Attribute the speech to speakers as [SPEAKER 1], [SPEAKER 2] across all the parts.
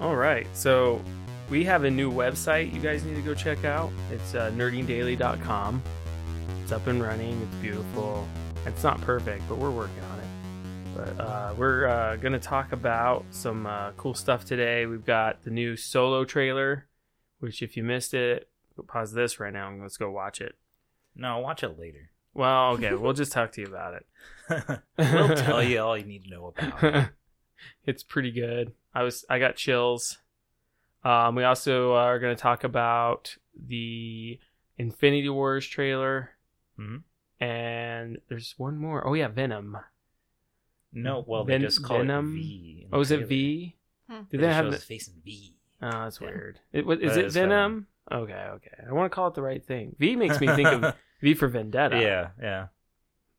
[SPEAKER 1] All right. So we have a new website you guys need to go check out. It's uh, nerdingdaily.com. It's up and running. It's beautiful. It's not perfect, but we're working on it. But uh, we're uh, going to talk about some uh, cool stuff today. We've got the new solo trailer, which if you missed it, pause this right now and let's go watch it.
[SPEAKER 2] No, watch it later.
[SPEAKER 1] Well, okay, we'll just talk to you about it.
[SPEAKER 2] we'll tell you all you need to know about it.
[SPEAKER 1] it's pretty good. I was I got chills. Um, we also are going to talk about the Infinity Wars trailer,
[SPEAKER 2] Mhm.
[SPEAKER 1] and there's one more. Oh yeah, Venom.
[SPEAKER 2] No, well, they
[SPEAKER 1] Ven-
[SPEAKER 2] just call
[SPEAKER 1] Venom?
[SPEAKER 2] it V. in the
[SPEAKER 1] Oh, is
[SPEAKER 2] trailer.
[SPEAKER 1] it V?
[SPEAKER 3] Hmm.
[SPEAKER 1] Did
[SPEAKER 2] They
[SPEAKER 1] they have?
[SPEAKER 2] show
[SPEAKER 1] The-
[SPEAKER 2] his face in V.
[SPEAKER 1] oh, that's
[SPEAKER 2] Yeah.
[SPEAKER 1] weird. It, what, is
[SPEAKER 2] That
[SPEAKER 1] it
[SPEAKER 2] is
[SPEAKER 1] Venom? Okay, okay. I want to call it the right thing. V makes me think of V for Vendetta.
[SPEAKER 2] yeah, yeah.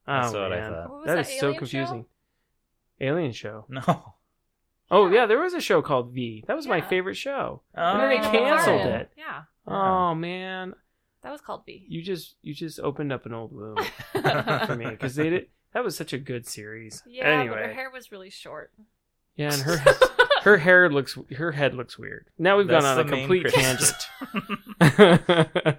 [SPEAKER 1] Oh,
[SPEAKER 2] That's what
[SPEAKER 1] man.
[SPEAKER 2] I thought.
[SPEAKER 3] What was
[SPEAKER 1] That
[SPEAKER 3] that
[SPEAKER 1] is so
[SPEAKER 3] alien show?
[SPEAKER 1] confusing. Alien show.
[SPEAKER 2] No.
[SPEAKER 1] Oh
[SPEAKER 3] Yeah.
[SPEAKER 1] yeah, there was a show called V. That was my
[SPEAKER 3] Yeah.
[SPEAKER 1] favorite show.
[SPEAKER 2] Oh.
[SPEAKER 1] then they
[SPEAKER 3] Oh,
[SPEAKER 1] canceled
[SPEAKER 3] Picard.
[SPEAKER 1] it.
[SPEAKER 3] Yeah,
[SPEAKER 1] Oh man,
[SPEAKER 3] that was called B.
[SPEAKER 1] you just you just opened up an old wound
[SPEAKER 3] yeah,
[SPEAKER 1] for me because they did. That was such a good series.
[SPEAKER 3] but her
[SPEAKER 1] anyway,
[SPEAKER 3] hair was really short.
[SPEAKER 1] yeah, and her her hair looks her head looks weird. Now we've
[SPEAKER 2] That's
[SPEAKER 1] gone on a
[SPEAKER 2] the main
[SPEAKER 1] complete
[SPEAKER 2] criticism.
[SPEAKER 1] tangent.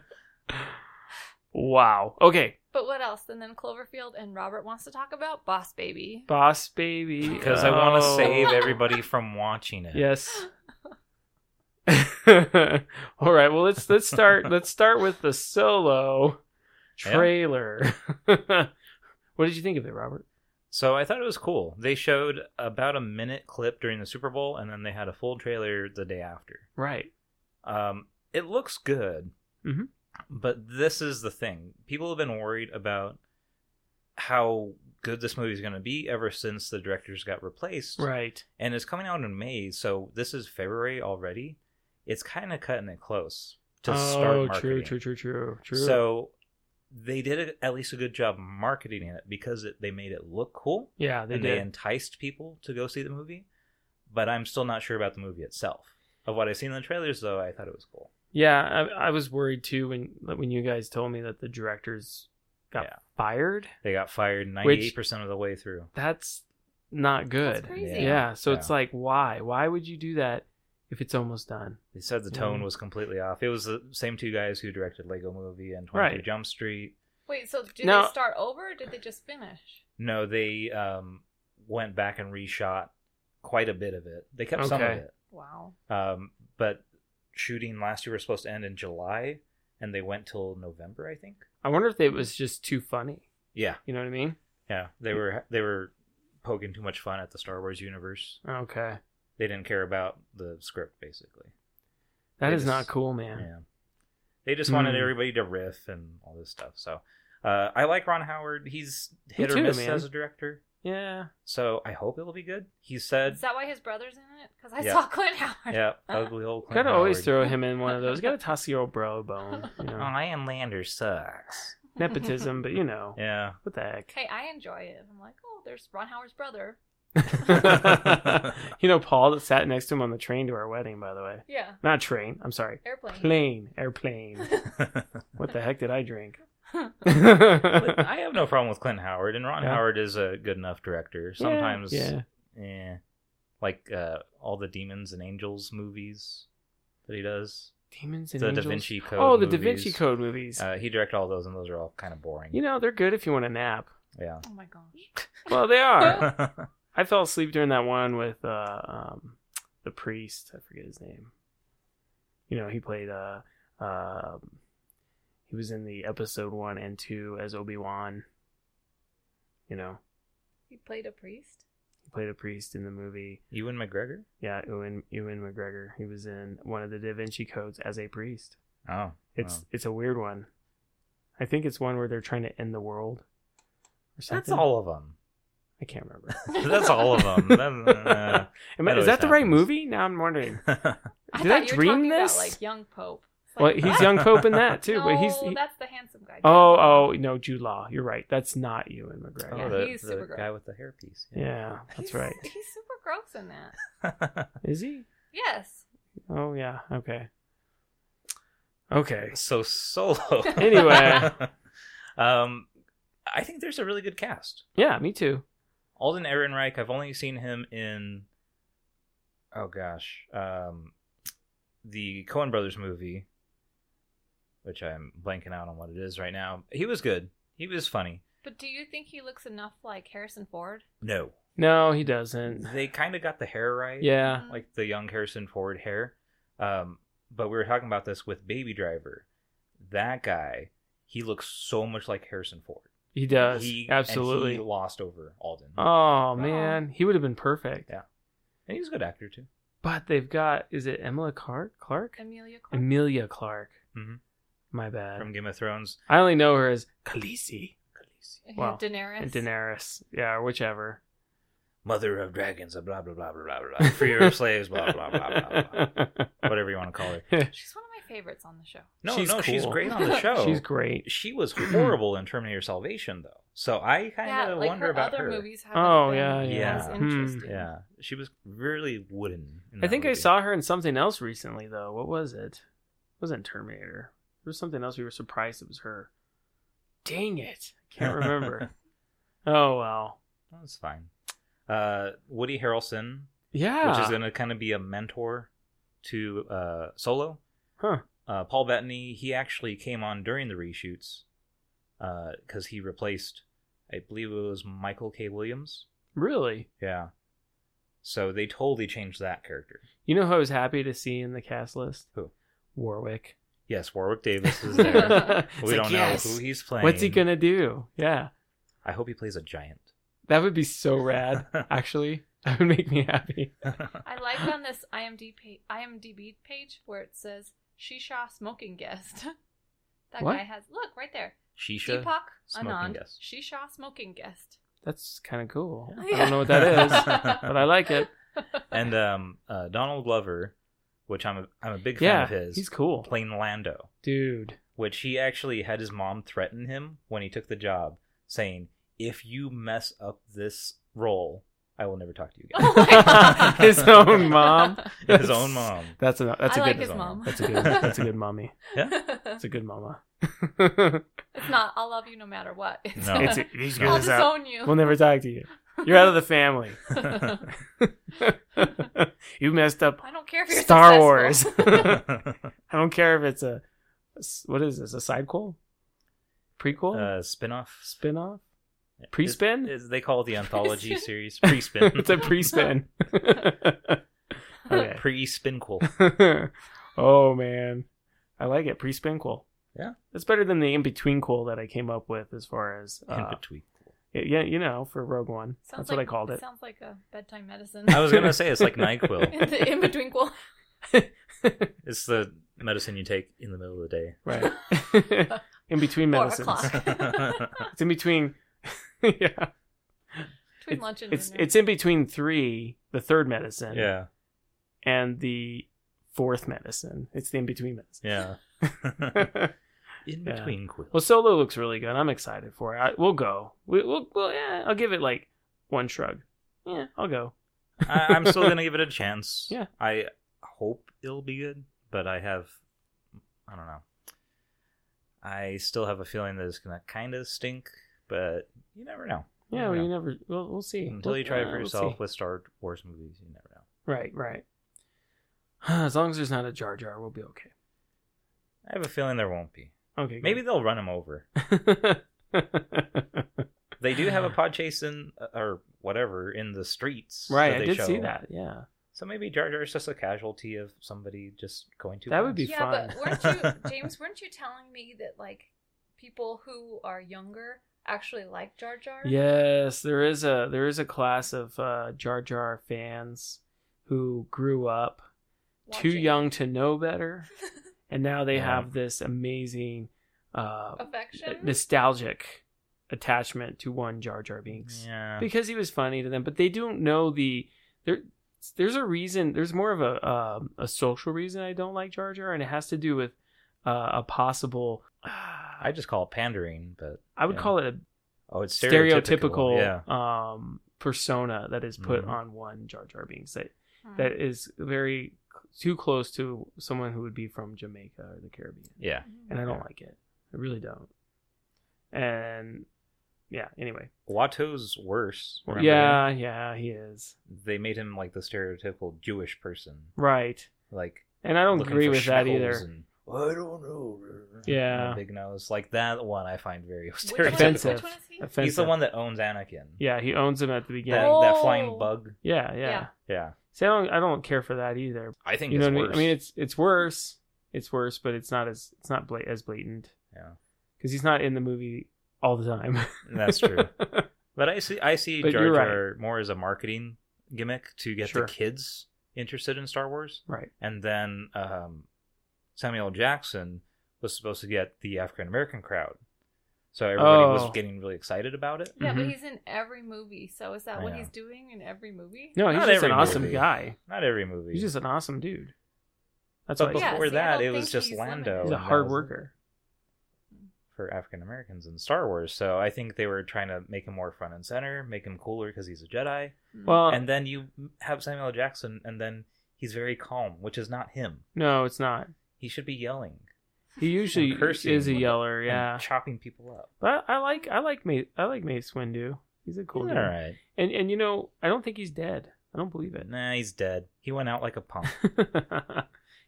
[SPEAKER 1] wow. Okay,
[SPEAKER 3] but what else? And then Cloverfield and Robert wants to talk about Boss Baby.
[SPEAKER 1] Boss Baby.
[SPEAKER 2] Because I want to
[SPEAKER 1] Oh.
[SPEAKER 2] save everybody from watching it.
[SPEAKER 1] Yes. All right. Well, let's let's start let's start with the solo
[SPEAKER 2] Yeah.
[SPEAKER 1] trailer. what did you think of it, Robert?
[SPEAKER 2] So I thought it was cool. They showed about a minute clip during the Super Bowl, and then they had a full trailer the day after.
[SPEAKER 1] Right.
[SPEAKER 2] Um, it looks good,
[SPEAKER 1] Mhm.
[SPEAKER 2] but this is the thing: people have been worried about how good this movie is going to be ever since the directors got replaced,
[SPEAKER 1] Right.
[SPEAKER 2] and it's coming out in May. So this is February already. It's kind of cutting it close to start marketing.
[SPEAKER 1] Oh, true, true, true, true, true.
[SPEAKER 2] So they did a- at least a good job marketing it because it, they made it look cool
[SPEAKER 1] yeah, they
[SPEAKER 2] and they
[SPEAKER 1] did.
[SPEAKER 2] enticed people to go see the movie. But I'm still not sure about the movie itself. Of what I've seen in the trailers, though, I thought it was cool.
[SPEAKER 1] yeah, I, I was worried too when when you guys told me that the directors got
[SPEAKER 2] Yeah.
[SPEAKER 1] fired.
[SPEAKER 2] They got fired 98%
[SPEAKER 1] Which-
[SPEAKER 2] of the way through.
[SPEAKER 1] That's not good.
[SPEAKER 3] That's crazy.
[SPEAKER 1] yeah. So it's like, why? Why would you do that if it's almost done?
[SPEAKER 2] They said the tone
[SPEAKER 1] Mhm.
[SPEAKER 2] was completely off. It was the same two guys who directed Lego Movie and 22
[SPEAKER 1] Right.
[SPEAKER 2] Jump Street.
[SPEAKER 3] Wait, so did
[SPEAKER 1] Now-
[SPEAKER 3] they start over or did they just finish?
[SPEAKER 2] No, they um, went back and reshot quite a bit of it. They kept some of
[SPEAKER 1] Okay.
[SPEAKER 2] it.
[SPEAKER 3] Wow.
[SPEAKER 2] Um, but shooting last year was supposed to end in July, and they went till November, I think.
[SPEAKER 1] I wonder if it was just too funny.
[SPEAKER 2] Yeah,
[SPEAKER 1] You know what I mean?
[SPEAKER 2] yeah. They were they were poking too much fun at the Star Wars universe.
[SPEAKER 1] Okay.
[SPEAKER 2] They didn't care about the script, basically.
[SPEAKER 1] that
[SPEAKER 2] They
[SPEAKER 1] is not
[SPEAKER 2] just-
[SPEAKER 1] cool, man.
[SPEAKER 2] Yeah. They just wanted
[SPEAKER 1] Hmm.
[SPEAKER 2] everybody to riff and all this stuff. So uh, I like Ron Howard. He's
[SPEAKER 1] Me
[SPEAKER 2] hit or
[SPEAKER 1] too,
[SPEAKER 2] miss
[SPEAKER 1] man.
[SPEAKER 2] as a director.
[SPEAKER 1] Yeah.
[SPEAKER 2] So I hope it'll be good. He
[SPEAKER 1] Uh,
[SPEAKER 2] said,
[SPEAKER 3] Is that Uh, why his brother's in it? Because I
[SPEAKER 2] Yeah.
[SPEAKER 3] saw Clint Howard.
[SPEAKER 2] "Yeah, ugly old." Clint
[SPEAKER 1] Gotta always
[SPEAKER 2] Howard.
[SPEAKER 1] throw him in one of those. Gotta toss your old bro a bone. You
[SPEAKER 2] Oh,
[SPEAKER 1] know?
[SPEAKER 2] Ian Lander sucks.
[SPEAKER 1] Nepotism, but you know.
[SPEAKER 2] Yeah.
[SPEAKER 1] What the heck?
[SPEAKER 3] Hey, I enjoy it. I'm like, oh, there's Ron Howard's brother.
[SPEAKER 1] you know, Paul that sat next to him on the train to our wedding, by the way.
[SPEAKER 3] Yeah,
[SPEAKER 1] Not train, I'm sorry.
[SPEAKER 3] airplane.
[SPEAKER 1] Plane, airplane. What the heck did I drink?
[SPEAKER 3] Oh
[SPEAKER 2] But I have no problem with Clint Howard, and Ron
[SPEAKER 1] Yeah.
[SPEAKER 2] Howard is a good enough director. Sometimes,
[SPEAKER 1] Yeah.
[SPEAKER 2] eh, like uh, all the Demons and Angels movies that he does,
[SPEAKER 1] Demons and
[SPEAKER 2] the
[SPEAKER 1] Angels.
[SPEAKER 2] Da Vinci Code.
[SPEAKER 1] oh, the Da
[SPEAKER 2] movies.
[SPEAKER 1] Vinci Code movies.
[SPEAKER 2] Uh, he directed all those, and those are all kind of boring.
[SPEAKER 1] you know, they're good if you want to nap.
[SPEAKER 2] yeah.
[SPEAKER 3] Oh my gosh.
[SPEAKER 1] Well, they are. I fell asleep during that one with uh, um, the priest. I forget his name. You know, he played. Uh, um he was in the episode one and two as Obi Wan. You know,
[SPEAKER 3] He played a priest.
[SPEAKER 1] he played a priest in the movie.
[SPEAKER 2] Ewan McGregor.
[SPEAKER 1] Yeah, Ewan Ewan McGregor. He was in one of the Da Vinci Codes as a priest.
[SPEAKER 2] Oh,
[SPEAKER 1] It's
[SPEAKER 2] wow.
[SPEAKER 1] it's a weird one. I think it's one where they're trying to end the world. Or
[SPEAKER 2] that's
[SPEAKER 1] something.
[SPEAKER 2] all of them.
[SPEAKER 1] I can't remember.
[SPEAKER 2] That's all of them. Uh, That-
[SPEAKER 1] Am I-
[SPEAKER 2] That
[SPEAKER 1] is that
[SPEAKER 2] always
[SPEAKER 1] the right
[SPEAKER 2] happens.
[SPEAKER 1] movie? Now I'm wondering.
[SPEAKER 2] uh,
[SPEAKER 3] I
[SPEAKER 1] Did I
[SPEAKER 3] thought you were
[SPEAKER 1] dream
[SPEAKER 3] talking about,
[SPEAKER 1] this?
[SPEAKER 3] like young Pope. It's
[SPEAKER 1] Well,
[SPEAKER 3] like,
[SPEAKER 1] he's
[SPEAKER 3] what?
[SPEAKER 1] young Pope in that too,
[SPEAKER 3] no,
[SPEAKER 1] but he's he-
[SPEAKER 3] that's the handsome guy.
[SPEAKER 1] oh oh no Jude Law. You're right. That's not Ewan
[SPEAKER 2] oh,
[SPEAKER 1] McGregor.
[SPEAKER 3] Yeah,
[SPEAKER 2] the,
[SPEAKER 3] he's
[SPEAKER 2] the
[SPEAKER 3] Supergirl.
[SPEAKER 2] guy with the hairpiece.
[SPEAKER 1] Yeah, that's
[SPEAKER 3] He's-
[SPEAKER 1] right.
[SPEAKER 3] He's super gross in that.
[SPEAKER 1] Is he?
[SPEAKER 3] Yes.
[SPEAKER 1] Oh yeah. Okay. Okay.
[SPEAKER 2] so solo.
[SPEAKER 1] Anyway.
[SPEAKER 2] um, I think there's a really good cast.
[SPEAKER 1] Yeah, me too.
[SPEAKER 2] Alden Ehrenreich, I've only seen him in oh gosh, um, the Coen Brothers movie, which I'm blanking out on what it is right now. He was good. He was funny.
[SPEAKER 3] But do you think he looks enough like Harrison Ford?
[SPEAKER 2] No,
[SPEAKER 1] No, he doesn't.
[SPEAKER 2] they kind of got the hair right.
[SPEAKER 1] Yeah.
[SPEAKER 3] Mm.
[SPEAKER 2] like the young Harrison Ford hair. Um, but we were talking about this with Baby Driver. That guy, he looks so much like Harrison Ford.
[SPEAKER 1] He does.
[SPEAKER 2] He- and
[SPEAKER 1] Absolutely.
[SPEAKER 2] he lost over Alden,
[SPEAKER 1] oh man, he would have been perfect.
[SPEAKER 2] Yeah. and he's a good actor too.
[SPEAKER 1] But they've got is it Emily Clark? Clark?
[SPEAKER 3] Amelia Clark.
[SPEAKER 1] Amelia Clark.
[SPEAKER 2] Mhm.
[SPEAKER 1] My bad.
[SPEAKER 2] From Game of Thrones,
[SPEAKER 1] I only know her as Khaleesi
[SPEAKER 3] Yeah,
[SPEAKER 1] Well,
[SPEAKER 3] Daenerys.
[SPEAKER 1] and Daenerys. Yeah, or whichever.
[SPEAKER 2] Mother of Dragons, uh, blah blah blah blah blah blah, Freer of Slaves, blah blah blah blah blah, whatever you want to call her.
[SPEAKER 3] She's one of my favorites on the show.
[SPEAKER 2] No,
[SPEAKER 1] She's
[SPEAKER 2] no, she's
[SPEAKER 1] cool.
[SPEAKER 2] great on the show.
[SPEAKER 1] She's great.
[SPEAKER 2] She was horrible in Terminator Salvation, though. So I kind
[SPEAKER 3] yeah,
[SPEAKER 2] of
[SPEAKER 3] like
[SPEAKER 2] wonder
[SPEAKER 3] her
[SPEAKER 2] about
[SPEAKER 3] other
[SPEAKER 2] her.
[SPEAKER 3] movies. Haven't
[SPEAKER 1] Oh,
[SPEAKER 3] been
[SPEAKER 1] yeah,
[SPEAKER 2] yeah.
[SPEAKER 3] as
[SPEAKER 2] Hmm,
[SPEAKER 3] interesting.
[SPEAKER 2] Yeah, she was really wooden.
[SPEAKER 1] I
[SPEAKER 2] in that
[SPEAKER 1] think I
[SPEAKER 2] movie.
[SPEAKER 1] saw her in something else recently though. What was it? It wasn't Terminator. There was something else we were surprised it was her. Dang it. Can't remember. oh well.
[SPEAKER 2] That's fine. Uh, Woody Harrelson,
[SPEAKER 1] Yeah.
[SPEAKER 2] which is going to kind of be a mentor to uh, Solo.
[SPEAKER 1] Huh.
[SPEAKER 2] Uh, Paul Bettany, he actually came on during the reshoots because he replaced, I believe it was Michael K. Williams.
[SPEAKER 1] Really?
[SPEAKER 2] Yeah. So they totally changed that character.
[SPEAKER 1] You know who I was happy to see in the cast list?
[SPEAKER 2] Who?
[SPEAKER 1] Warwick.
[SPEAKER 2] Yes, Warwick Davis is
[SPEAKER 1] we
[SPEAKER 2] there.
[SPEAKER 3] It's
[SPEAKER 2] we don't know who he's playing.
[SPEAKER 1] What's he gonna do? Yeah,
[SPEAKER 2] I hope he plays a giant.
[SPEAKER 1] that would be so rad. Actually, that would make me happy.
[SPEAKER 3] I like on this IMDb, IMDb page where it says Shisha smoking guest. that
[SPEAKER 1] What?
[SPEAKER 3] guy has look right there.
[SPEAKER 2] Shisha.
[SPEAKER 3] Deepak
[SPEAKER 2] smoking
[SPEAKER 3] Anand
[SPEAKER 2] guest.
[SPEAKER 3] Shisha smoking guest.
[SPEAKER 1] That's kind of cool. I
[SPEAKER 3] Oh, Yeah.
[SPEAKER 1] don't know what that is, but I like it.
[SPEAKER 2] and um, uh, Donald Glover, which I'm a, I'm a big fan
[SPEAKER 1] Yeah,
[SPEAKER 2] of his.
[SPEAKER 1] he's cool,
[SPEAKER 2] playing Lando,
[SPEAKER 1] dude.
[SPEAKER 2] which he actually had his mom threaten him when he took the job, saying, "If you mess up this role, I will never talk to you again."
[SPEAKER 3] Oh my God.
[SPEAKER 1] his own mom.
[SPEAKER 2] his own mom.
[SPEAKER 1] That's a that's a
[SPEAKER 3] I
[SPEAKER 1] good
[SPEAKER 3] like his
[SPEAKER 2] design.
[SPEAKER 3] mom.
[SPEAKER 1] that's a good that's a good mommy. That's a good mama. it's
[SPEAKER 3] it's not. I'll love you no matter what. It's,
[SPEAKER 2] No. It's-
[SPEAKER 1] he's
[SPEAKER 2] good
[SPEAKER 3] I'll
[SPEAKER 2] as
[SPEAKER 3] disown you.
[SPEAKER 1] e- We'll never talk to you. You're out of the family. you messed up
[SPEAKER 3] I don't care if you're
[SPEAKER 1] Star Wars.
[SPEAKER 3] successful.
[SPEAKER 1] I
[SPEAKER 2] Uh,
[SPEAKER 1] don't care if it's a a s- what is this a sidequel, prequel,
[SPEAKER 2] uh, spin-off.
[SPEAKER 1] Oh. spin off. Pre-spin?
[SPEAKER 2] Is, is- they call it the anthology
[SPEAKER 3] Pre-spin?
[SPEAKER 2] series pre-spin.
[SPEAKER 1] it's a pre-spin. okay.
[SPEAKER 2] Pre-spinquel.
[SPEAKER 1] oh man, I like it pre-spinquel.
[SPEAKER 2] Yeah.
[SPEAKER 1] it's better than the in-betweenquel that I came up with as far as
[SPEAKER 2] In
[SPEAKER 1] uh,
[SPEAKER 2] between.
[SPEAKER 1] yeah, you know, for Rogue One. That's what I
[SPEAKER 3] like-
[SPEAKER 1] called it.
[SPEAKER 3] Sounds like a bedtime medicine.
[SPEAKER 2] I was gonna say it's like Nyquil.
[SPEAKER 3] in, the, in between qual-
[SPEAKER 2] It's the medicine you take in the middle of the day.
[SPEAKER 1] Right. in between
[SPEAKER 3] Four
[SPEAKER 1] medicines.
[SPEAKER 3] o'clock.
[SPEAKER 1] It's in between. yeah.
[SPEAKER 3] between lunch and
[SPEAKER 1] It's
[SPEAKER 3] dinner.
[SPEAKER 1] it's in between three, the third medicine,
[SPEAKER 2] yeah,
[SPEAKER 1] and the fourth medicine. It's the in between medicine.
[SPEAKER 2] yeah. in
[SPEAKER 1] Yeah.
[SPEAKER 2] between quills.
[SPEAKER 1] well, Solo looks really good. I'm excited for it. I, we'll go. We, we'll, we'll yeah. I'll give it like one shrug. Yeah, I'll go.
[SPEAKER 2] I, I'm still gonna give it a chance.
[SPEAKER 1] Yeah.
[SPEAKER 2] I hope it'll be good, but I have, I don't know. I still have a feeling that it's gonna kind of stink, but you never know. You
[SPEAKER 1] Yeah,
[SPEAKER 2] never
[SPEAKER 1] well, you
[SPEAKER 2] know.
[SPEAKER 1] never. We'll, we'll see
[SPEAKER 2] Until
[SPEAKER 1] We'll-
[SPEAKER 2] you try it
[SPEAKER 1] uh,
[SPEAKER 2] for
[SPEAKER 1] we'll
[SPEAKER 2] yourself
[SPEAKER 1] see.
[SPEAKER 2] with Star Wars movies, you never know.
[SPEAKER 1] Right, right. As long as there's not a Jar Jar, we'll be okay.
[SPEAKER 2] I have a feeling there won't be.
[SPEAKER 1] Okay.
[SPEAKER 2] Maybe they'll run him over.
[SPEAKER 1] good.
[SPEAKER 2] They do have a pod chase in or whatever in the streets.
[SPEAKER 1] right.
[SPEAKER 2] that
[SPEAKER 1] I
[SPEAKER 2] they
[SPEAKER 1] did see
[SPEAKER 2] show.
[SPEAKER 1] that. Yeah.
[SPEAKER 2] So maybe Jar Jar is just a casualty of somebody just going too.
[SPEAKER 1] That would be
[SPEAKER 2] fast.
[SPEAKER 3] yeah,
[SPEAKER 1] fun.
[SPEAKER 3] but weren't you, James? Weren't you telling me that like people who are younger actually like Jar Jar?
[SPEAKER 1] Yes, there is a there is a class of uh, Jar Jar fans who grew up too
[SPEAKER 3] Watching.
[SPEAKER 1] young to know better, and now they
[SPEAKER 2] Yeah.
[SPEAKER 1] have this amazing uh,
[SPEAKER 3] affection.
[SPEAKER 1] nostalgic attachment to one Jar Jar Binks
[SPEAKER 2] Yeah.
[SPEAKER 1] because he was funny to them, but they don't know the there. There's a reason. There's more of a um, a social reason I don't like Jar Jar, and it has to do with uh, a possible.
[SPEAKER 2] I just call it pandering, but
[SPEAKER 1] I would
[SPEAKER 2] yeah.
[SPEAKER 1] call it a
[SPEAKER 2] oh, it's stereotypical.
[SPEAKER 1] stereotypical,
[SPEAKER 2] Yeah.
[SPEAKER 1] um, persona that is put
[SPEAKER 2] Mhm.
[SPEAKER 1] on one Jar Jar Binks that,
[SPEAKER 3] Hmm.
[SPEAKER 1] that is very c- too close to someone who would be from Jamaica or
[SPEAKER 3] Mm-hmm.
[SPEAKER 1] the Caribbean,
[SPEAKER 2] Yeah.
[SPEAKER 1] and I don't
[SPEAKER 2] Yeah.
[SPEAKER 1] like it. I really don't. And yeah. Anyway,
[SPEAKER 2] Watteau's worse. remember
[SPEAKER 1] yeah, yeah, he is
[SPEAKER 2] him? They made him like the stereotypical Jewish person.
[SPEAKER 1] right,
[SPEAKER 2] Like
[SPEAKER 1] and I don't
[SPEAKER 2] looking
[SPEAKER 1] agree
[SPEAKER 2] for
[SPEAKER 1] with that either.
[SPEAKER 2] shekels and, I don't know.
[SPEAKER 1] Yeah.
[SPEAKER 2] A big nose. Like that one I find very
[SPEAKER 3] Which one,
[SPEAKER 2] stereotypical.
[SPEAKER 3] is-
[SPEAKER 1] Offensive.
[SPEAKER 3] which one is he?
[SPEAKER 1] Offensive.
[SPEAKER 2] He's the one that owns Anakin.
[SPEAKER 1] Yeah, he owns him at the
[SPEAKER 2] That,
[SPEAKER 1] beginning.
[SPEAKER 3] Oh.
[SPEAKER 2] that flying bug.
[SPEAKER 1] Yeah, yeah,
[SPEAKER 3] Yeah.
[SPEAKER 2] Yeah.
[SPEAKER 1] See, I don't, I don't care for that either.
[SPEAKER 2] I think
[SPEAKER 1] You know
[SPEAKER 2] it's
[SPEAKER 1] what I mean?
[SPEAKER 2] worse.
[SPEAKER 1] I mean, it's it's worse. It's worse, but it's not as it's not bla- as blatant
[SPEAKER 2] yeah.
[SPEAKER 1] because he's not in the movie all the time.
[SPEAKER 2] That's true. But I see I see
[SPEAKER 1] But
[SPEAKER 2] Jar
[SPEAKER 1] you're right.
[SPEAKER 2] Jar more as a marketing gimmick to get
[SPEAKER 1] Sure.
[SPEAKER 2] the kids interested in Star Wars.
[SPEAKER 1] right.
[SPEAKER 2] And then um, Samuel Jackson was supposed to get the African American crowd. So everybody
[SPEAKER 1] Oh.
[SPEAKER 2] was getting really excited about it.
[SPEAKER 3] Yeah,
[SPEAKER 1] Mhm.
[SPEAKER 3] but he's in every movie. So is that
[SPEAKER 2] I
[SPEAKER 3] what
[SPEAKER 2] know.
[SPEAKER 3] he's doing in every movie?
[SPEAKER 1] No, he's
[SPEAKER 2] Not
[SPEAKER 1] just an
[SPEAKER 2] every
[SPEAKER 1] awesome
[SPEAKER 2] movie.
[SPEAKER 1] guy.
[SPEAKER 2] Not every movie.
[SPEAKER 1] He's just an awesome dude. That's
[SPEAKER 2] but
[SPEAKER 1] why
[SPEAKER 3] Yeah,
[SPEAKER 2] before
[SPEAKER 3] see, I
[SPEAKER 2] that,
[SPEAKER 3] don't
[SPEAKER 2] it was
[SPEAKER 3] think
[SPEAKER 2] just
[SPEAKER 3] he's
[SPEAKER 2] Lando.
[SPEAKER 1] he's
[SPEAKER 3] limited.
[SPEAKER 1] a
[SPEAKER 2] and that
[SPEAKER 1] hard
[SPEAKER 2] was
[SPEAKER 1] worker.
[SPEAKER 2] for African Americans in Star Wars. So I think they were trying to make him more front and center, make him cooler because he's a Jedi.
[SPEAKER 3] Mm.
[SPEAKER 1] Well,
[SPEAKER 2] and then you have Samuel L. Jackson, and then he's very calm, which is not him.
[SPEAKER 1] no, it's not.
[SPEAKER 2] He should be yelling,
[SPEAKER 1] He usually
[SPEAKER 2] And cursing.
[SPEAKER 1] is a yeller.
[SPEAKER 2] and
[SPEAKER 1] Yeah,
[SPEAKER 2] chopping people up.
[SPEAKER 1] but I like I like Mace, I like Mace Windu. He's a cool
[SPEAKER 2] He's
[SPEAKER 1] dude.
[SPEAKER 2] all right.
[SPEAKER 1] And and you know I don't think he's dead. I don't believe it.
[SPEAKER 2] Nah, he's dead. He went out like a punk.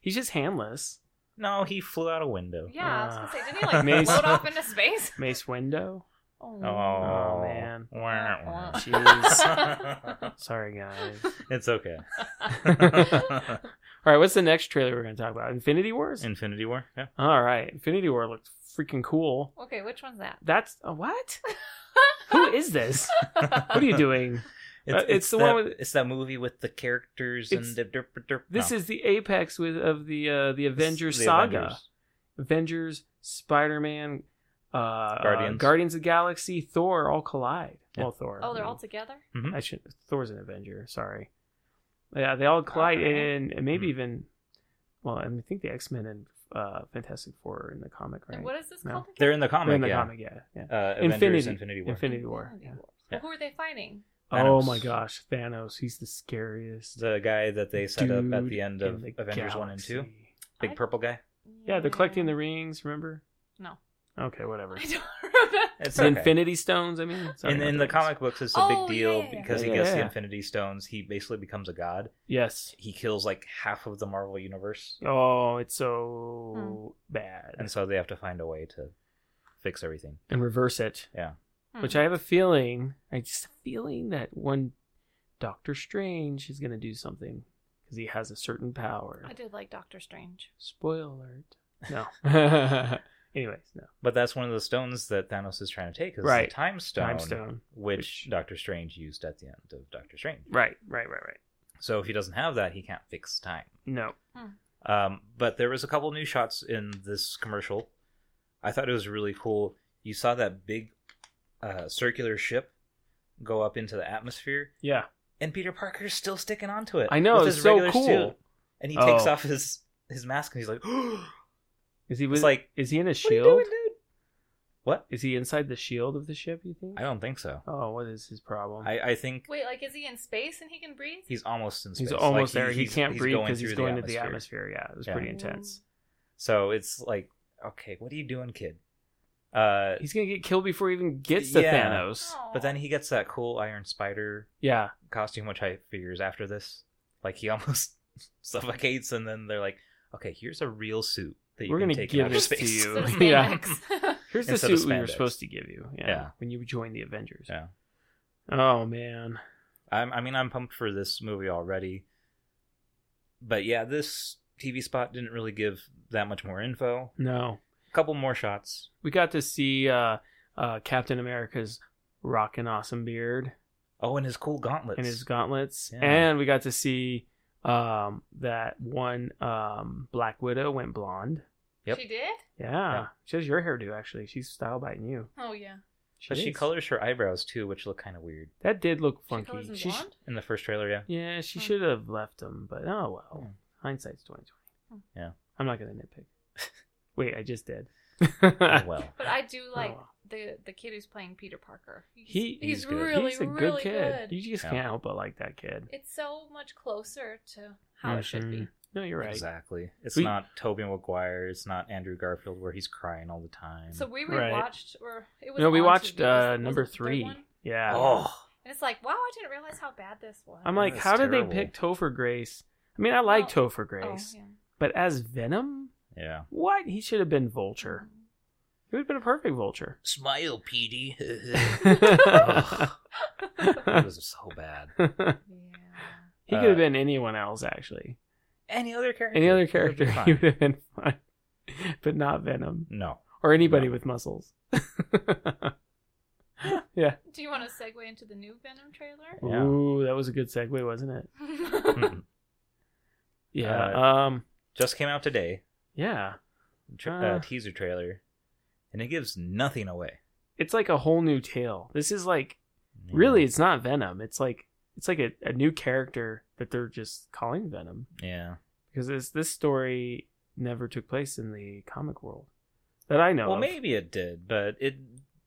[SPEAKER 1] he's just handless.
[SPEAKER 2] no, he flew out a window.
[SPEAKER 3] yeah, I was gonna say, didn't he
[SPEAKER 2] Ah.
[SPEAKER 3] like
[SPEAKER 1] Mace-
[SPEAKER 3] float off into space?
[SPEAKER 1] Mace Windu.
[SPEAKER 3] Oh.
[SPEAKER 2] Oh,
[SPEAKER 1] Oh, man.
[SPEAKER 2] Wah, wah.
[SPEAKER 1] Jeez. Sorry guys.
[SPEAKER 2] it's okay.
[SPEAKER 1] All right, what's the next trailer we're going to talk about? Infinity Wars.
[SPEAKER 2] Infinity War. Yeah.
[SPEAKER 1] All right, Infinity War looked freaking cool.
[SPEAKER 3] okay, which one's that?
[SPEAKER 1] That's a what? Who is this? What are you doing?
[SPEAKER 2] It's,
[SPEAKER 1] Uh,
[SPEAKER 2] it's,
[SPEAKER 1] it's the
[SPEAKER 2] that,
[SPEAKER 1] one with-
[SPEAKER 2] It's that movie with the characters
[SPEAKER 1] It's-
[SPEAKER 2] and the derp, derp.
[SPEAKER 1] This
[SPEAKER 2] no.
[SPEAKER 1] is the apex with of the uh, the
[SPEAKER 2] This is
[SPEAKER 1] Avengers
[SPEAKER 2] the
[SPEAKER 1] saga.
[SPEAKER 2] Avengers.
[SPEAKER 1] Avengers, Spider Man, uh, Guardians.
[SPEAKER 2] Guardians.
[SPEAKER 1] Guardians of the Galaxy, Thor all collide.
[SPEAKER 2] Yeah.
[SPEAKER 1] Well, Thor.
[SPEAKER 3] Oh, they're
[SPEAKER 1] I
[SPEAKER 3] all
[SPEAKER 1] mean,
[SPEAKER 3] together.
[SPEAKER 1] I should. Thor's an Avenger. Sorry. Yeah, they all collide,
[SPEAKER 3] Alright.
[SPEAKER 1] and, and maybe
[SPEAKER 2] Hmm.
[SPEAKER 1] even, well, I, mean, I think the X Men and uh, Fantastic Four are in the comic, right?
[SPEAKER 3] And what is this
[SPEAKER 1] No.
[SPEAKER 3] called? again?
[SPEAKER 2] They're in the
[SPEAKER 1] They're
[SPEAKER 2] comic.
[SPEAKER 1] in the
[SPEAKER 2] yeah.
[SPEAKER 1] comic, yeah, yeah.
[SPEAKER 2] Uh, Avengers
[SPEAKER 1] Infinity-
[SPEAKER 2] Infinity War.
[SPEAKER 1] Infinity War.
[SPEAKER 3] Infinity
[SPEAKER 1] yeah.
[SPEAKER 3] Wars.
[SPEAKER 2] Yeah.
[SPEAKER 3] Who are they fighting?
[SPEAKER 1] Oh
[SPEAKER 2] Thanos.
[SPEAKER 1] my gosh, Thanos! He's the scariest.
[SPEAKER 2] the guy that they set up at
[SPEAKER 1] dude
[SPEAKER 2] the end
[SPEAKER 1] in
[SPEAKER 2] of
[SPEAKER 1] the
[SPEAKER 2] Avengers 1 and 2.
[SPEAKER 1] galaxy.
[SPEAKER 2] Big
[SPEAKER 3] I-
[SPEAKER 2] purple guy.
[SPEAKER 1] Yeah, they're collecting the rings. Remember?
[SPEAKER 3] No.
[SPEAKER 1] Okay, whatever.
[SPEAKER 3] I don't remember.
[SPEAKER 2] It's
[SPEAKER 1] The
[SPEAKER 2] okay.
[SPEAKER 1] Infinity Stones. I mean, Sorry
[SPEAKER 2] in,
[SPEAKER 1] about
[SPEAKER 2] in
[SPEAKER 1] the
[SPEAKER 2] the
[SPEAKER 1] rings.
[SPEAKER 2] comic books, it's a
[SPEAKER 3] Oh,
[SPEAKER 2] big deal
[SPEAKER 3] yeah, yeah, yeah.
[SPEAKER 2] because he
[SPEAKER 1] Yeah,
[SPEAKER 2] gets
[SPEAKER 1] yeah.
[SPEAKER 2] the Infinity Stones. He basically becomes a god.
[SPEAKER 1] Yes.
[SPEAKER 2] He kills like half of the Marvel universe,
[SPEAKER 1] Oh, it's so
[SPEAKER 3] Hmm.
[SPEAKER 1] bad.
[SPEAKER 2] and so they have to find a way to fix everything.
[SPEAKER 1] and reverse it.
[SPEAKER 3] Hmm.
[SPEAKER 1] Which I have a feeling, I just have a feeling that one Doctor Strange is going to do something because he has a certain power.
[SPEAKER 3] I did like Doctor Strange.
[SPEAKER 1] Spoiler alert. No. Anyways, no.
[SPEAKER 2] But that's one of the stones that Thanos is trying to take is
[SPEAKER 1] Right.
[SPEAKER 2] the Time Stone,
[SPEAKER 1] Time Stone.
[SPEAKER 2] which,
[SPEAKER 1] which-
[SPEAKER 2] Doctor Strange used at the end of Doctor Strange.
[SPEAKER 1] Right, right, right, right.
[SPEAKER 2] So if he doesn't have that, he can't fix time.
[SPEAKER 1] No.
[SPEAKER 2] Um, but there was a couple new shots in this commercial. I thought it was really cool. You saw that big uh, circular ship go up into the atmosphere,
[SPEAKER 1] Yeah.
[SPEAKER 2] and Peter Parker's still sticking onto it.
[SPEAKER 1] I know,
[SPEAKER 2] with
[SPEAKER 1] it's
[SPEAKER 2] his
[SPEAKER 1] so
[SPEAKER 2] regular
[SPEAKER 1] cool.
[SPEAKER 2] and he
[SPEAKER 1] Oh.
[SPEAKER 2] takes off his his mask, and he's like,
[SPEAKER 1] Is he
[SPEAKER 2] "It's
[SPEAKER 1] with, like,
[SPEAKER 2] like
[SPEAKER 1] is he in a
[SPEAKER 2] what are you
[SPEAKER 1] shield?
[SPEAKER 2] doing, dude? What?
[SPEAKER 1] Is he inside the shield of the ship, you think?
[SPEAKER 2] I don't think so.
[SPEAKER 1] Oh, what is his problem?
[SPEAKER 2] I, I think
[SPEAKER 3] Wait, like is he in space and he can breathe?
[SPEAKER 2] he's almost in space.
[SPEAKER 1] he's
[SPEAKER 2] Like,
[SPEAKER 1] almost there. He
[SPEAKER 2] he's-
[SPEAKER 1] can't breathe
[SPEAKER 2] going
[SPEAKER 1] because he's
[SPEAKER 2] through
[SPEAKER 1] going to the atmosphere. Yeah, it was
[SPEAKER 2] Yeah.
[SPEAKER 1] pretty intense.
[SPEAKER 2] So it's like, okay, what are you doing, kid? Uh,
[SPEAKER 1] He's going to get killed before he even gets to
[SPEAKER 2] Yeah.
[SPEAKER 1] Thanos.
[SPEAKER 3] Oh.
[SPEAKER 2] but then he gets that cool Iron Spider
[SPEAKER 1] Yeah.
[SPEAKER 2] costume, which I figure is after this. Like he almost suffocates, and then they're like, "Okay, here's a real suit that you
[SPEAKER 1] We're
[SPEAKER 2] can
[SPEAKER 1] gonna
[SPEAKER 2] take
[SPEAKER 1] give
[SPEAKER 2] out of
[SPEAKER 1] this to
[SPEAKER 2] space."
[SPEAKER 1] you.
[SPEAKER 3] So does
[SPEAKER 1] Yeah.
[SPEAKER 3] Baymax.
[SPEAKER 1] Here's the
[SPEAKER 2] Instead of
[SPEAKER 1] suit we were
[SPEAKER 2] spandex.
[SPEAKER 1] supposed to give you. Yeah,
[SPEAKER 2] Yeah.
[SPEAKER 1] When you joined the Avengers.
[SPEAKER 2] Yeah.
[SPEAKER 1] Oh man.
[SPEAKER 2] I'm, I mean, I'm pumped for this movie already, but yeah, this TV spot didn't really give that much more info.
[SPEAKER 1] No.
[SPEAKER 2] A couple more shots.
[SPEAKER 1] We got to see uh, uh, Captain America's rockin' awesome beard
[SPEAKER 2] Oh, and his cool gauntlets.
[SPEAKER 1] and his gauntlets.
[SPEAKER 2] Yeah.
[SPEAKER 1] And we got to see um, that one um, Black Widow went blonde.
[SPEAKER 2] Yep.
[SPEAKER 3] She did?
[SPEAKER 1] Yeah.
[SPEAKER 2] Yeah.
[SPEAKER 1] She has your hairdo actually. She's style biting you.
[SPEAKER 3] Oh yeah.
[SPEAKER 2] but she
[SPEAKER 1] is.
[SPEAKER 2] colors her eyebrows too, which look kind of weird
[SPEAKER 1] That did look
[SPEAKER 3] She colors
[SPEAKER 1] funky.
[SPEAKER 3] in
[SPEAKER 1] She sh-
[SPEAKER 3] blonde?
[SPEAKER 2] in the first trailer. Yeah,
[SPEAKER 1] yeah, she
[SPEAKER 3] Hmm.
[SPEAKER 1] should have left him, but oh well.
[SPEAKER 2] Hmm.
[SPEAKER 1] Hindsight's twenty
[SPEAKER 3] Oh.
[SPEAKER 1] twenty.
[SPEAKER 2] Hmm. Yeah.
[SPEAKER 1] I'm not gonna nitpick. Wait, I just did.
[SPEAKER 2] Oh, well,
[SPEAKER 3] But I do like
[SPEAKER 1] wow.
[SPEAKER 3] the the kid who's playing Peter Parker. He's,
[SPEAKER 1] He-
[SPEAKER 3] he's,
[SPEAKER 2] he's good.
[SPEAKER 3] really
[SPEAKER 1] he's a good
[SPEAKER 3] really
[SPEAKER 1] kid.
[SPEAKER 3] good.
[SPEAKER 1] You just
[SPEAKER 2] Yeah.
[SPEAKER 1] can't help but like that kid.
[SPEAKER 3] It's so much closer to how it should be.
[SPEAKER 1] Mhm. No, you're right.
[SPEAKER 2] Exactly. It's
[SPEAKER 1] We-
[SPEAKER 2] not Toby Maguire. It's not Andrew Garfield where he's crying all the time.
[SPEAKER 3] So we
[SPEAKER 1] Right.
[SPEAKER 3] rewatched, or it was
[SPEAKER 1] No, we
[SPEAKER 3] on
[SPEAKER 1] watched
[SPEAKER 3] TV, was it-
[SPEAKER 1] uh,
[SPEAKER 3] was
[SPEAKER 1] number
[SPEAKER 3] it the third
[SPEAKER 1] three.
[SPEAKER 3] one?
[SPEAKER 1] Yeah.
[SPEAKER 2] oh,
[SPEAKER 3] And it's like, wow, I didn't realize how bad this was.
[SPEAKER 1] I'm like,
[SPEAKER 2] That's
[SPEAKER 1] how did
[SPEAKER 2] terrible.
[SPEAKER 1] they pick Topher Grace? I mean, I like
[SPEAKER 3] Well,
[SPEAKER 1] Topher
[SPEAKER 3] oh,
[SPEAKER 1] Grace,
[SPEAKER 3] yeah.
[SPEAKER 1] but as Venom,
[SPEAKER 2] yeah.
[SPEAKER 1] what? He should have been Vulture.
[SPEAKER 3] Mm-hmm.
[SPEAKER 1] He would have been a perfect Vulture.
[SPEAKER 2] Smile, Petey.
[SPEAKER 3] Mm-hmm.
[SPEAKER 2] it
[SPEAKER 1] he
[SPEAKER 2] was so bad.
[SPEAKER 3] Yeah.
[SPEAKER 1] could
[SPEAKER 2] Uh,
[SPEAKER 1] have been anyone else, actually.
[SPEAKER 2] Any other character?
[SPEAKER 1] Any other
[SPEAKER 2] It would be
[SPEAKER 1] character,
[SPEAKER 2] fine.
[SPEAKER 1] he would have been fine, but not Venom
[SPEAKER 2] No.
[SPEAKER 1] or anybody
[SPEAKER 2] No.
[SPEAKER 1] with muscles. yeah.
[SPEAKER 3] Do you want to segue into the new Venom trailer?
[SPEAKER 2] Yeah.
[SPEAKER 1] Ooh, that was a good segue, wasn't it? Hmm.
[SPEAKER 2] Mm-mm.
[SPEAKER 1] Yeah.
[SPEAKER 2] Uh,
[SPEAKER 1] um.
[SPEAKER 2] Just came out today.
[SPEAKER 1] Yeah.
[SPEAKER 2] Tra- uh,
[SPEAKER 1] Uh.
[SPEAKER 2] teaser trailer, and it gives nothing away.
[SPEAKER 1] It's like a whole new tale. This is like really it's not venom it's like it's like a, a new character that they're just calling venom
[SPEAKER 2] Yeah.
[SPEAKER 1] because this this story never took place in the comic world that i know
[SPEAKER 2] Well,
[SPEAKER 1] of.
[SPEAKER 2] maybe it did, but it,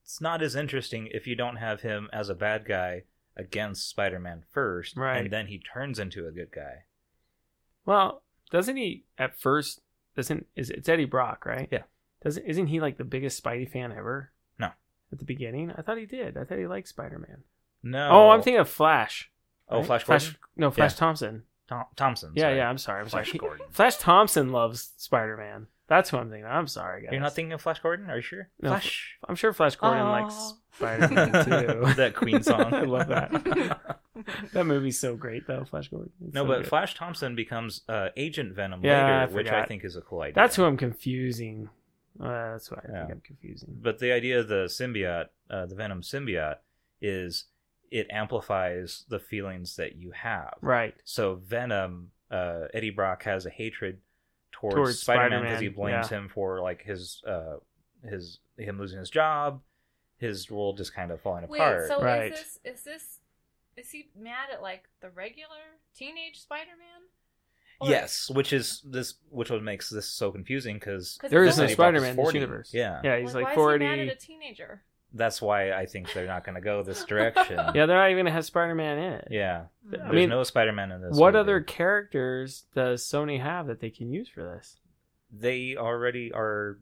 [SPEAKER 2] it's not as interesting if you don't have him as a bad guy against Spider-Man first,
[SPEAKER 1] Right.
[SPEAKER 2] And then he turns into a good guy.
[SPEAKER 1] well doesn't he at first doesn't is it's eddie brock right
[SPEAKER 2] Yeah.
[SPEAKER 1] doesn't isn't he like the biggest spidey fan ever
[SPEAKER 2] No.
[SPEAKER 1] at the beginning i thought he did i thought he liked spider-man
[SPEAKER 2] No.
[SPEAKER 1] oh i'm thinking of flash
[SPEAKER 2] Oh,
[SPEAKER 1] right?
[SPEAKER 2] Flash Gordon.
[SPEAKER 1] no flash
[SPEAKER 2] Yeah.
[SPEAKER 1] thompson
[SPEAKER 2] Tom- Thompson.
[SPEAKER 1] yeah
[SPEAKER 2] sorry.
[SPEAKER 1] yeah i'm sorry i'm sorry
[SPEAKER 2] Flash Gordon.
[SPEAKER 1] flash thompson loves spider-man that's who i'm thinking of. i'm sorry guys
[SPEAKER 2] You're not thinking of Flash Gordon? Are you sure?
[SPEAKER 1] No,
[SPEAKER 2] Flash.
[SPEAKER 1] I'm sure Flash Gordon likes
[SPEAKER 3] Aw.
[SPEAKER 1] Spider Man too.
[SPEAKER 2] that Queen song.
[SPEAKER 1] I love that. that movie's so great though, Flash Gordon. It's
[SPEAKER 2] no,
[SPEAKER 1] so
[SPEAKER 2] but
[SPEAKER 1] good.
[SPEAKER 2] Flash Thompson becomes uh, Agent Venom
[SPEAKER 1] Yeah, I
[SPEAKER 2] later, which I
[SPEAKER 1] forgot.
[SPEAKER 2] think is a cool idea.
[SPEAKER 1] that's who I'm confusing. Uh, that's why I
[SPEAKER 2] Yeah.
[SPEAKER 1] think I'm confusing.
[SPEAKER 2] But the idea of the symbiote, uh, the Venom symbiote, is it amplifies the feelings that you have.
[SPEAKER 1] Right.
[SPEAKER 2] So Venom, uh, Eddie Brock has a hatred towards,
[SPEAKER 1] Towards
[SPEAKER 2] Spider-Man
[SPEAKER 1] Spider-Man,
[SPEAKER 2] because he blames him for like his uh, his him losing his job, his world just kind of falling
[SPEAKER 3] Wait,
[SPEAKER 2] apart.
[SPEAKER 3] so
[SPEAKER 1] Right.
[SPEAKER 3] is this is this is he mad at like the regular teenage Spider-Man?
[SPEAKER 2] yes, which is this, which what makes this so confusing because
[SPEAKER 3] 'Cause
[SPEAKER 1] There
[SPEAKER 3] it's
[SPEAKER 1] is no
[SPEAKER 3] only-
[SPEAKER 1] Spider Man in this universe.
[SPEAKER 2] Yeah.
[SPEAKER 1] Yeah, he's like,
[SPEAKER 3] why
[SPEAKER 1] forty.
[SPEAKER 3] Is he mad at a teenager?
[SPEAKER 2] that's why I think they're not going to go this direction.
[SPEAKER 1] yeah, they're not even gonna have Spider Man in it.
[SPEAKER 2] yeah.
[SPEAKER 1] I
[SPEAKER 2] There's
[SPEAKER 1] mean,
[SPEAKER 2] no Spider-Man in this.
[SPEAKER 1] what
[SPEAKER 2] movie.
[SPEAKER 1] other characters does Sony have that they can use for this?
[SPEAKER 2] They already are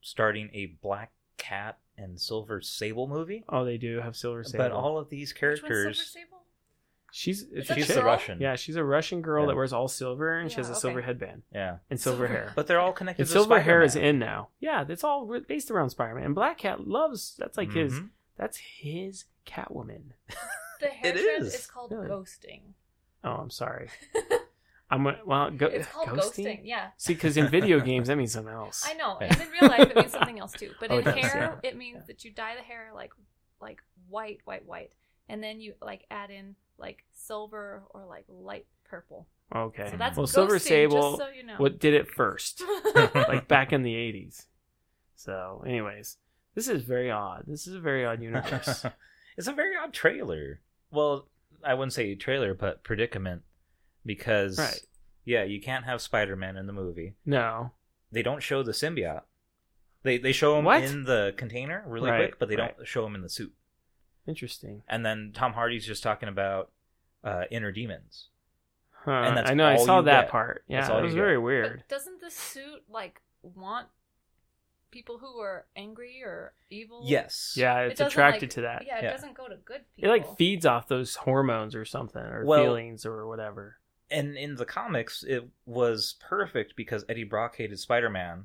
[SPEAKER 2] starting a Black Cat and Silver Sable movie,
[SPEAKER 1] Oh, they do have Silver Sable.
[SPEAKER 2] but all of these
[SPEAKER 3] Which one's Silver
[SPEAKER 2] characters.
[SPEAKER 3] Sable?
[SPEAKER 1] she's it's a
[SPEAKER 3] that
[SPEAKER 2] She's
[SPEAKER 1] chick.
[SPEAKER 2] the
[SPEAKER 3] girl?
[SPEAKER 2] Russian.
[SPEAKER 1] Yeah, she's a Russian girl
[SPEAKER 2] Yeah.
[SPEAKER 1] that wears all silver and she
[SPEAKER 3] Yeah,
[SPEAKER 1] has a
[SPEAKER 3] okay.
[SPEAKER 1] silver headband
[SPEAKER 2] Yeah.
[SPEAKER 1] and silver
[SPEAKER 3] Silver.
[SPEAKER 1] hair.
[SPEAKER 2] But they're all connected.
[SPEAKER 1] And
[SPEAKER 2] to
[SPEAKER 1] silver hair is
[SPEAKER 2] Spider-Man.
[SPEAKER 1] in now. Yeah, it's all re- based around Spider-Man. And Black Cat loves that's like his
[SPEAKER 2] Mhm.
[SPEAKER 1] that's his Catwoman.
[SPEAKER 3] The hair
[SPEAKER 2] It
[SPEAKER 3] trend
[SPEAKER 2] is.
[SPEAKER 3] is called
[SPEAKER 1] Really?
[SPEAKER 3] ghosting.
[SPEAKER 1] Oh, I'm sorry. I'm gonna- well go-
[SPEAKER 3] It's called ghosting. Yeah,
[SPEAKER 1] See, because in video games that means something else.
[SPEAKER 3] I know.
[SPEAKER 2] Yeah.
[SPEAKER 3] And in real life, it means something else too. But
[SPEAKER 1] Oh,
[SPEAKER 3] in
[SPEAKER 1] it does,
[SPEAKER 3] hair,
[SPEAKER 1] yeah.
[SPEAKER 3] it means
[SPEAKER 1] Yeah.
[SPEAKER 3] that you dye the hair like like white, white, white, and then you like add in like silver or like light purple.
[SPEAKER 1] Okay.
[SPEAKER 3] So that's
[SPEAKER 1] well,
[SPEAKER 3] ghosting,
[SPEAKER 1] Silver Sable
[SPEAKER 3] Just so you know.
[SPEAKER 1] what did it first, like back in the '80s. So, anyways, this is very odd. This is a very odd universe.
[SPEAKER 2] it's a very odd trailer. Well, I wouldn't say trailer, but predicament, because
[SPEAKER 1] Right.
[SPEAKER 2] yeah, you can't have Spider-Man in the movie.
[SPEAKER 1] no,
[SPEAKER 2] They don't show the symbiote. They they show him
[SPEAKER 1] What?
[SPEAKER 2] in the container really
[SPEAKER 1] Right,
[SPEAKER 2] quick, but they don't show him in the suit.
[SPEAKER 1] interesting.
[SPEAKER 2] And then Tom Hardy's just talking about uh, inner demons.
[SPEAKER 1] Huh.
[SPEAKER 2] And that's
[SPEAKER 1] I know. I
[SPEAKER 2] all
[SPEAKER 1] saw
[SPEAKER 2] you
[SPEAKER 1] that
[SPEAKER 2] get.
[SPEAKER 1] part. Yeah,
[SPEAKER 2] That's all
[SPEAKER 1] that
[SPEAKER 2] you
[SPEAKER 1] was
[SPEAKER 2] get.
[SPEAKER 1] very
[SPEAKER 3] But
[SPEAKER 1] weird.
[SPEAKER 3] doesn't the suit like want people who are angry or evil?
[SPEAKER 2] Yes.
[SPEAKER 1] Yeah,
[SPEAKER 3] It
[SPEAKER 1] it's
[SPEAKER 3] doesn't,
[SPEAKER 1] attracted
[SPEAKER 3] like-
[SPEAKER 1] to that.
[SPEAKER 3] Yeah, it
[SPEAKER 2] Yeah.
[SPEAKER 3] doesn't go to good
[SPEAKER 1] It
[SPEAKER 3] people.
[SPEAKER 1] like feeds off those hormones or something, or
[SPEAKER 2] Well-
[SPEAKER 1] feelings or whatever.
[SPEAKER 2] and in the comics it was perfect because Eddie Brock hated Spider-Man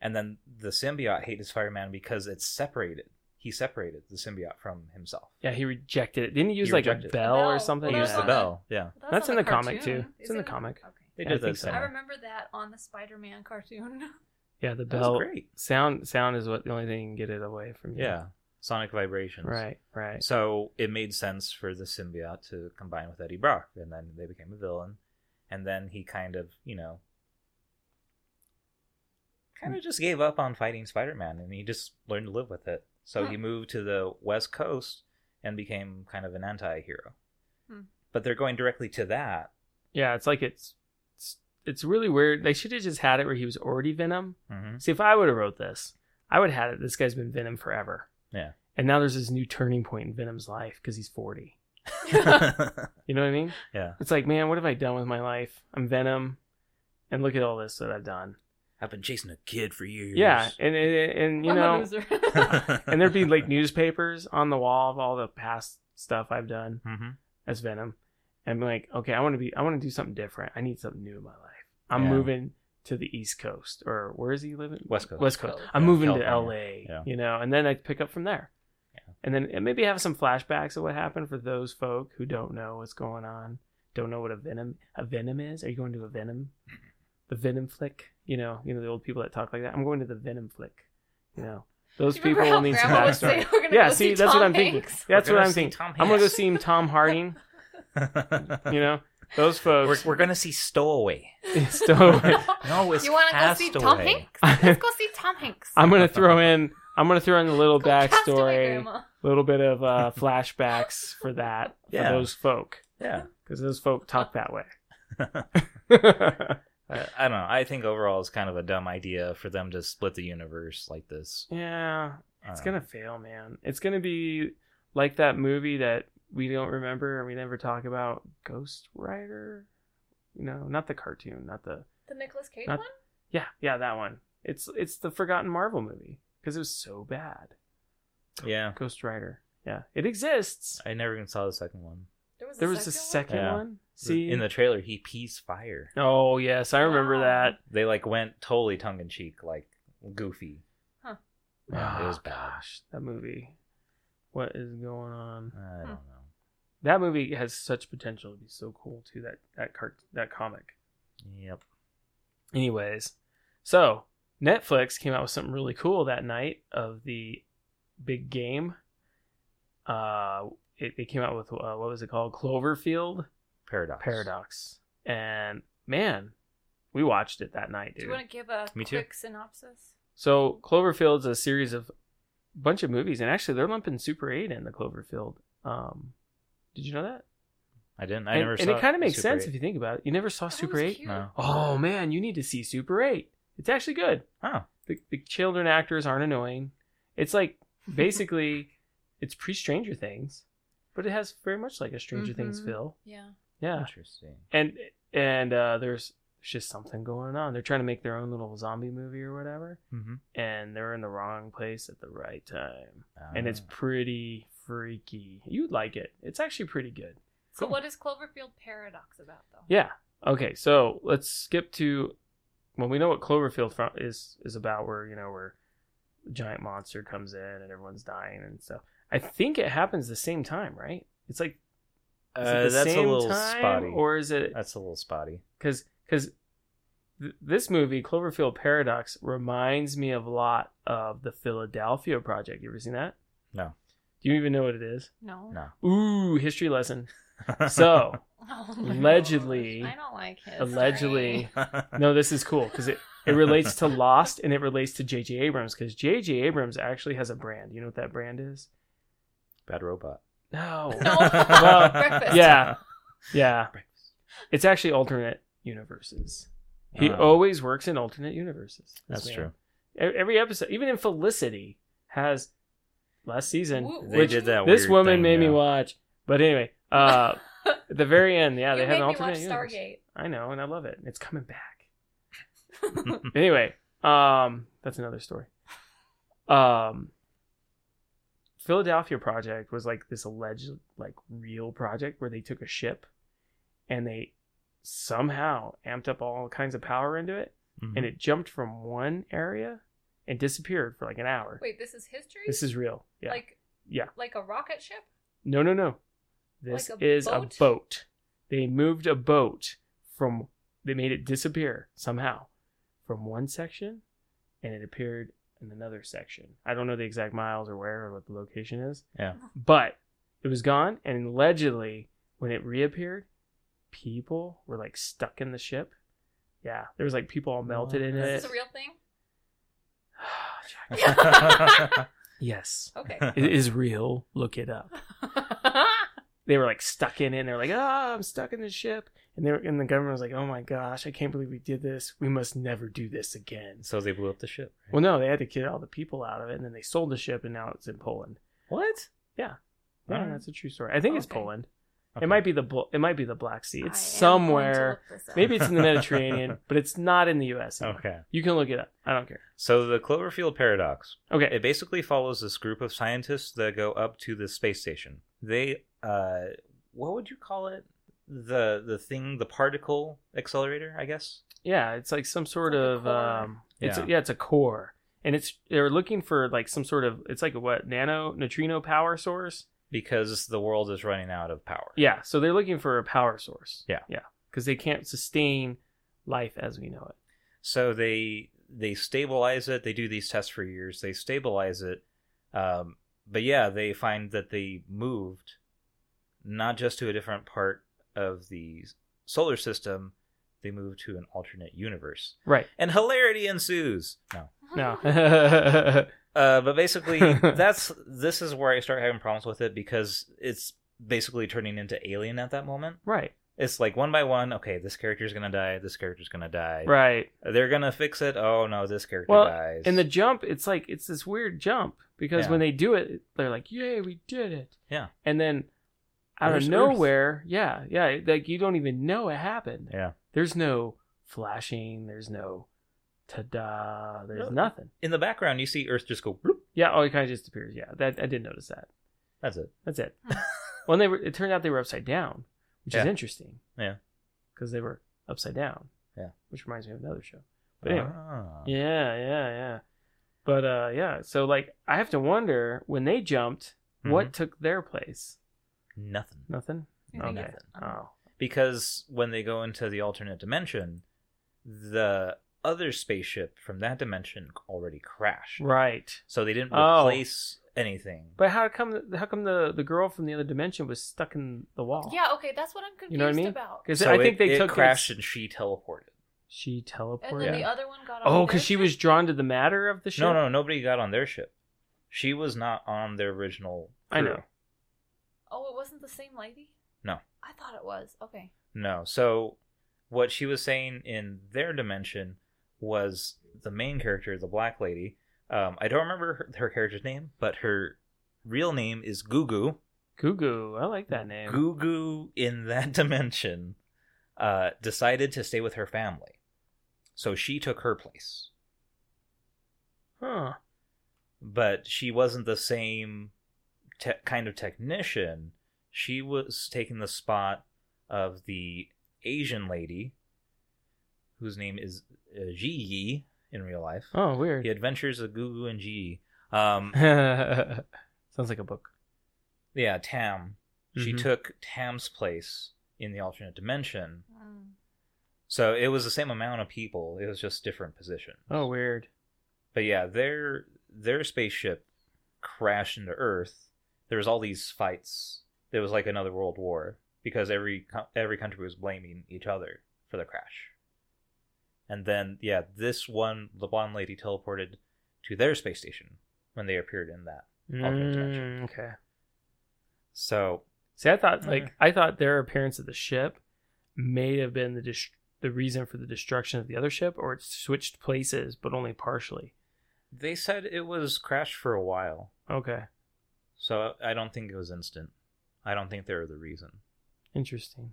[SPEAKER 2] and then the symbiote hated Spider-Man because it's separated. He separated the symbiote from himself.
[SPEAKER 1] Yeah, he rejected it. Didn't he use
[SPEAKER 2] He
[SPEAKER 1] like a
[SPEAKER 2] rejected it.
[SPEAKER 1] bell or
[SPEAKER 3] Bell.
[SPEAKER 1] something?
[SPEAKER 3] Well,
[SPEAKER 2] he
[SPEAKER 3] that
[SPEAKER 2] used
[SPEAKER 1] yeah.
[SPEAKER 2] the
[SPEAKER 3] on
[SPEAKER 2] bell. Yeah.
[SPEAKER 3] That was
[SPEAKER 1] That's
[SPEAKER 3] on
[SPEAKER 1] in the comic,
[SPEAKER 3] cartoon.
[SPEAKER 1] too. It's
[SPEAKER 3] Is
[SPEAKER 1] in
[SPEAKER 3] it
[SPEAKER 1] the comic.
[SPEAKER 3] Okay.
[SPEAKER 2] They
[SPEAKER 1] Yeah, I
[SPEAKER 2] did
[SPEAKER 1] think
[SPEAKER 2] that
[SPEAKER 1] so.
[SPEAKER 2] same.
[SPEAKER 3] I remember that on the Spider-Man cartoon.
[SPEAKER 1] Yeah, the
[SPEAKER 2] That was
[SPEAKER 1] bell.
[SPEAKER 2] great.
[SPEAKER 1] Sound sound is what the only thing can get it away from you.
[SPEAKER 2] Yeah. Sonic vibrations.
[SPEAKER 1] Right, right.
[SPEAKER 2] So it made sense for the symbiote to combine with Eddie Brock and then they became a villain and then he kind of, you know, kind of just gave up on fighting Spider-Man and he just learned to live with it. So
[SPEAKER 1] Hmm.
[SPEAKER 3] Huh.
[SPEAKER 2] he moved to the West Coast and became kind of an anti-hero.
[SPEAKER 3] Hmm.
[SPEAKER 2] But they're going directly to that.
[SPEAKER 1] Yeah, it's like it's it's, it's really weird. They should have just had it where he was already Venom.
[SPEAKER 2] Mm-hmm.
[SPEAKER 1] See, if I would have wrote this, I would have had it. This guy's been Venom forever.
[SPEAKER 2] Yeah.
[SPEAKER 1] And now there's this new turning point in Venom's life because he's 40. You know what I mean?
[SPEAKER 2] yeah.
[SPEAKER 1] It's like, man, what have I done with my life? I'm Venom. and look at all this that I've done.
[SPEAKER 2] I've been chasing a kid for years.
[SPEAKER 1] Yeah, and and, and you
[SPEAKER 3] I'm a
[SPEAKER 1] know,
[SPEAKER 3] loser.
[SPEAKER 1] and there'd be like newspapers on the wall of all the past stuff I've done
[SPEAKER 2] hmm
[SPEAKER 1] as Venom, and be like, okay, I want to be, I want to do something different. I need something new in my life. I'm
[SPEAKER 2] Yeah.
[SPEAKER 1] moving to the East Coast, or where is he living?
[SPEAKER 2] West Coast.
[SPEAKER 1] West Coast.
[SPEAKER 3] Coast.
[SPEAKER 1] I'm
[SPEAKER 2] Yeah,
[SPEAKER 1] moving
[SPEAKER 2] California.
[SPEAKER 1] to LA,
[SPEAKER 2] Yeah.
[SPEAKER 1] you know, and then I pick up from there.
[SPEAKER 2] Yeah.
[SPEAKER 1] And then and maybe have some flashbacks of what happened for those folk who don't know what's going on, don't know what a venom a venom is. Are you going to a venom? The venom flick, you know, you know the old people that talk like that. I'm going to the venom flick, you know. Those
[SPEAKER 3] Do you
[SPEAKER 1] people will
[SPEAKER 3] remember how
[SPEAKER 1] need some
[SPEAKER 3] Grandma would
[SPEAKER 1] backstory.
[SPEAKER 3] say we're gonna
[SPEAKER 1] Yeah,
[SPEAKER 3] go
[SPEAKER 1] see,
[SPEAKER 3] see
[SPEAKER 1] that's what
[SPEAKER 3] Tom
[SPEAKER 1] I'm thinking.
[SPEAKER 3] Hanks?
[SPEAKER 1] That's
[SPEAKER 2] We're
[SPEAKER 1] what
[SPEAKER 2] gonna
[SPEAKER 1] I'm
[SPEAKER 2] see
[SPEAKER 1] thinking.
[SPEAKER 2] Tom
[SPEAKER 1] I'm gonna go
[SPEAKER 2] Hanks.
[SPEAKER 1] see him Tom Harding. You know, those
[SPEAKER 2] we're,
[SPEAKER 1] folks.
[SPEAKER 2] we're gonna see Stowaway.
[SPEAKER 1] so
[SPEAKER 2] No, it's
[SPEAKER 3] you want to go see Tom
[SPEAKER 2] Castaway.
[SPEAKER 3] Hanks?
[SPEAKER 1] I'm
[SPEAKER 3] Let's go see Tom Hanks.
[SPEAKER 1] gonna throw in. I'm gonna throw in a little
[SPEAKER 3] Go Castaway,
[SPEAKER 1] backstory.
[SPEAKER 3] Grandma.
[SPEAKER 1] little bit of uh, flashbacks for that
[SPEAKER 2] Yeah.
[SPEAKER 1] for those folk
[SPEAKER 2] Yeah,
[SPEAKER 1] because those folk talk that way.
[SPEAKER 2] I, I don't know. I think overall it's kind of a dumb idea for them to split the universe like this. Um,
[SPEAKER 1] yeah,
[SPEAKER 2] I
[SPEAKER 1] it's
[SPEAKER 2] don't know.
[SPEAKER 1] gonna fail, man. It's gonna be like that movie that we don't remember and we never talk about, Ghost Rider. You know, not the cartoon, not the
[SPEAKER 3] The Nicolas Cage
[SPEAKER 1] Not-
[SPEAKER 3] one?
[SPEAKER 1] yeah, yeah, that one. It's it's the forgotten Marvel movie because it was so bad.
[SPEAKER 2] Yeah,
[SPEAKER 1] Ghost Rider. Yeah, it exists.
[SPEAKER 2] I never even saw the second one.
[SPEAKER 3] a
[SPEAKER 1] There was a
[SPEAKER 3] second
[SPEAKER 1] second
[SPEAKER 2] Yeah.
[SPEAKER 1] one. See,
[SPEAKER 2] in the trailer, he pees fire.
[SPEAKER 1] oh yes, I remember
[SPEAKER 3] Wow.
[SPEAKER 1] that.
[SPEAKER 2] They like went totally tongue in cheek, like goofy.
[SPEAKER 3] Huh.
[SPEAKER 2] Yeah, it was
[SPEAKER 1] Oh,
[SPEAKER 2] bad.
[SPEAKER 1] Gosh, that movie. What is going on?
[SPEAKER 2] I don't
[SPEAKER 3] Hmm.
[SPEAKER 2] know.
[SPEAKER 1] That movie has such potential to be so cool too. That that cart that comic.
[SPEAKER 2] Yep.
[SPEAKER 1] Anyways, so Netflix came out with something really cool that night of the big game. Uh, it, they came out with uh, what was it called? Cloverfield
[SPEAKER 2] Paradox.
[SPEAKER 1] Paradox. And man, we watched it that night,
[SPEAKER 3] Do
[SPEAKER 1] dude.
[SPEAKER 3] you want to give a
[SPEAKER 2] Me too.
[SPEAKER 3] quick synopsis?
[SPEAKER 1] So Cloverfield's a series of bunch of movies, and actually they're lumping Super Eight in the Cloverfield. Um, did you know that?
[SPEAKER 2] I didn't. I
[SPEAKER 1] and
[SPEAKER 2] never
[SPEAKER 1] and
[SPEAKER 2] saw.
[SPEAKER 1] it kind of makes
[SPEAKER 2] Super
[SPEAKER 1] sense
[SPEAKER 2] 8.
[SPEAKER 1] if you think about it. You never saw
[SPEAKER 3] That
[SPEAKER 1] Super
[SPEAKER 3] was
[SPEAKER 1] Eight?
[SPEAKER 3] cute.
[SPEAKER 2] No.
[SPEAKER 1] Oh man, you need to see Super Eight. It's actually good.
[SPEAKER 2] Oh.
[SPEAKER 1] The, the children actors aren't annoying. It's like basically it's pre Stranger Things, but it has very much like a Stranger Things
[SPEAKER 3] Mhm.
[SPEAKER 1] feel.
[SPEAKER 3] Yeah.
[SPEAKER 1] Yeah,
[SPEAKER 2] Interesting.
[SPEAKER 1] and and uh, there's there's just something going on. They're trying to make their own little zombie movie or whatever,
[SPEAKER 2] Mm-hmm.
[SPEAKER 1] and they're in the wrong place at the right time and it's
[SPEAKER 2] Ah.
[SPEAKER 1] pretty freaky. You'd like it. It's actually pretty good.
[SPEAKER 3] So
[SPEAKER 1] Cool.
[SPEAKER 3] what is Cloverfield Paradox about, though?
[SPEAKER 1] Yeah. Okay. So let's skip to well, we know what Cloverfield fro- is is about, where you know where a giant monster comes in and everyone's dying and stuff. I think it happens the same time, right? It's like
[SPEAKER 2] uh,
[SPEAKER 1] is it the
[SPEAKER 2] that's a
[SPEAKER 1] same
[SPEAKER 2] little
[SPEAKER 1] time,
[SPEAKER 2] spotty.
[SPEAKER 1] or is it
[SPEAKER 2] that's a little spotty.
[SPEAKER 1] because because th- this movie Cloverfield Paradox reminds me of a lot of the Philadelphia Project. You ever seen that?
[SPEAKER 2] No.
[SPEAKER 1] Do you even know what it is?
[SPEAKER 3] No.
[SPEAKER 2] No.
[SPEAKER 1] Ooh, history lesson. So.
[SPEAKER 3] Oh my
[SPEAKER 1] Allegedly-
[SPEAKER 3] gosh, I don't like history.
[SPEAKER 1] allegedly- no, this is cool because it, it relates to Lost and it relates to J.J. Abrams because J.J. Abrams actually has a brand. You know what that brand is?
[SPEAKER 2] Bad robot.
[SPEAKER 1] No.
[SPEAKER 3] No.
[SPEAKER 1] Well,
[SPEAKER 3] Breakfast.
[SPEAKER 1] yeah. Yeah. It's actually alternate universes. He
[SPEAKER 2] Oh.
[SPEAKER 1] always works in alternate universes. this
[SPEAKER 2] That's
[SPEAKER 1] man.
[SPEAKER 2] true.
[SPEAKER 1] E- Every episode, even in Felicity, has last season,
[SPEAKER 3] Woo.
[SPEAKER 2] They
[SPEAKER 1] which
[SPEAKER 2] did that.
[SPEAKER 1] this
[SPEAKER 2] weird
[SPEAKER 1] woman
[SPEAKER 2] thing,
[SPEAKER 1] made me
[SPEAKER 2] yeah.
[SPEAKER 1] watch. But anyway, uh, at the very end, yeah,
[SPEAKER 3] you
[SPEAKER 1] they have
[SPEAKER 3] made
[SPEAKER 1] an
[SPEAKER 3] me
[SPEAKER 1] alternate
[SPEAKER 3] watch
[SPEAKER 1] universe.
[SPEAKER 3] Stargate.
[SPEAKER 1] I know, and I love it. It's coming back. anyway, um, that's another story. Um, Philadelphia Project was like this alleged, like real project where they took a ship and they somehow amped up all kinds of power into it,
[SPEAKER 2] Mhm.
[SPEAKER 1] and it jumped from one area and disappeared for like an hour.
[SPEAKER 3] Wait, this is history?
[SPEAKER 1] This is real. Yeah.
[SPEAKER 3] like
[SPEAKER 1] yeah.
[SPEAKER 3] like a rocket ship?
[SPEAKER 1] No, no, no. This
[SPEAKER 3] Like a
[SPEAKER 1] is
[SPEAKER 3] boat?
[SPEAKER 1] a boat. They moved a boat from. They made it disappear somehow from one section, and it appeared in another section. I don't know the exact miles or where or what the location is,
[SPEAKER 2] yeah.
[SPEAKER 1] but it was gone. And allegedly, when it reappeared, people were like stuck in the ship. Yeah, there was like people all melted in
[SPEAKER 2] What?
[SPEAKER 1] it.
[SPEAKER 3] Is this a real thing?
[SPEAKER 1] Jack. yes,
[SPEAKER 3] Okay.
[SPEAKER 1] it is real. Look it up. they were like stuck in it and they're like, ah, I'm stuck in the ship. And they were, and the government was like, oh my gosh, I can't believe we did this. We must never do this again.
[SPEAKER 2] so they blew up the ship. right?
[SPEAKER 1] Well, no, they had to get all the people out of it and then they sold the ship and now it's in Poland.
[SPEAKER 2] What?
[SPEAKER 1] Yeah,
[SPEAKER 2] Alright.
[SPEAKER 1] that's a true story. I think it's
[SPEAKER 3] Okay.
[SPEAKER 1] Poland.
[SPEAKER 2] Okay.
[SPEAKER 1] It might be the bl- it might be the Black Sea.
[SPEAKER 3] I am going to
[SPEAKER 1] It's somewhere.
[SPEAKER 3] look this up.
[SPEAKER 1] Maybe it's in the Mediterranean, but it's not in the U.S.
[SPEAKER 2] Okay.
[SPEAKER 1] You can look it up. I don't care.
[SPEAKER 2] So the Cloverfield paradox.
[SPEAKER 1] Okay.
[SPEAKER 2] It basically follows this group of scientists that go up to the space station. They uh what would you call it? The the thing, the particle accelerator, I guess.
[SPEAKER 1] Yeah, it's like some sort
[SPEAKER 3] like a
[SPEAKER 1] of
[SPEAKER 3] core.
[SPEAKER 1] um it's yeah.
[SPEAKER 2] Yeah.
[SPEAKER 1] it's a core. And it's they're looking for like some sort of it's like a what, nano neutrino power source?
[SPEAKER 2] Because the world is running out of power.
[SPEAKER 1] Yeah, so they're looking for a power source.
[SPEAKER 2] Yeah.
[SPEAKER 1] Yeah, cuz they can't sustain life as we know it.
[SPEAKER 2] So they they stabilize it. They do these tests for years. They stabilize it. Um, but yeah, they find that they moved not just to a different part of the solar system. They moved to an alternate universe,
[SPEAKER 1] Right.
[SPEAKER 2] and hilarity ensues. No,
[SPEAKER 1] No.
[SPEAKER 2] uh, but basically, that's this is where I start having problems with it because it's basically turning into Alien at that moment.
[SPEAKER 1] right.
[SPEAKER 2] It's like one by one. Okay, this character's gonna die. This character's gonna die.
[SPEAKER 1] Right.
[SPEAKER 2] They're gonna fix it. Oh no, this character
[SPEAKER 1] Well,
[SPEAKER 2] dies.
[SPEAKER 1] And the jump, it's like it's this weird jump because
[SPEAKER 2] Yeah.
[SPEAKER 1] when they do it, they're like, "Yay, we did it!"
[SPEAKER 2] Yeah.
[SPEAKER 1] And then out
[SPEAKER 2] Where's
[SPEAKER 1] of
[SPEAKER 2] Earth?
[SPEAKER 1] nowhere, yeah, yeah, like you don't even know it happened.
[SPEAKER 2] Yeah.
[SPEAKER 1] There's no flashing. There's no ta-da. There's
[SPEAKER 2] No.
[SPEAKER 1] nothing.
[SPEAKER 2] in the background you see Earth just go bloop.
[SPEAKER 1] Yeah. Oh, it kind of just appears. Yeah. That I did notice that.
[SPEAKER 2] That's it.
[SPEAKER 1] That's it.
[SPEAKER 3] Hmm.
[SPEAKER 1] when they were, it turned out they were upside down, which is
[SPEAKER 2] Yeah.
[SPEAKER 1] interesting.
[SPEAKER 2] Yeah.
[SPEAKER 1] Because they were upside down.
[SPEAKER 2] Yeah.
[SPEAKER 1] Which reminds me of another show. But anyway.
[SPEAKER 2] Ah.
[SPEAKER 1] Yeah, yeah, yeah. But uh yeah, so like I have to wonder when they jumped,
[SPEAKER 2] Mm-hmm.
[SPEAKER 1] what took their place?
[SPEAKER 2] hmm, Nothing.
[SPEAKER 1] Nothing?
[SPEAKER 3] I think
[SPEAKER 1] Okay.
[SPEAKER 3] it's-
[SPEAKER 1] Oh.
[SPEAKER 2] Because when they go into the alternate dimension, the other spaceship from that dimension already crashed.
[SPEAKER 1] Right.
[SPEAKER 2] So they didn't
[SPEAKER 1] Oh.
[SPEAKER 2] replace anything.
[SPEAKER 1] But how come how come the the girl from the other dimension was stuck in the wall?
[SPEAKER 3] Yeah, okay, that's what I'm confused
[SPEAKER 1] You know what I mean?
[SPEAKER 3] about.
[SPEAKER 1] Cuz
[SPEAKER 2] So
[SPEAKER 1] I think
[SPEAKER 2] it-
[SPEAKER 1] they
[SPEAKER 2] it
[SPEAKER 1] took
[SPEAKER 2] crashed
[SPEAKER 1] it,
[SPEAKER 2] and she teleported.
[SPEAKER 1] she
[SPEAKER 3] And then
[SPEAKER 1] teleported.
[SPEAKER 3] the other one got on
[SPEAKER 1] Oh,
[SPEAKER 3] their
[SPEAKER 1] cuz she
[SPEAKER 3] ship?
[SPEAKER 1] was drawn to the matter of the ship.
[SPEAKER 2] No, no, nobody got on their ship. She was not on their original.
[SPEAKER 1] I
[SPEAKER 2] crew.
[SPEAKER 1] know.
[SPEAKER 3] Oh, it wasn't the same lady?
[SPEAKER 2] No.
[SPEAKER 3] I thought it was. Okay.
[SPEAKER 2] No. So what she was saying in their dimension was the main character, the black lady. Um, I don't remember her, her character's name, but her real name is Gugu.
[SPEAKER 1] Gugu, I like that name.
[SPEAKER 2] Gugu in that dimension uh, decided to stay with her family, so she took her place.
[SPEAKER 1] Huh.
[SPEAKER 2] But she wasn't the same te- kind of technician. She was taking the spot of the Asian lady, whose name is uh, Ji Yi in real life.
[SPEAKER 1] Oh, weird.
[SPEAKER 2] The Adventures of Gugu and Ji. Yi. Um,
[SPEAKER 1] Sounds like a book.
[SPEAKER 2] yeah, Tam. She
[SPEAKER 1] Mhm.
[SPEAKER 2] took Tam's place in the alternate dimension.
[SPEAKER 3] Mm.
[SPEAKER 2] So it was the same amount of people. It was just different positions.
[SPEAKER 1] Oh, weird.
[SPEAKER 2] But yeah, their their spaceship crashed into Earth. There was all these fights. There was like another world war because every co- every country was blaming each other for the crash. And then yeah, this one the blonde lady teleported to their space station when they appeared in that. Alternate dimension.
[SPEAKER 1] Mm, okay.
[SPEAKER 2] So
[SPEAKER 1] See, I thought like
[SPEAKER 2] Okay.
[SPEAKER 1] I thought their appearance of the ship may have been the dis- the reason for the destruction of the other ship, or it switched places, but only partially.
[SPEAKER 2] they said it was crashed for a while.
[SPEAKER 1] Okay,
[SPEAKER 2] So I don't think it was instant. I don't think they were the reason.
[SPEAKER 1] interesting.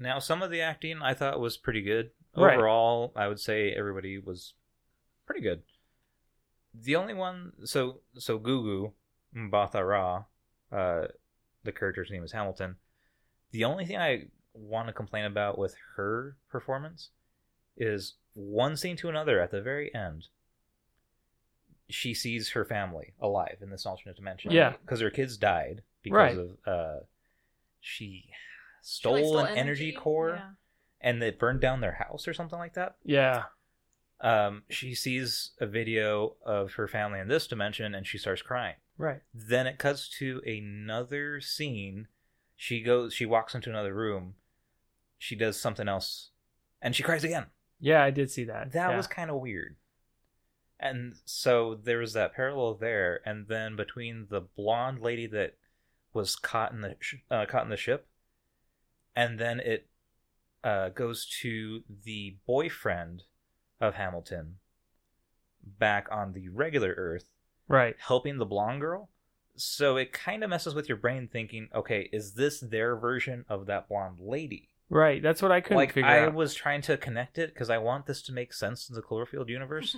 [SPEAKER 2] Now, some of the acting I thought was pretty good.
[SPEAKER 1] Right.
[SPEAKER 2] Overall, I would say everybody was pretty good. The only one, so so Gugu Mbatha-Raw, uh, the character's name is Hamilton. The only thing I want to complain about with her performance is one scene to another at the very end. She sees her family alive in this alternate dimension.
[SPEAKER 1] Yeah.
[SPEAKER 2] because her kids died because
[SPEAKER 1] Right.
[SPEAKER 2] of uh, she
[SPEAKER 3] She, like,
[SPEAKER 2] stole, an energy, core
[SPEAKER 3] Yeah.
[SPEAKER 2] and it burned down their house or something like that.
[SPEAKER 1] Yeah,
[SPEAKER 2] Um, she sees a video of her family in this dimension and she starts crying.
[SPEAKER 1] right.
[SPEAKER 2] Then it cuts to another scene. She goes, she walks into another room. She does something else, and she cries again.
[SPEAKER 1] Yeah, I did see that.
[SPEAKER 2] That
[SPEAKER 1] Yeah.
[SPEAKER 2] was kind of weird. And so there was that parallel there, and then between the blonde lady that was caught in the sh- uh, caught in the ship, and then it uh, goes to the boyfriend of Hamilton back on the regular Earth,
[SPEAKER 1] right.
[SPEAKER 2] helping the blonde girl. So it kind of messes with your brain thinking, okay, is this their version of that blonde lady?
[SPEAKER 1] Right. That's what I couldn't
[SPEAKER 2] like
[SPEAKER 1] figure
[SPEAKER 2] I
[SPEAKER 1] out.
[SPEAKER 2] was trying to connect it because I want this to make sense in the Cloverfield universe.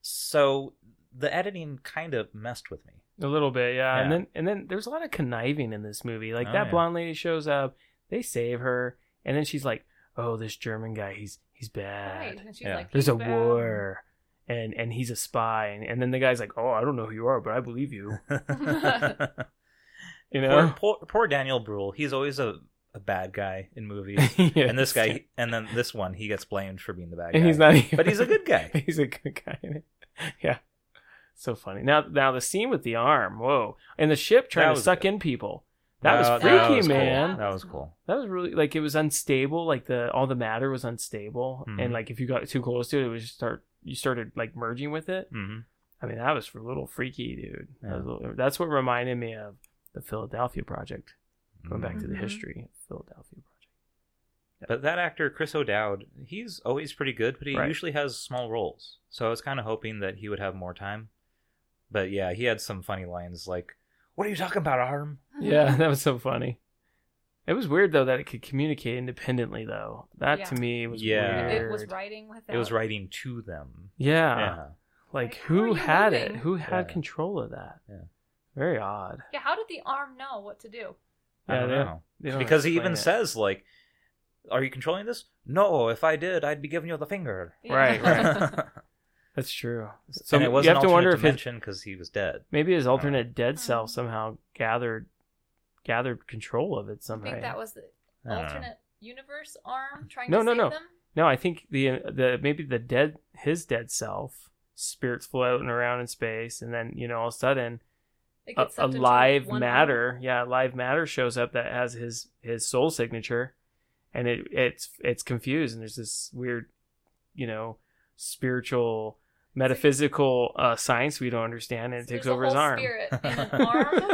[SPEAKER 2] so the editing kind of messed with me.
[SPEAKER 1] A little bit, yeah. And
[SPEAKER 2] Yeah.
[SPEAKER 1] then and then there's a lot of conniving in this movie. Like
[SPEAKER 2] Oh,
[SPEAKER 1] that
[SPEAKER 2] yeah.
[SPEAKER 1] blonde lady shows up, they save her, and then she's like, "Oh, this German guy, he's he's bad.
[SPEAKER 3] Right. And she's
[SPEAKER 2] Yeah.
[SPEAKER 3] like,
[SPEAKER 1] There's
[SPEAKER 3] "He's
[SPEAKER 1] a
[SPEAKER 3] bad."
[SPEAKER 1] war." And and he's a spy, and, and then the guy's like, "Oh, I don't know who you are, but I believe you." You know,
[SPEAKER 2] poor, poor, poor Daniel Bruhl. He's always a, a bad guy in movies.
[SPEAKER 1] Yeah.
[SPEAKER 2] and this guy, and then this one, he gets blamed for being the bad guy.
[SPEAKER 1] and he's not, even,
[SPEAKER 2] But he's a good guy.
[SPEAKER 1] he's a good guy. in it. Yeah, so funny. Now now the scene with the arm, whoa, and the ship trying to
[SPEAKER 2] was
[SPEAKER 1] suck
[SPEAKER 2] good.
[SPEAKER 1] in people. That was
[SPEAKER 3] freaky,
[SPEAKER 2] cool.
[SPEAKER 3] man.
[SPEAKER 2] Uh, That was cool.
[SPEAKER 1] That was really like it was unstable. Like the all the matter was unstable,
[SPEAKER 2] Mhm.
[SPEAKER 1] and like if you got too close to it, it was just start you started like merging with it.
[SPEAKER 2] hmm
[SPEAKER 1] I mean, that was for a little freaky, dude. That
[SPEAKER 2] Yeah.
[SPEAKER 1] was a little- that's what reminded me of the Philadelphia Project. Going
[SPEAKER 2] Mm-hmm.
[SPEAKER 1] back to the
[SPEAKER 3] Mhm.
[SPEAKER 1] history of Philadelphia Project.
[SPEAKER 2] But that actor, Chris O'Dowd, he's always pretty good, but he
[SPEAKER 1] Right.
[SPEAKER 2] usually has small roles. So I was kind of hoping that he would have more time. But yeah, he had some funny lines like, What are you talking about, Arm?
[SPEAKER 3] Uh-huh.
[SPEAKER 1] Yeah, that was so funny. It was weird though that it could communicate independently though. That to
[SPEAKER 3] Yeah.
[SPEAKER 1] me was
[SPEAKER 2] Yeah.
[SPEAKER 1] weird.
[SPEAKER 3] It was writing without.
[SPEAKER 2] It was writing to them.
[SPEAKER 1] Yeah.
[SPEAKER 2] Yeah.
[SPEAKER 1] Like
[SPEAKER 3] Like, how are
[SPEAKER 1] who
[SPEAKER 3] you
[SPEAKER 1] had it?
[SPEAKER 3] moving?
[SPEAKER 1] Who had
[SPEAKER 2] Yeah.
[SPEAKER 1] control of that?
[SPEAKER 2] Yeah.
[SPEAKER 1] Very odd.
[SPEAKER 3] Yeah. How did the arm know what to do?
[SPEAKER 2] I
[SPEAKER 1] Yeah,
[SPEAKER 2] don't
[SPEAKER 1] they-
[SPEAKER 2] know.
[SPEAKER 1] They don't
[SPEAKER 2] Because he
[SPEAKER 1] explain
[SPEAKER 2] even
[SPEAKER 1] it.
[SPEAKER 2] says, like, Are you controlling this? No, if I did, I'd be giving you the finger.
[SPEAKER 3] Yeah.
[SPEAKER 1] Right, right.
[SPEAKER 2] so
[SPEAKER 1] That's true.
[SPEAKER 2] and it was
[SPEAKER 1] you
[SPEAKER 2] an
[SPEAKER 1] have to wonder
[SPEAKER 2] alternate
[SPEAKER 1] if his
[SPEAKER 2] dimension because he was dead.
[SPEAKER 1] maybe his alternate dead
[SPEAKER 3] Mm.
[SPEAKER 1] self somehow gathered gathered control of it
[SPEAKER 3] I
[SPEAKER 1] somehow.
[SPEAKER 3] think that was the
[SPEAKER 2] I don't know.
[SPEAKER 3] alternate universe arm trying
[SPEAKER 1] No,
[SPEAKER 3] to
[SPEAKER 1] no,
[SPEAKER 3] save
[SPEAKER 1] no.
[SPEAKER 3] them.
[SPEAKER 1] no, I think the the maybe the dead his dead self spirits floating around in space, and then you know all of a sudden
[SPEAKER 3] It
[SPEAKER 1] a,
[SPEAKER 3] gets
[SPEAKER 1] a
[SPEAKER 3] sucked into
[SPEAKER 1] live
[SPEAKER 3] one arm.
[SPEAKER 1] matter, yeah, live matter shows up that has his his soul signature, and it it's it's confused, and there's this weird, you know, spiritual. Metaphysical uh, science we don't understand, and it
[SPEAKER 3] So
[SPEAKER 1] takes
[SPEAKER 3] there's a
[SPEAKER 1] over his
[SPEAKER 3] whole
[SPEAKER 1] arm.
[SPEAKER 3] Spirit in an arm.
[SPEAKER 2] Who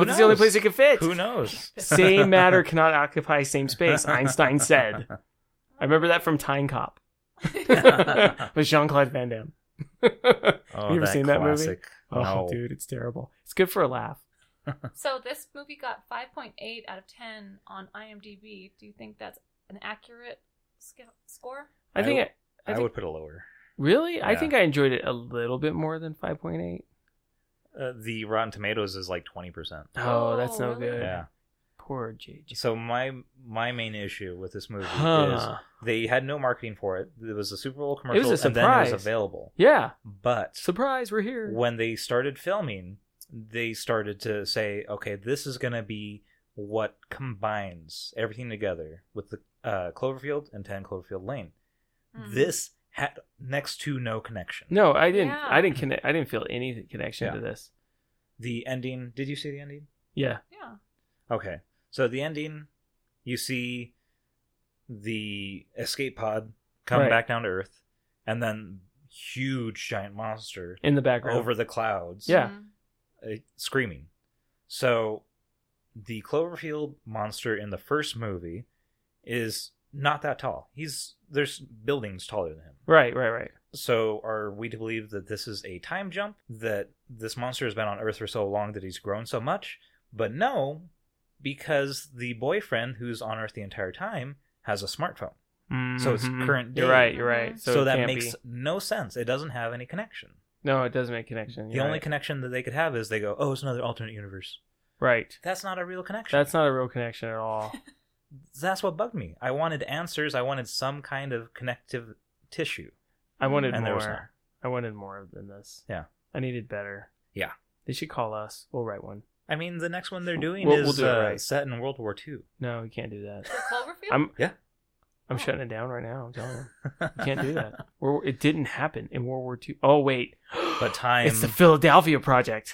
[SPEAKER 1] Well, It's the only
[SPEAKER 2] knows?
[SPEAKER 1] place it can fit.
[SPEAKER 2] Who knows?
[SPEAKER 1] Same matter cannot occupy same space, Einstein said. I remember that from Time Cop with Jean Claude Van Damme.
[SPEAKER 2] Oh,
[SPEAKER 1] You ever seen that movie?
[SPEAKER 2] classic.
[SPEAKER 1] oh,
[SPEAKER 2] No.
[SPEAKER 1] dude, it's terrible. It's good for a laugh.
[SPEAKER 3] so this movie got 5.8 out of 10 on IMDb. Do you think that's an accurate sc- score?
[SPEAKER 1] I,
[SPEAKER 2] I
[SPEAKER 1] think,
[SPEAKER 2] w-
[SPEAKER 1] I, I
[SPEAKER 2] I
[SPEAKER 1] think
[SPEAKER 2] would put a lower.
[SPEAKER 1] really, I
[SPEAKER 2] Yeah.
[SPEAKER 1] think I enjoyed it a little bit more than 5.8.
[SPEAKER 2] Uh, the Rotten Tomatoes is like twenty percent.
[SPEAKER 1] Oh,
[SPEAKER 3] Oh,
[SPEAKER 1] that's no
[SPEAKER 3] really?
[SPEAKER 1] good.
[SPEAKER 2] Yeah.
[SPEAKER 1] Poor JJ.
[SPEAKER 2] So my my main issue with this movie
[SPEAKER 1] Huh.
[SPEAKER 2] is they had no marketing for it. There was a Super Bowl commercial,
[SPEAKER 1] a
[SPEAKER 2] and then it was
[SPEAKER 1] surprise.
[SPEAKER 2] available.
[SPEAKER 1] Yeah.
[SPEAKER 2] But
[SPEAKER 1] Surprise, we're here.
[SPEAKER 2] when they started filming, they started to say, "Okay, this is going to be what combines everything together with the uh, Cloverfield and Ten Cloverfield Lane."
[SPEAKER 3] Hmm.
[SPEAKER 2] This had next to no connection.
[SPEAKER 1] No, I didn't.
[SPEAKER 3] Yeah.
[SPEAKER 1] I didn't connect. I didn't feel any connection
[SPEAKER 2] Yeah.
[SPEAKER 1] to this.
[SPEAKER 2] The ending. Did you see the ending?
[SPEAKER 1] Yeah.
[SPEAKER 3] Yeah.
[SPEAKER 2] Okay. So at the ending, you see the escape pod come
[SPEAKER 1] Right.
[SPEAKER 2] back down to Earth, and then huge giant monster
[SPEAKER 1] In the background.
[SPEAKER 2] over the clouds,
[SPEAKER 1] Yeah.
[SPEAKER 3] Mhm.
[SPEAKER 2] uh, screaming. So the Cloverfield monster in the first movie is not that tall. He's there's buildings taller than him.
[SPEAKER 1] Right. Right. Right.
[SPEAKER 2] So are we to believe that this is a time jump? That this monster has been on Earth for so long that he's grown so much? But no, because the boyfriend who's on Earth the entire time has a smartphone. So it's
[SPEAKER 1] Mhm.
[SPEAKER 2] current
[SPEAKER 1] You're
[SPEAKER 2] day.
[SPEAKER 1] right. You're right.
[SPEAKER 3] Mhm.
[SPEAKER 1] So,
[SPEAKER 2] So,
[SPEAKER 1] it
[SPEAKER 2] that
[SPEAKER 1] can't
[SPEAKER 2] makes
[SPEAKER 1] be-
[SPEAKER 2] no sense. It doesn't have any connection.
[SPEAKER 1] no. It doesn't make connection.
[SPEAKER 2] the
[SPEAKER 1] You're
[SPEAKER 2] only
[SPEAKER 1] right.
[SPEAKER 2] connection that they could have is they go, "Oh, it's another alternate universe."
[SPEAKER 1] right.
[SPEAKER 2] That's not a real connection.
[SPEAKER 1] That's not a real connection at all.
[SPEAKER 2] that's what bugged me. I wanted answers. I wanted some kind of connective tissue.
[SPEAKER 1] I wanted
[SPEAKER 2] And
[SPEAKER 1] more.
[SPEAKER 2] there was none.
[SPEAKER 1] I wanted more than this.
[SPEAKER 2] Yeah.
[SPEAKER 1] I needed better.
[SPEAKER 2] Yeah.
[SPEAKER 1] They should call us. We'll write one.
[SPEAKER 2] I mean, the next one they're doing
[SPEAKER 1] We'll-
[SPEAKER 2] is
[SPEAKER 1] we'll do it
[SPEAKER 2] uh,
[SPEAKER 1] right.
[SPEAKER 2] set in World War II.
[SPEAKER 1] No, we can't do that.
[SPEAKER 3] For Cloverfield?
[SPEAKER 1] I'm
[SPEAKER 2] Yeah.
[SPEAKER 1] I'm shutting it down right now. I'm telling you. You can't do that. Or it didn't happen in World War II. Oh wait.
[SPEAKER 2] But time.
[SPEAKER 1] It's the Philadelphia Project.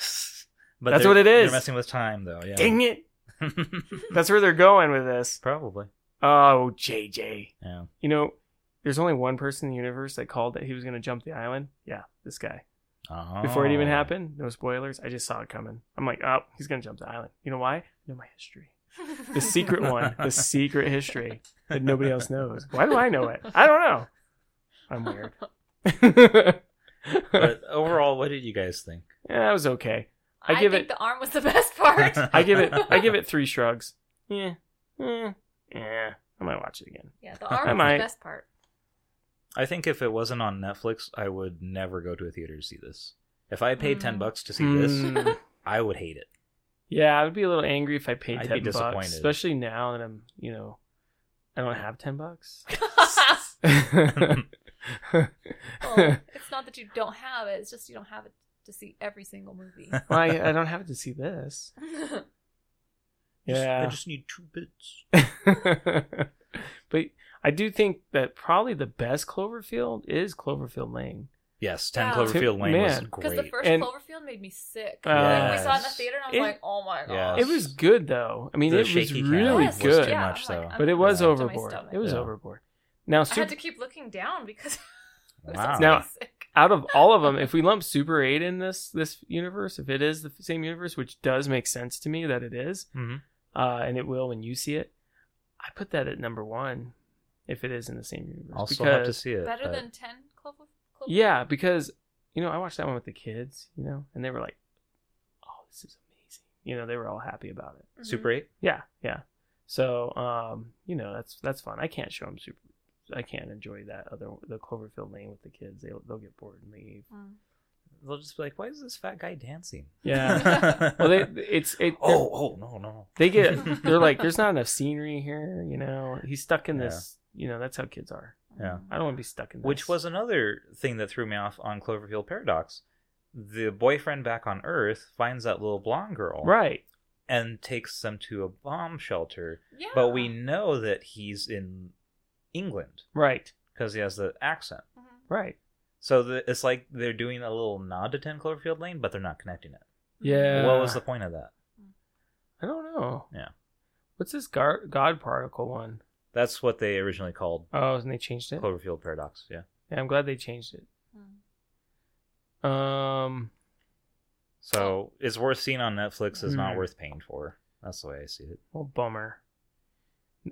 [SPEAKER 2] but
[SPEAKER 1] That's
[SPEAKER 2] they're-
[SPEAKER 1] what it is.
[SPEAKER 2] They're messing with time, though. Yeah.
[SPEAKER 1] Dang it. That's where they're going with this.
[SPEAKER 2] Probably.
[SPEAKER 1] Oh, JJ.
[SPEAKER 2] Yeah.
[SPEAKER 1] You know, there's only one person in the universe that called that he was going to jump the island. Yeah, this guy. Before it even
[SPEAKER 2] Oh.
[SPEAKER 1] happened, no spoilers. I just saw it coming. I'm like, oh, he's going to jump the island. You know why? I know my history. the secret one, the secret history that nobody else knows. Why do I know it? I don't know. I'm weird.
[SPEAKER 2] But overall, what did you guys think?
[SPEAKER 1] yeah, that was okay. I
[SPEAKER 3] I,
[SPEAKER 1] give
[SPEAKER 3] think
[SPEAKER 1] it-
[SPEAKER 3] the arm was the best part.
[SPEAKER 1] I give it I give it three shrugs. Yeah. Yeah. Yeah. I might watch it again.
[SPEAKER 3] yeah, the arm
[SPEAKER 1] I
[SPEAKER 3] was
[SPEAKER 1] might.
[SPEAKER 3] the best part.
[SPEAKER 2] I think if it wasn't on Netflix, I would never go to a theater to see this. If I paid ten
[SPEAKER 3] Mm.
[SPEAKER 2] bucks to see this,
[SPEAKER 1] Mm,
[SPEAKER 2] I would hate it.
[SPEAKER 1] yeah, I would be a little angry if I paid
[SPEAKER 2] I'd be
[SPEAKER 1] ten bucks.
[SPEAKER 2] disappointed.
[SPEAKER 1] Especially now that I'm you know I don't have ten bucks.
[SPEAKER 3] well, it's not that you don't have it; it's just you don't have it to see every single movie.
[SPEAKER 1] Well, I, I don't have to see this.
[SPEAKER 2] I
[SPEAKER 1] Yeah.
[SPEAKER 2] just need two bits.
[SPEAKER 1] but I do think that probably the best Cloverfield is Cloverfield Lane.
[SPEAKER 2] Yes, ten
[SPEAKER 3] Wow.
[SPEAKER 2] Cloverfield Lane was
[SPEAKER 1] Man.
[SPEAKER 3] because
[SPEAKER 2] great.
[SPEAKER 3] the first
[SPEAKER 1] And-
[SPEAKER 3] Cloverfield made me sick.
[SPEAKER 1] Uh,
[SPEAKER 3] Like, we saw it in the
[SPEAKER 2] Yes.
[SPEAKER 3] theater, and I was
[SPEAKER 1] It-
[SPEAKER 3] like, "Oh my
[SPEAKER 2] Yeah.
[SPEAKER 3] gosh!"
[SPEAKER 1] It was good though. I mean,
[SPEAKER 2] The
[SPEAKER 1] it was
[SPEAKER 2] shaky cam
[SPEAKER 1] really
[SPEAKER 3] Yes,
[SPEAKER 2] was
[SPEAKER 1] good,
[SPEAKER 2] too
[SPEAKER 3] yeah,
[SPEAKER 2] much
[SPEAKER 3] I'm
[SPEAKER 2] though.
[SPEAKER 3] like, I'm
[SPEAKER 1] but it was
[SPEAKER 2] Yeah.
[SPEAKER 3] sick to my
[SPEAKER 1] overboard.
[SPEAKER 3] stomach.
[SPEAKER 1] It was
[SPEAKER 2] Yeah.
[SPEAKER 1] overboard. Now,
[SPEAKER 3] I had
[SPEAKER 1] super,
[SPEAKER 3] to keep looking down because I was
[SPEAKER 2] Wow.
[SPEAKER 1] Now-
[SPEAKER 3] sick.
[SPEAKER 1] out of all of them, if we lump Super Eight in this this universe, if it is the same universe, which does make sense to me that it is,
[SPEAKER 2] Mhm.
[SPEAKER 1] uh, and it will when you see it, I put that at number one. If it is in the same universe,
[SPEAKER 2] I'll still
[SPEAKER 1] because
[SPEAKER 2] have to see it.
[SPEAKER 3] Better
[SPEAKER 2] but-
[SPEAKER 3] than ten Clover. Clover-
[SPEAKER 1] Yeah, because you know, I watched that one with the kids, you know, and they were like, "Oh, this is amazing." You know, they were all happy about it.
[SPEAKER 3] Mhm.
[SPEAKER 2] Super Eight.
[SPEAKER 1] Yeah, yeah. So, um, you know, that's that's fun. I can't show them super. I can't enjoy that other the Cloverfield Lane with the kids. They will they'll get bored and leave.
[SPEAKER 3] Mm.
[SPEAKER 2] They'll just be like, "Why is this fat guy dancing?"
[SPEAKER 1] Yeah. well, they it's it.
[SPEAKER 2] oh, oh no, no.
[SPEAKER 1] They get they're like, "There's not enough scenery here." You know, he's stuck in this. You know, that's how kids are.
[SPEAKER 2] Yeah.
[SPEAKER 1] I don't want to be stuck in this.
[SPEAKER 2] Which was another thing that threw me off on Cloverfield Paradox. The boyfriend back on Earth finds that little blonde girl
[SPEAKER 1] right.
[SPEAKER 2] and takes them to a bomb shelter.
[SPEAKER 3] Yeah.
[SPEAKER 2] But we know that he's in England
[SPEAKER 1] Right.
[SPEAKER 2] because he has the accent.
[SPEAKER 3] Mhm.
[SPEAKER 1] Right.
[SPEAKER 2] So the, it's like they're doing a little nod to 10 Cloverfield Lane, but they're not connecting it.
[SPEAKER 1] Yeah.
[SPEAKER 2] What was the point of that?
[SPEAKER 1] I don't know.
[SPEAKER 2] Yeah.
[SPEAKER 1] What's this gar- God particle one?
[SPEAKER 2] That's what they originally called
[SPEAKER 1] Oh, and they changed it.
[SPEAKER 2] Cloverfield Paradox. Yeah.
[SPEAKER 1] Yeah, I'm glad they changed it.
[SPEAKER 3] Mhm.
[SPEAKER 1] Um,
[SPEAKER 2] So it's worth seeing on Netflix. It's not
[SPEAKER 1] Hmm.
[SPEAKER 2] worth paying for. That's the way I see it.
[SPEAKER 1] well, bummer.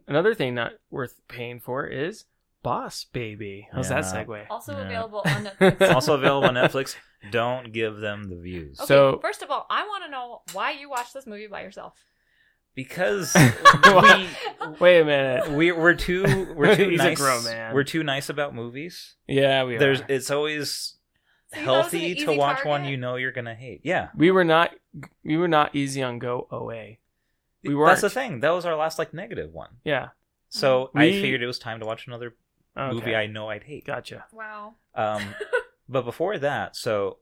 [SPEAKER 1] Another thing not worth paying for is Boss Baby. How's that
[SPEAKER 2] Yeah.
[SPEAKER 1] segue?
[SPEAKER 3] Also
[SPEAKER 2] Yeah.
[SPEAKER 3] available on Netflix.
[SPEAKER 2] also available on Netflix. Don't give them the views.
[SPEAKER 3] Okay,
[SPEAKER 1] So-
[SPEAKER 3] first of all, I want to know why you watched this movie by yourself.
[SPEAKER 2] because
[SPEAKER 1] Why? Wait a minute.
[SPEAKER 2] we we're too we're too
[SPEAKER 1] He's a
[SPEAKER 2] nice.
[SPEAKER 1] grown man.
[SPEAKER 2] We're too nice about movies.
[SPEAKER 1] Yeah, we
[SPEAKER 2] There's
[SPEAKER 1] are.
[SPEAKER 2] it's always
[SPEAKER 3] So you thought it was an
[SPEAKER 2] healthy
[SPEAKER 3] easy
[SPEAKER 2] to watch one
[SPEAKER 3] target?
[SPEAKER 2] you know you're gonna hate. Yeah,
[SPEAKER 1] We were not. We were not easy on Go OA. We weren't.
[SPEAKER 2] That's the thing. That was our last like negative one.
[SPEAKER 1] Yeah.
[SPEAKER 2] So I
[SPEAKER 1] Hmm. We-
[SPEAKER 2] figured it was time to watch another
[SPEAKER 1] Okay.
[SPEAKER 2] movie I know I'd hate.
[SPEAKER 1] Gotcha.
[SPEAKER 3] Wow.
[SPEAKER 2] Um, but before that, so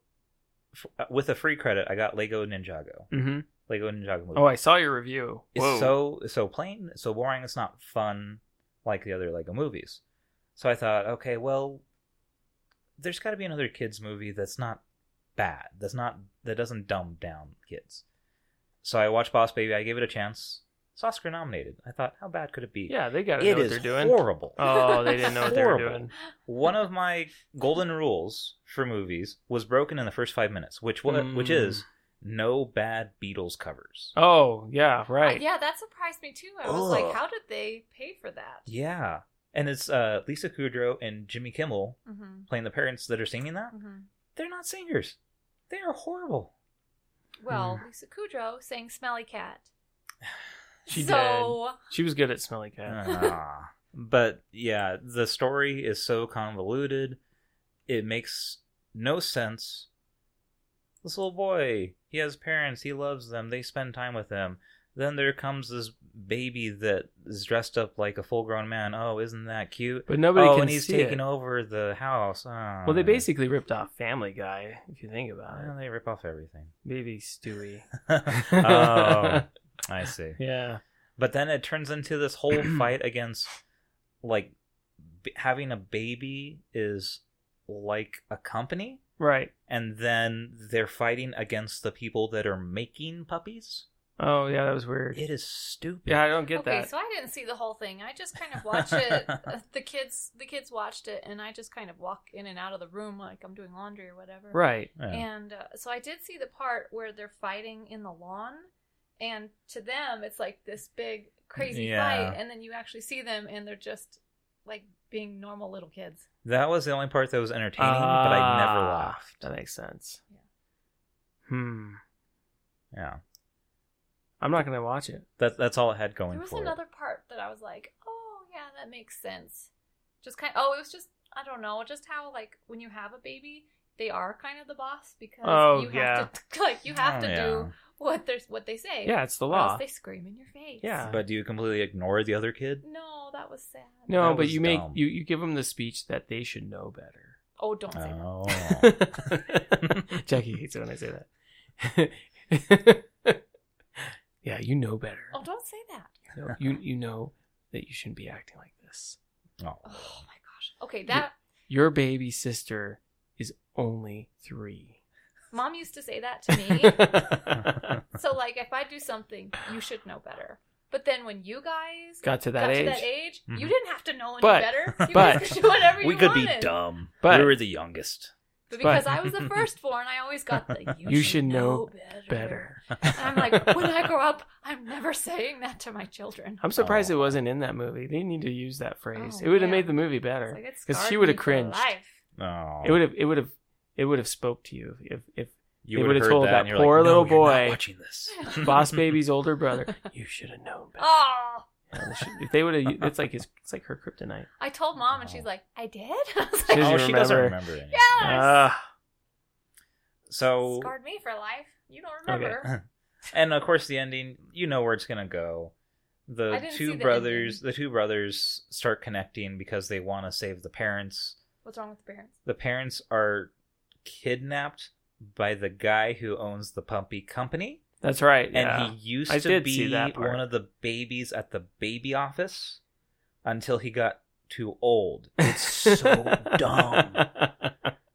[SPEAKER 2] f- with a free credit, I got Lego Ninjago.
[SPEAKER 1] Mm-hmm.
[SPEAKER 2] Lego Ninjago movie.
[SPEAKER 1] Oh, I saw your review.
[SPEAKER 2] It's
[SPEAKER 1] Whoa.
[SPEAKER 2] so so plain, so boring. It's not fun like the other Lego movies. So I thought, okay, well, there's got to be another kids movie that's not bad. That's not that doesn't dumb down kids. So I watched Boss Baby. I gave it a chance. It's Oscar nominated. I thought, how bad could it be?
[SPEAKER 1] Yeah, they gotta
[SPEAKER 2] it
[SPEAKER 1] know what
[SPEAKER 2] is
[SPEAKER 1] they're doing.
[SPEAKER 2] horrible.
[SPEAKER 1] Oh, they didn't know what they were
[SPEAKER 2] Horrible.
[SPEAKER 1] doing.
[SPEAKER 2] One of my golden rules for movies was broken in the first five minutes, which wa- which
[SPEAKER 1] Mm.
[SPEAKER 2] is no bad Beatles covers.
[SPEAKER 1] Oh, yeah, right.
[SPEAKER 3] Yeah, that surprised me too. I was
[SPEAKER 2] Ugh.
[SPEAKER 3] like, how did they pay for that?
[SPEAKER 2] Yeah. And it's uh, Lisa Kudrow and Jimmy Kimmel
[SPEAKER 3] Mm-hmm.
[SPEAKER 2] playing the parents that are singing that.
[SPEAKER 3] Mm-hmm.
[SPEAKER 2] They're not singers. They are horrible.
[SPEAKER 3] Well,
[SPEAKER 2] Mm.
[SPEAKER 3] Lisa Kudrow sang "Smelly Cat."
[SPEAKER 1] She
[SPEAKER 3] so,
[SPEAKER 1] She was good at Smelly Cat.
[SPEAKER 2] Ah. but yeah, the story is so convoluted. It makes no sense. This little boy, he has parents, he loves them, they spend time with him. Then there comes this baby that is dressed up like a full grown man. Oh, isn't that cute?
[SPEAKER 1] But nobody
[SPEAKER 2] oh,
[SPEAKER 1] can
[SPEAKER 2] and he's
[SPEAKER 1] see
[SPEAKER 2] taking
[SPEAKER 1] it.
[SPEAKER 2] over the house. Ah.
[SPEAKER 1] Well, they basically ripped off Family Guy, if you think about
[SPEAKER 2] Well,
[SPEAKER 1] it.
[SPEAKER 2] they rip off everything.
[SPEAKER 1] Maybe Stewie. Um,
[SPEAKER 2] oh, I see.
[SPEAKER 1] yeah.
[SPEAKER 2] But then it turns into this whole fight against, like, b- having a baby is like a company,
[SPEAKER 1] Right.
[SPEAKER 2] and then they're fighting against the people that are making puppies.
[SPEAKER 1] Oh, yeah, that was weird.
[SPEAKER 2] It is stupid.
[SPEAKER 1] Yeah, I don't get
[SPEAKER 3] okay,
[SPEAKER 1] that.
[SPEAKER 3] so I didn't see the whole thing. I just kind of watched it. the kids, the kids watched it, and I just kind of walk in and out of the room like I'm doing laundry or whatever.
[SPEAKER 1] right.
[SPEAKER 2] Yeah.
[SPEAKER 3] And uh, so I did see the part where they're fighting in the lawn, and to them it's like this big crazy
[SPEAKER 2] Yeah.
[SPEAKER 3] fight, and then you actually see them, and they're just like being normal little kids.
[SPEAKER 2] That was the only part that was entertaining, but I never
[SPEAKER 1] Ah,
[SPEAKER 2] laughed.
[SPEAKER 1] That makes sense.
[SPEAKER 3] Yeah.
[SPEAKER 1] Hmm.
[SPEAKER 2] Yeah,
[SPEAKER 1] I'm not gonna watch it.
[SPEAKER 2] that, that's all it had going
[SPEAKER 3] There was
[SPEAKER 2] for
[SPEAKER 3] another part that I was like, oh yeah, that makes sense. Just kind oh, it was just I don't know, just how like when you have a baby, they are kind of the boss because
[SPEAKER 1] Oh,
[SPEAKER 3] you have
[SPEAKER 1] yeah.
[SPEAKER 3] to like you
[SPEAKER 2] it.
[SPEAKER 3] have
[SPEAKER 2] Oh,
[SPEAKER 3] to
[SPEAKER 2] yeah.
[SPEAKER 3] do what there's what they say.
[SPEAKER 1] Yeah, it's the
[SPEAKER 3] Or else
[SPEAKER 1] law.
[SPEAKER 3] they scream in your face.
[SPEAKER 1] Yeah.
[SPEAKER 2] But do you completely ignore the other kid?
[SPEAKER 3] No, that was sad.
[SPEAKER 1] No,
[SPEAKER 2] That
[SPEAKER 1] but
[SPEAKER 2] was
[SPEAKER 1] you make
[SPEAKER 2] dumb.
[SPEAKER 1] you you give them the speech that they should know better.
[SPEAKER 3] Oh, don't say that.
[SPEAKER 2] Oh,
[SPEAKER 1] Jackie hates it when I say that. yeah, you know better.
[SPEAKER 3] Oh, don't say that.
[SPEAKER 1] No, you you know that you shouldn't be acting like this.
[SPEAKER 2] Oh.
[SPEAKER 3] Oh my gosh. Okay, that
[SPEAKER 1] Your baby sister is only three.
[SPEAKER 3] mom used to say that to me. so like if I do something, you should know better. But then when you guys
[SPEAKER 1] Got to that
[SPEAKER 3] got
[SPEAKER 1] age. Mm-hmm.
[SPEAKER 3] to that age, you
[SPEAKER 2] Mhm.
[SPEAKER 3] didn't have to know any
[SPEAKER 1] But-
[SPEAKER 3] better. You
[SPEAKER 1] but-
[SPEAKER 3] guys could do whatever you
[SPEAKER 2] we could
[SPEAKER 3] wanted.
[SPEAKER 2] be dumb.
[SPEAKER 1] But-
[SPEAKER 2] we were the youngest.
[SPEAKER 3] But because
[SPEAKER 1] But-
[SPEAKER 3] I was the firstborn, I always got the you,
[SPEAKER 1] You should
[SPEAKER 3] should
[SPEAKER 1] know
[SPEAKER 3] know,
[SPEAKER 1] Better.
[SPEAKER 3] And I'm like, when I grow up, I'm never saying that to my children.
[SPEAKER 1] I'm surprised
[SPEAKER 2] Oh.
[SPEAKER 1] it wasn't in that movie. They need to use that phrase.
[SPEAKER 3] Oh,
[SPEAKER 1] it would have
[SPEAKER 3] yeah.
[SPEAKER 1] made the movie better.
[SPEAKER 3] Because
[SPEAKER 1] 'Cause she would've cringed.
[SPEAKER 2] Oh,
[SPEAKER 1] It would have. It would have. It would have spoke to you if if
[SPEAKER 2] You
[SPEAKER 1] they
[SPEAKER 2] would
[SPEAKER 1] would've
[SPEAKER 2] have heard
[SPEAKER 1] told
[SPEAKER 2] that,
[SPEAKER 1] that
[SPEAKER 2] and you're
[SPEAKER 1] poor
[SPEAKER 2] like,
[SPEAKER 1] little
[SPEAKER 2] "No, you're not
[SPEAKER 1] boy."
[SPEAKER 2] watching this.
[SPEAKER 1] Boss Baby's older brother. You should have known better.
[SPEAKER 3] Oh,
[SPEAKER 1] And she- If they would have, it's like his, it's like her kryptonite.
[SPEAKER 3] I told mom, and she's like, "I did." I was
[SPEAKER 1] She
[SPEAKER 3] like,
[SPEAKER 1] doesn't
[SPEAKER 2] Oh, she doesn't
[SPEAKER 1] remember.
[SPEAKER 2] remember anything.
[SPEAKER 3] Yeah.
[SPEAKER 1] Ah,
[SPEAKER 2] So,
[SPEAKER 3] "Scarred me for life." You don't remember?
[SPEAKER 1] Oh. Okay.
[SPEAKER 2] and of course, the ending. You know where it's gonna go.
[SPEAKER 3] I
[SPEAKER 2] The
[SPEAKER 3] didn't see
[SPEAKER 2] two
[SPEAKER 3] the
[SPEAKER 2] brothers, the two brothers, start connecting because they want to save the parents.
[SPEAKER 3] What's wrong with the parents?
[SPEAKER 2] the parents are kidnapped by the guy who owns the pumpy company
[SPEAKER 1] that's right. yeah.
[SPEAKER 2] and he used
[SPEAKER 1] I
[SPEAKER 2] to
[SPEAKER 1] did see
[SPEAKER 2] be
[SPEAKER 1] that part.
[SPEAKER 2] one of the babies at the baby office until he got too old it's so dumb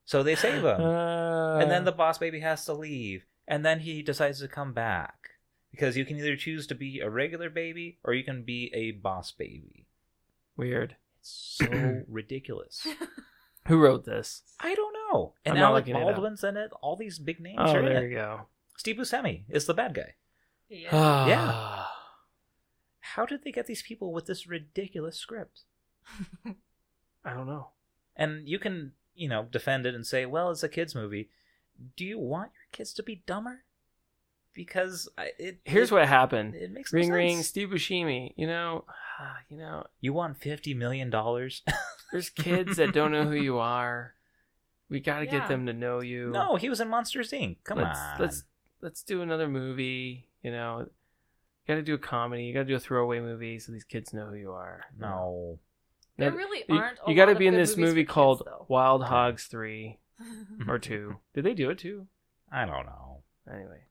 [SPEAKER 2] so they save him
[SPEAKER 1] Uh,
[SPEAKER 2] and then the boss baby has to leave and then he decides to come back because you can either choose to be a regular baby or you can be a boss baby
[SPEAKER 1] weird.
[SPEAKER 2] it's so ridiculous
[SPEAKER 1] Who wrote this?
[SPEAKER 2] i don't know and
[SPEAKER 1] I'm not
[SPEAKER 2] now like
[SPEAKER 1] looking it up.
[SPEAKER 2] baldwin's in it all these big names
[SPEAKER 1] Oh,
[SPEAKER 2] are in it.
[SPEAKER 1] there you go.
[SPEAKER 2] Steve Buscemi is the bad guy.
[SPEAKER 3] Yeah.
[SPEAKER 1] Ah.
[SPEAKER 2] How did they get these people with this ridiculous script?
[SPEAKER 1] I don't know.
[SPEAKER 2] And you can, you know, defend it and say, well, it's a kids' movie. Do you want your kids to be dumber? Because I, it
[SPEAKER 1] Here's
[SPEAKER 2] it,
[SPEAKER 1] what happened.
[SPEAKER 2] it makes no
[SPEAKER 1] Ring ring,
[SPEAKER 2] sense.
[SPEAKER 1] Steve Buscemi. You know, ah, you know,
[SPEAKER 2] You want fifty million dollars?
[SPEAKER 1] there's kids that don't know who you are. We got to
[SPEAKER 3] Yeah.
[SPEAKER 1] get them to know you.
[SPEAKER 2] no, he was in Monsters Inc. Come
[SPEAKER 1] let's,
[SPEAKER 2] on,
[SPEAKER 1] Let's let's do another movie. You know, got to do a comedy. You got to do a throwaway movie so these kids know who you are.
[SPEAKER 2] no.
[SPEAKER 1] Now,
[SPEAKER 3] There really
[SPEAKER 1] you,
[SPEAKER 3] aren't. a
[SPEAKER 1] got to
[SPEAKER 3] lot of
[SPEAKER 1] be in
[SPEAKER 3] good
[SPEAKER 1] this
[SPEAKER 3] movies for
[SPEAKER 1] movie
[SPEAKER 3] kids,
[SPEAKER 1] called
[SPEAKER 3] though.
[SPEAKER 1] Wild Hogs Three or
[SPEAKER 2] Mhm.
[SPEAKER 1] Two. Did they do it too?
[SPEAKER 2] I don't know.
[SPEAKER 1] Anyway,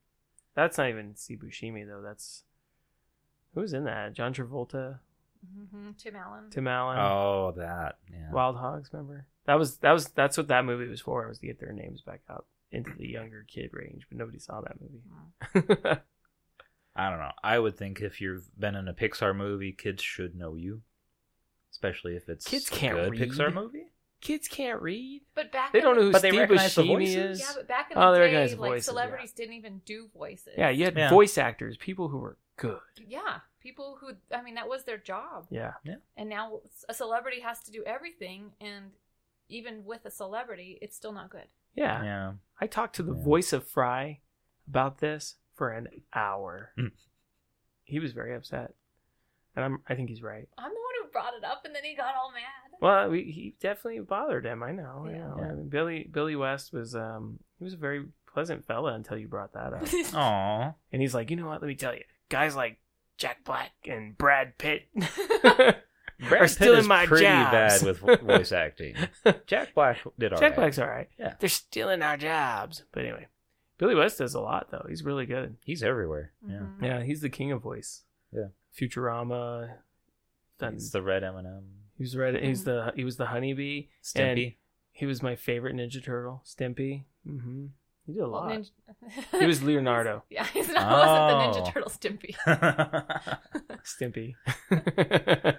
[SPEAKER 1] that's not even Sibushimi though. That's who's in that? John Travolta,
[SPEAKER 3] Mhm, Tim Allen.
[SPEAKER 1] Tim Allen,
[SPEAKER 2] Oh, that yeah.
[SPEAKER 1] Wild Hogs. Remember that was that was that's what that movie was for. Was to get their names back out into the younger kid range, but nobody saw that
[SPEAKER 3] Mm.
[SPEAKER 1] movie.
[SPEAKER 2] I don't know. I would think if you've been in a Pixar movie, kids should know you, especially if it's
[SPEAKER 1] Kids can't
[SPEAKER 2] a good
[SPEAKER 1] read.
[SPEAKER 2] Pixar movie.
[SPEAKER 1] kids can't read.
[SPEAKER 3] But back
[SPEAKER 1] They
[SPEAKER 3] in
[SPEAKER 1] don't
[SPEAKER 3] the-
[SPEAKER 1] know who
[SPEAKER 2] But they
[SPEAKER 1] Steve
[SPEAKER 2] recognize the
[SPEAKER 1] Buscemi is.
[SPEAKER 2] voices.
[SPEAKER 3] Yeah, but back in
[SPEAKER 1] Oh,
[SPEAKER 3] the
[SPEAKER 1] they
[SPEAKER 3] day,
[SPEAKER 1] recognize
[SPEAKER 3] like
[SPEAKER 1] voices, yeah.
[SPEAKER 3] celebrities didn't even do voices.
[SPEAKER 1] Yeah, you had
[SPEAKER 2] Yeah.
[SPEAKER 1] voice actors, people who were good.
[SPEAKER 3] yeah. People who, I mean, that was their job,
[SPEAKER 1] Yeah.
[SPEAKER 3] and now a celebrity has to do everything, and even with a celebrity, it's still not good.
[SPEAKER 1] Yeah.
[SPEAKER 2] Yeah.
[SPEAKER 1] I talked to the
[SPEAKER 2] Yeah.
[SPEAKER 1] voice of Fry about this for an hour.
[SPEAKER 2] Mm.
[SPEAKER 1] he was very upset. And I'm, I think he's right.
[SPEAKER 3] I'm the one who brought it up, and then he got all mad.
[SPEAKER 1] Well, we, he definitely bothered him. I know. I
[SPEAKER 3] Yeah.
[SPEAKER 1] know.
[SPEAKER 2] Yeah.
[SPEAKER 1] I mean, Billy Billy West was um he was a very pleasant fella until you brought that up.
[SPEAKER 2] Aw.
[SPEAKER 1] and he's like, you know what? Let me tell you, guys like Jack Black and Brad Pitt.
[SPEAKER 2] Brad
[SPEAKER 1] Are
[SPEAKER 2] Pitt
[SPEAKER 1] still in
[SPEAKER 2] is
[SPEAKER 1] my
[SPEAKER 2] pretty
[SPEAKER 1] jobs.
[SPEAKER 2] bad with vo- voice acting. Jack Black did all
[SPEAKER 1] Jack
[SPEAKER 2] right.
[SPEAKER 1] Black's all right.
[SPEAKER 2] Yeah.
[SPEAKER 1] They're stealing our jobs. But anyway, Billy West does a lot though. He's really good.
[SPEAKER 2] He's everywhere.
[SPEAKER 3] Mhm.
[SPEAKER 1] Yeah, he's the king of voice.
[SPEAKER 2] Yeah.
[SPEAKER 1] Futurama.
[SPEAKER 2] Yeah.
[SPEAKER 1] Done.
[SPEAKER 2] He's the red M&M.
[SPEAKER 1] he was red. He's the he was the honeybee.
[SPEAKER 2] Stimpy.
[SPEAKER 1] He was my favorite Ninja Turtle, Stimpy. hmm He did a
[SPEAKER 3] Well,
[SPEAKER 1] lot.
[SPEAKER 3] ninja-
[SPEAKER 1] He was Leonardo.
[SPEAKER 3] yeah, he's not wasn't the
[SPEAKER 2] Oh.
[SPEAKER 3] Ninja Turtle Stimpy.
[SPEAKER 1] Stimpy.
[SPEAKER 2] the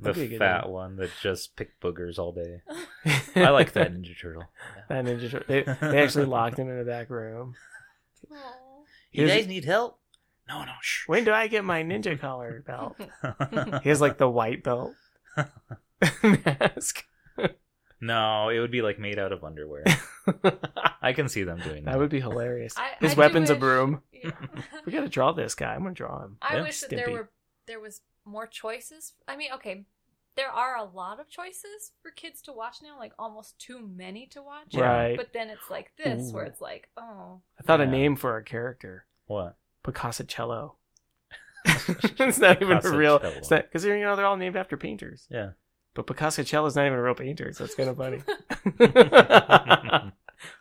[SPEAKER 1] That'd be a good
[SPEAKER 2] fat
[SPEAKER 1] name.
[SPEAKER 2] one that just picked boogers all day. I like that Ninja Turtle.
[SPEAKER 1] that Ninja Turtle. They, they actually locked him in a back room.
[SPEAKER 3] Aw.
[SPEAKER 2] You
[SPEAKER 1] Here's-
[SPEAKER 2] guys need help? No, no, shh.
[SPEAKER 1] When do I get my ninja collar belt? He has like the white belt mask.
[SPEAKER 2] no, it would be like made out of underwear. I can see them doing that.
[SPEAKER 1] that would be hilarious.
[SPEAKER 3] I, I
[SPEAKER 1] His
[SPEAKER 3] do
[SPEAKER 1] weapon's a
[SPEAKER 3] wish-
[SPEAKER 1] broom.
[SPEAKER 3] Yeah.
[SPEAKER 1] We gotta draw this guy. I'm gonna draw him.
[SPEAKER 3] I
[SPEAKER 2] Yeah.
[SPEAKER 3] wish that there
[SPEAKER 1] Stimpy.
[SPEAKER 3] were there was more choices. I mean, okay, there are a lot of choices for kids to watch now, like almost too many to watch.
[SPEAKER 2] Yeah.
[SPEAKER 1] Right.
[SPEAKER 3] But then it's like this, where
[SPEAKER 1] Ooh.
[SPEAKER 3] it's like, oh,
[SPEAKER 1] I thought a
[SPEAKER 2] Yeah.
[SPEAKER 1] name for our character.
[SPEAKER 2] what?
[SPEAKER 1] Picassocello. it's not even a real.
[SPEAKER 2] Picassocello.
[SPEAKER 1] Because you know they're all named after painters.
[SPEAKER 2] Yeah.
[SPEAKER 1] But Picassocello's not even a real painter, so it's kind of funny.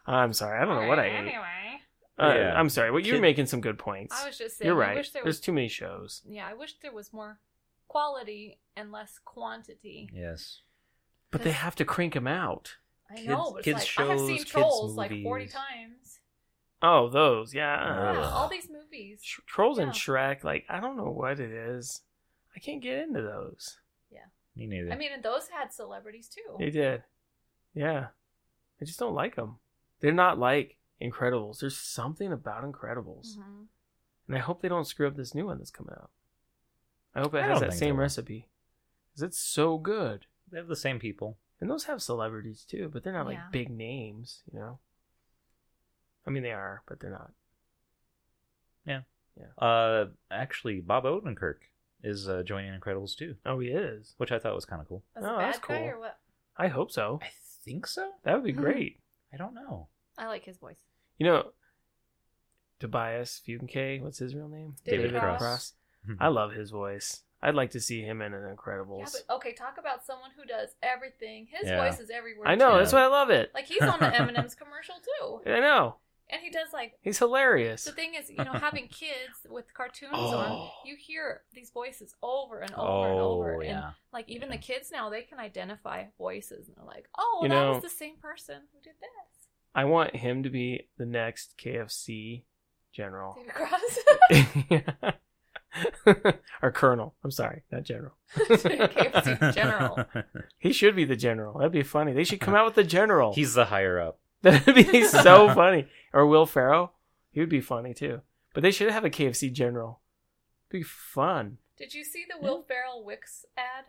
[SPEAKER 1] I'm sorry. I don't know what I ate.
[SPEAKER 3] Anyway,
[SPEAKER 1] Uh,
[SPEAKER 2] Yeah.
[SPEAKER 1] I'm sorry. Well, you're
[SPEAKER 2] Kid-
[SPEAKER 1] making some good points.
[SPEAKER 3] I was just saying,
[SPEAKER 1] You're
[SPEAKER 3] I
[SPEAKER 1] right.
[SPEAKER 3] wish there
[SPEAKER 1] There's
[SPEAKER 3] was.
[SPEAKER 1] too many shows.
[SPEAKER 3] Yeah, I wish there was more quality and less quantity.
[SPEAKER 2] Yes.
[SPEAKER 1] But they have to crank them out.
[SPEAKER 3] I
[SPEAKER 2] Kids-
[SPEAKER 3] know, but
[SPEAKER 2] kids
[SPEAKER 3] it's like I have
[SPEAKER 2] shows,
[SPEAKER 3] seen
[SPEAKER 2] kids
[SPEAKER 3] trolls like forty
[SPEAKER 2] movies.
[SPEAKER 3] times.
[SPEAKER 1] Oh, those. Yeah.
[SPEAKER 2] Ugh.
[SPEAKER 3] Yeah, all these movies.
[SPEAKER 1] Sh- Trolls and
[SPEAKER 3] Yeah.
[SPEAKER 1] Shrek. Like, I don't know what it is. I can't get into those.
[SPEAKER 2] Me neither.
[SPEAKER 3] I mean, and those had celebrities too.
[SPEAKER 1] They did. Yeah. I just don't like them. They're not like Incredibles. There's something about Incredibles.
[SPEAKER 3] Mhm.
[SPEAKER 1] And I hope they don't screw up this new one that's coming out. I hope it
[SPEAKER 2] I
[SPEAKER 1] has
[SPEAKER 2] don't
[SPEAKER 1] that
[SPEAKER 2] think they
[SPEAKER 1] same
[SPEAKER 2] will.
[SPEAKER 1] recipe. Because it's so good.
[SPEAKER 2] they have the same people.
[SPEAKER 1] And those have celebrities too, but they're not
[SPEAKER 3] Yeah.
[SPEAKER 1] like big names, you know? I mean, they are, but they're not.
[SPEAKER 2] Uh, actually, Bob Odenkirk is uh, joining Incredibles too,
[SPEAKER 1] Oh, he is.
[SPEAKER 2] which I thought was kind of cool.
[SPEAKER 3] Was it
[SPEAKER 1] Oh,
[SPEAKER 3] bad
[SPEAKER 1] that's
[SPEAKER 3] guy
[SPEAKER 1] cool.
[SPEAKER 3] or what?
[SPEAKER 1] I hope so.
[SPEAKER 2] I think so.
[SPEAKER 1] That
[SPEAKER 3] Hmm.
[SPEAKER 1] would be great.
[SPEAKER 2] I don't know.
[SPEAKER 3] I like his voice.
[SPEAKER 1] You know, Tobias Fugenke, what's his real name?
[SPEAKER 3] David
[SPEAKER 2] Cross. Hmm.
[SPEAKER 1] I love his voice. I'd like to see him in an
[SPEAKER 3] Yeah,
[SPEAKER 1] Incredibles.
[SPEAKER 3] but okay, talk about someone who does everything. His
[SPEAKER 2] Yeah.
[SPEAKER 3] voice is everywhere.
[SPEAKER 1] I know,
[SPEAKER 3] too.
[SPEAKER 1] that's why I love it.
[SPEAKER 3] Like he's on the M&M's commercial too,
[SPEAKER 1] I know.
[SPEAKER 3] and he does like
[SPEAKER 1] He's hilarious.
[SPEAKER 3] the thing is, you know, having kids with cartoons on,
[SPEAKER 1] Oh.
[SPEAKER 3] you hear these voices over and over and
[SPEAKER 2] oh
[SPEAKER 3] over, and
[SPEAKER 2] yeah.
[SPEAKER 3] like even
[SPEAKER 2] Yeah.
[SPEAKER 3] the kids now they can identify voices, and they're like, oh,
[SPEAKER 1] You
[SPEAKER 3] that
[SPEAKER 1] know-
[SPEAKER 3] was the same person who did this.
[SPEAKER 1] I want him to be the next KFC general.
[SPEAKER 3] David Cross,
[SPEAKER 1] or colonel. I'm sorry, not general.
[SPEAKER 3] KFC general.
[SPEAKER 1] He should be the general. That'd be funny. They should come out with the general.
[SPEAKER 2] He's the higher up.
[SPEAKER 1] That'd be so funny. Or Will Ferrell. He would be funny too. But they should have a KFC general. Be fun.
[SPEAKER 3] Did you see the Will Ferrell Wix ad?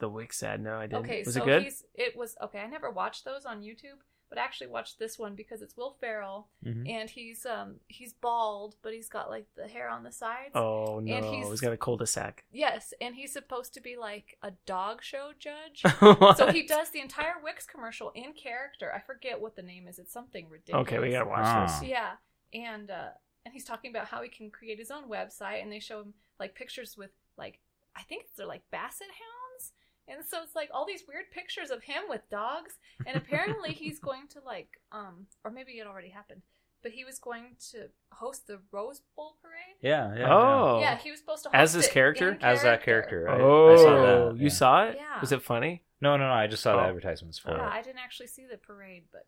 [SPEAKER 1] The Wick said no, I didn't.
[SPEAKER 3] Okay,
[SPEAKER 1] was
[SPEAKER 3] so
[SPEAKER 1] it good?
[SPEAKER 3] he's it was okay. I never watched those on YouTube, but I actually watched this one because it's Will Ferrell
[SPEAKER 1] Mm-hmm.
[SPEAKER 2] Mhm.
[SPEAKER 3] and he's um he's bald, but he's got like the hair on the sides.
[SPEAKER 1] Oh no,
[SPEAKER 3] he's-
[SPEAKER 1] he's got a cul-de-sac.
[SPEAKER 3] Yes, and he's supposed to be like a dog show judge. so
[SPEAKER 1] so
[SPEAKER 3] he does the entire Wix commercial in character. I forget what the name is. It's something ridiculous.
[SPEAKER 1] Okay, we gotta watch
[SPEAKER 2] Ah.
[SPEAKER 1] this.
[SPEAKER 3] Yeah, and uh, and he's talking about how he can create his own website, and they show him like pictures with like I think they're like basset hounds, and so it's like all these weird pictures of him with dogs, and apparently he's going to like um or maybe it already happened, but he was going to host the Rose Bowl parade.
[SPEAKER 2] Yeah. yeah
[SPEAKER 1] oh,
[SPEAKER 3] Yeah, he was supposed to host
[SPEAKER 1] As his
[SPEAKER 3] it in
[SPEAKER 1] character?
[SPEAKER 2] yeah. As that character. Right?
[SPEAKER 1] oh,
[SPEAKER 2] I saw that,
[SPEAKER 1] you
[SPEAKER 2] yeah.
[SPEAKER 1] saw it?
[SPEAKER 3] Yeah.
[SPEAKER 1] Was it funny?
[SPEAKER 2] No, no, no. I just saw
[SPEAKER 1] Oh.
[SPEAKER 2] the advertisements for
[SPEAKER 3] Yeah,
[SPEAKER 2] it.
[SPEAKER 3] I didn't actually see the parade, but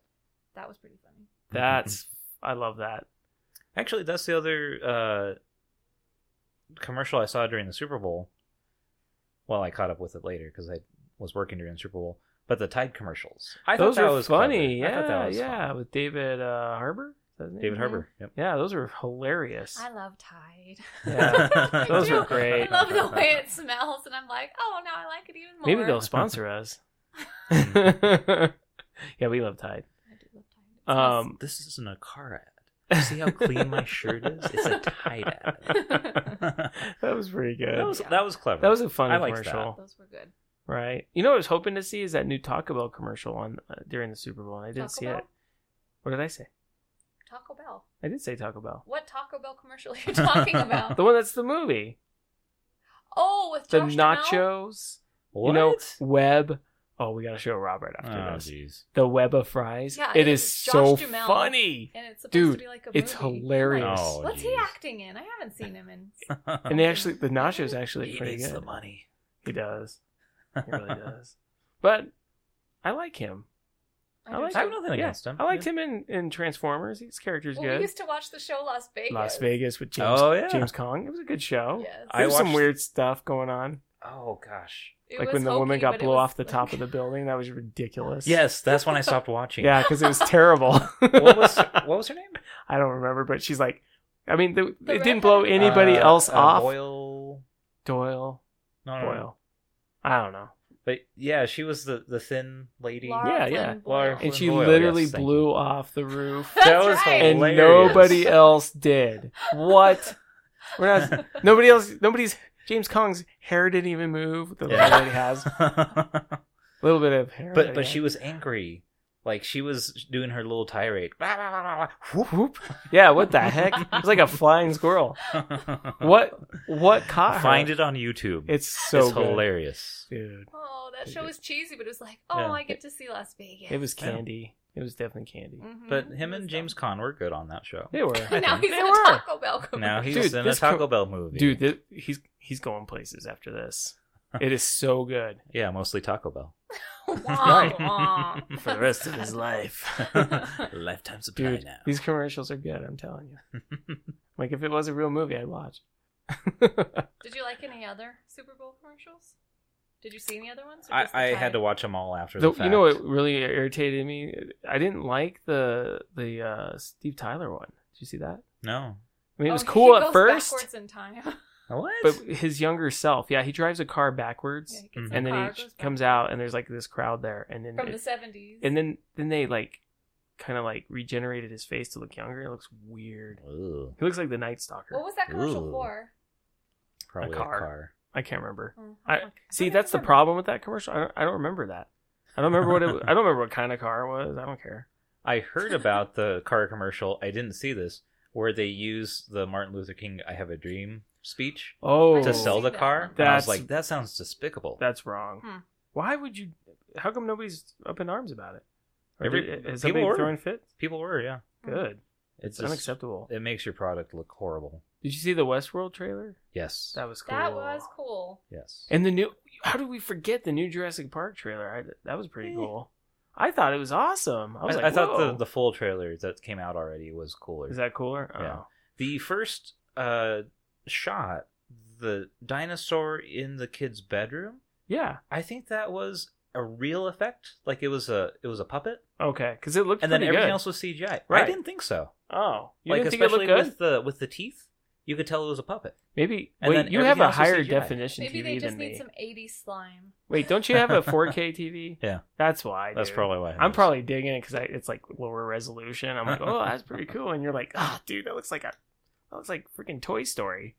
[SPEAKER 3] that was pretty funny.
[SPEAKER 2] Mm-hmm.
[SPEAKER 1] That's I love that.
[SPEAKER 2] Actually, that's the other uh, commercial I saw during the Super Bowl. Well, I caught up with it later because I was working during the Super Bowl. But the Tide commercials, I
[SPEAKER 1] those
[SPEAKER 2] thought that
[SPEAKER 1] were
[SPEAKER 2] was
[SPEAKER 1] funny.
[SPEAKER 2] clever.
[SPEAKER 1] Yeah,
[SPEAKER 2] I thought that was
[SPEAKER 1] yeah,
[SPEAKER 2] fun.
[SPEAKER 1] with David uh, Harbor.
[SPEAKER 2] David
[SPEAKER 3] Mhm.
[SPEAKER 2] Harbour. Yep.
[SPEAKER 1] Yeah, those were hilarious.
[SPEAKER 3] I love Tide.
[SPEAKER 1] Yeah.
[SPEAKER 3] I
[SPEAKER 1] Those
[SPEAKER 3] do.
[SPEAKER 1] were great.
[SPEAKER 3] I love the way it smells, and I'm like, oh, now I like it even more.
[SPEAKER 1] Maybe they'll sponsor us. yeah, we love Tide.
[SPEAKER 3] I do love Tide. It smells-
[SPEAKER 1] Um,
[SPEAKER 2] This isn't a car ad. See how clean my shirt is? It's a Tide ad. that
[SPEAKER 1] that was pretty good. That was,
[SPEAKER 2] was that was clever.
[SPEAKER 1] a fun
[SPEAKER 2] I liked
[SPEAKER 1] commercial,
[SPEAKER 3] those were good.
[SPEAKER 1] right? You know, what I was hoping to see is that new Taco Bell commercial on uh, during the Super Bowl, and I didn't
[SPEAKER 3] Taco
[SPEAKER 1] see
[SPEAKER 3] Bell?
[SPEAKER 1] it. What did I say?
[SPEAKER 3] Taco Bell.
[SPEAKER 1] I did say Taco Bell.
[SPEAKER 3] What Taco Bell commercial are you talking about?
[SPEAKER 1] The one that's the movie,
[SPEAKER 3] oh, with
[SPEAKER 1] the
[SPEAKER 3] Josh Duhamel?
[SPEAKER 1] nachos.
[SPEAKER 2] what?
[SPEAKER 1] You know, web. Oh, we gotta show Robert
[SPEAKER 2] oh
[SPEAKER 1] after this.
[SPEAKER 2] jeez.
[SPEAKER 1] The web of fries.
[SPEAKER 3] Yeah,
[SPEAKER 1] it
[SPEAKER 3] it
[SPEAKER 1] is
[SPEAKER 3] is Josh
[SPEAKER 1] so
[SPEAKER 3] Duhamel.
[SPEAKER 1] funny,
[SPEAKER 3] And it's supposed
[SPEAKER 1] Dude,
[SPEAKER 3] to be like a
[SPEAKER 1] it's
[SPEAKER 3] movie.
[SPEAKER 1] hilarious.
[SPEAKER 3] Like,
[SPEAKER 2] Oh,
[SPEAKER 3] what's he
[SPEAKER 2] geez.
[SPEAKER 3] acting in? I haven't seen him in.
[SPEAKER 1] and they actually the nachos actually
[SPEAKER 2] He
[SPEAKER 1] pretty
[SPEAKER 2] needs
[SPEAKER 1] good.
[SPEAKER 2] the money.
[SPEAKER 1] He does. He really does. But I like him. I
[SPEAKER 3] do
[SPEAKER 1] like
[SPEAKER 2] I
[SPEAKER 3] too.
[SPEAKER 2] have nothing
[SPEAKER 1] Yeah,
[SPEAKER 2] against him.
[SPEAKER 1] I liked him in, in Transformers. His character's
[SPEAKER 3] Well, we
[SPEAKER 1] good.
[SPEAKER 3] used to watch the show Las Vegas.
[SPEAKER 1] Las Vegas Oh, with James
[SPEAKER 2] Oh, yeah.
[SPEAKER 1] James Kong. It was a good show.
[SPEAKER 3] Yes.
[SPEAKER 1] There
[SPEAKER 2] I
[SPEAKER 1] was some
[SPEAKER 2] watched-
[SPEAKER 1] weird stuff going on.
[SPEAKER 2] Oh gosh.
[SPEAKER 3] It
[SPEAKER 1] like
[SPEAKER 3] was
[SPEAKER 1] when the woman
[SPEAKER 3] hokey,
[SPEAKER 1] got
[SPEAKER 3] but it
[SPEAKER 1] blew
[SPEAKER 3] was,
[SPEAKER 1] off the
[SPEAKER 3] like-
[SPEAKER 1] top of the building. That was ridiculous.
[SPEAKER 2] Yes, that's when I stopped watching.
[SPEAKER 1] Yeah, because it was terrible.
[SPEAKER 2] What was what was her name?
[SPEAKER 1] I don't remember, but she's like, I mean, the,
[SPEAKER 3] The
[SPEAKER 1] it didn't
[SPEAKER 3] redhead?
[SPEAKER 1] blow anybody
[SPEAKER 2] Uh,
[SPEAKER 1] else
[SPEAKER 2] uh,
[SPEAKER 1] off.
[SPEAKER 2] Boyle.
[SPEAKER 1] Doyle.
[SPEAKER 3] Hmm.
[SPEAKER 2] No, no, no.
[SPEAKER 1] Doyle. I don't know.
[SPEAKER 2] But yeah, she was the the thin lady.
[SPEAKER 3] Laura
[SPEAKER 1] Yeah,
[SPEAKER 3] Flynn
[SPEAKER 1] yeah.
[SPEAKER 2] Laura
[SPEAKER 3] Boyle.
[SPEAKER 2] Flynn
[SPEAKER 1] and she
[SPEAKER 2] Boyle,
[SPEAKER 1] literally
[SPEAKER 2] yes, thank
[SPEAKER 1] blew
[SPEAKER 2] you.
[SPEAKER 1] off the roof,
[SPEAKER 3] That's
[SPEAKER 2] That was
[SPEAKER 3] right.
[SPEAKER 1] and
[SPEAKER 2] Hilarious.
[SPEAKER 1] nobody else did. What? We're not. Nobody else. Nobody's. James Kong's hair didn't even move. The
[SPEAKER 2] Yeah.
[SPEAKER 1] lady has a little bit of hair,
[SPEAKER 2] but but she was angry. Like she was doing her little tirade. Blah, blah, blah, blah, blah. Whoop,
[SPEAKER 1] yeah. What the heck? It was like a flying squirrel.
[SPEAKER 2] whoop.
[SPEAKER 1] What? What caught her?
[SPEAKER 2] Find it on YouTube.
[SPEAKER 1] It's so
[SPEAKER 2] it's
[SPEAKER 1] good.
[SPEAKER 2] hilarious.
[SPEAKER 1] dude.
[SPEAKER 3] Oh, that show was cheesy, but it was like, oh,
[SPEAKER 2] Yeah.
[SPEAKER 3] I get to see Las Vegas.
[SPEAKER 1] It was
[SPEAKER 2] Yeah.
[SPEAKER 1] candy. It was definitely candy.
[SPEAKER 3] Mhm.
[SPEAKER 2] But
[SPEAKER 3] It
[SPEAKER 2] him
[SPEAKER 3] was
[SPEAKER 2] and
[SPEAKER 3] dumb.
[SPEAKER 2] James Conn were good on that show.
[SPEAKER 1] They were.
[SPEAKER 2] I
[SPEAKER 3] now
[SPEAKER 2] think.
[SPEAKER 3] he's
[SPEAKER 1] They
[SPEAKER 3] in
[SPEAKER 1] were.
[SPEAKER 3] a Taco Bell commercial.
[SPEAKER 2] Now he's
[SPEAKER 1] Dude,
[SPEAKER 2] in a
[SPEAKER 1] this
[SPEAKER 2] Taco
[SPEAKER 1] co-
[SPEAKER 2] Bell movie.
[SPEAKER 1] Dude, th- he's he's going places after this. It is so good
[SPEAKER 2] Yeah, mostly Taco Bell.
[SPEAKER 3] Wah, wah.
[SPEAKER 1] for the rest of his life.
[SPEAKER 2] Lifetime supply
[SPEAKER 1] Dude,
[SPEAKER 2] now.
[SPEAKER 1] these commercials are good. I'm telling you. Like if it was a real movie, I'd watch.
[SPEAKER 3] Did you like any other Super Bowl commercials? Did you see any other ones? or
[SPEAKER 2] I,
[SPEAKER 3] just the
[SPEAKER 2] I had
[SPEAKER 3] tie?
[SPEAKER 2] to watch them all after the,
[SPEAKER 1] Though,
[SPEAKER 2] fact.
[SPEAKER 1] you know what really irritated me? I didn't like the the uh, Steve Tyler one. Did you see that?
[SPEAKER 2] No.
[SPEAKER 1] I mean, it
[SPEAKER 3] Oh,
[SPEAKER 1] was
[SPEAKER 3] he
[SPEAKER 1] cool at
[SPEAKER 3] goes
[SPEAKER 1] first,
[SPEAKER 3] Backwards in time.
[SPEAKER 2] What?
[SPEAKER 1] but his younger self, yeah, he drives a car backwards,
[SPEAKER 3] Yeah, he gets
[SPEAKER 2] Mhm.
[SPEAKER 3] in
[SPEAKER 1] and
[SPEAKER 3] the
[SPEAKER 1] then
[SPEAKER 3] car,
[SPEAKER 1] he
[SPEAKER 3] goes back
[SPEAKER 1] comes out, and there's like this crowd there, and then
[SPEAKER 3] from
[SPEAKER 1] it-
[SPEAKER 3] the seventies.
[SPEAKER 1] and then then they like kind of like regenerated his face to look younger. It looks weird.
[SPEAKER 2] Ooh,
[SPEAKER 1] He looks like the Night Stalker.
[SPEAKER 3] what was that commercial
[SPEAKER 2] Ooh.
[SPEAKER 3] for?
[SPEAKER 2] probably a
[SPEAKER 1] car.
[SPEAKER 2] car.
[SPEAKER 1] I can't remember.
[SPEAKER 3] Oh,
[SPEAKER 1] I-
[SPEAKER 3] don't
[SPEAKER 1] See,
[SPEAKER 3] even
[SPEAKER 1] that's the
[SPEAKER 3] remember.
[SPEAKER 1] problem with that commercial. I don't, I don't remember that. I don't remember what it. Was. I don't remember what kind of car it was. I don't care.
[SPEAKER 2] I heard about the car commercial. I didn't see this, where they use the Martin Luther King "I Have a Dream" speech
[SPEAKER 1] Oh,
[SPEAKER 2] to
[SPEAKER 3] I've
[SPEAKER 2] sell
[SPEAKER 3] seen
[SPEAKER 2] the
[SPEAKER 3] that
[SPEAKER 2] car.
[SPEAKER 3] one.
[SPEAKER 2] And I was
[SPEAKER 1] That's-
[SPEAKER 2] like, that sounds despicable.
[SPEAKER 1] that's wrong.
[SPEAKER 3] Hmm.
[SPEAKER 1] Why would you? How come nobody's up in arms about it? Or
[SPEAKER 2] Every-
[SPEAKER 1] did-
[SPEAKER 2] people
[SPEAKER 1] is somebody
[SPEAKER 2] were.
[SPEAKER 1] throwing fit?
[SPEAKER 2] People were, yeah.
[SPEAKER 3] Hmm.
[SPEAKER 1] Good.
[SPEAKER 2] It's
[SPEAKER 1] It's
[SPEAKER 2] just-
[SPEAKER 1] unacceptable.
[SPEAKER 2] It makes your product look horrible.
[SPEAKER 1] Did you see the Westworld trailer?
[SPEAKER 2] Yes.
[SPEAKER 1] That was cool.
[SPEAKER 3] That was cool.
[SPEAKER 2] yes.
[SPEAKER 1] And the new. How did we forget the new Jurassic Park trailer? I, that was
[SPEAKER 3] Eh.
[SPEAKER 1] pretty cool. I thought it was awesome. I
[SPEAKER 2] I,
[SPEAKER 1] was like,
[SPEAKER 2] I thought the,
[SPEAKER 1] "Whoa."
[SPEAKER 2] the full trailer that came out already was cooler.
[SPEAKER 1] Is that cooler? Oh.
[SPEAKER 2] Yeah. the first uh, shot, the dinosaur in the kid's bedroom.
[SPEAKER 1] Yeah.
[SPEAKER 2] I think that was a real effect. Like it was a it was a puppet,
[SPEAKER 1] Okay. Because it looked
[SPEAKER 2] and then
[SPEAKER 1] pretty
[SPEAKER 2] everything
[SPEAKER 1] good.
[SPEAKER 2] else was CGI. I
[SPEAKER 1] Right.
[SPEAKER 2] didn't think so.
[SPEAKER 1] Oh, you
[SPEAKER 2] like
[SPEAKER 1] didn't think it
[SPEAKER 2] especially
[SPEAKER 1] looked good?
[SPEAKER 2] with the with the teeth, you could tell it was a puppet.
[SPEAKER 1] Maybe.
[SPEAKER 2] and
[SPEAKER 1] wait,
[SPEAKER 2] then
[SPEAKER 1] you have a
[SPEAKER 2] everything else was
[SPEAKER 1] higher
[SPEAKER 2] CGI.
[SPEAKER 1] definition
[SPEAKER 3] Maybe
[SPEAKER 1] TV
[SPEAKER 3] they just
[SPEAKER 1] than
[SPEAKER 3] need
[SPEAKER 1] me.
[SPEAKER 3] some '80s slime.
[SPEAKER 1] Wait, don't you have a 4K TV?
[SPEAKER 2] Yeah.
[SPEAKER 1] That's why.
[SPEAKER 2] That's
[SPEAKER 1] dude.
[SPEAKER 2] probably why. it
[SPEAKER 1] I'm
[SPEAKER 2] was.
[SPEAKER 1] probably digging it because it's like lower resolution. I'm like, oh, that's pretty cool. And you're like, ah, dude, that looks like a, that looks like freaking Toy Story.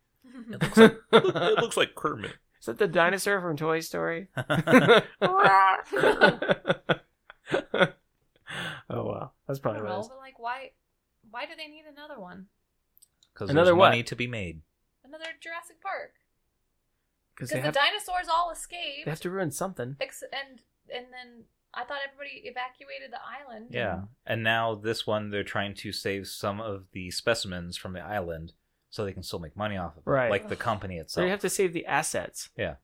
[SPEAKER 2] it
[SPEAKER 1] Is
[SPEAKER 2] looks like Kermit.
[SPEAKER 1] that the dinosaur from Toy Story?
[SPEAKER 2] I
[SPEAKER 1] oh wow, that's
[SPEAKER 3] I
[SPEAKER 1] probably
[SPEAKER 3] don't
[SPEAKER 1] what it
[SPEAKER 3] know,
[SPEAKER 1] is.
[SPEAKER 3] but like, why? Why do they need another one?
[SPEAKER 2] Because
[SPEAKER 1] Another what?
[SPEAKER 2] money to be made.
[SPEAKER 3] Another Jurassic Park?
[SPEAKER 1] Because
[SPEAKER 3] Because
[SPEAKER 1] they
[SPEAKER 3] the
[SPEAKER 1] have,
[SPEAKER 3] dinosaurs all
[SPEAKER 1] they have
[SPEAKER 3] escaped,
[SPEAKER 1] to ruin something.
[SPEAKER 3] ex- and and then I thought everybody evacuated the island.
[SPEAKER 2] Yeah, and now this one they're trying to save some of the specimens from the island so they can still make money off of it,
[SPEAKER 1] Right.
[SPEAKER 2] like the company
[SPEAKER 1] So
[SPEAKER 2] itself.
[SPEAKER 1] you have to save the assets.
[SPEAKER 2] Oh. Yeah.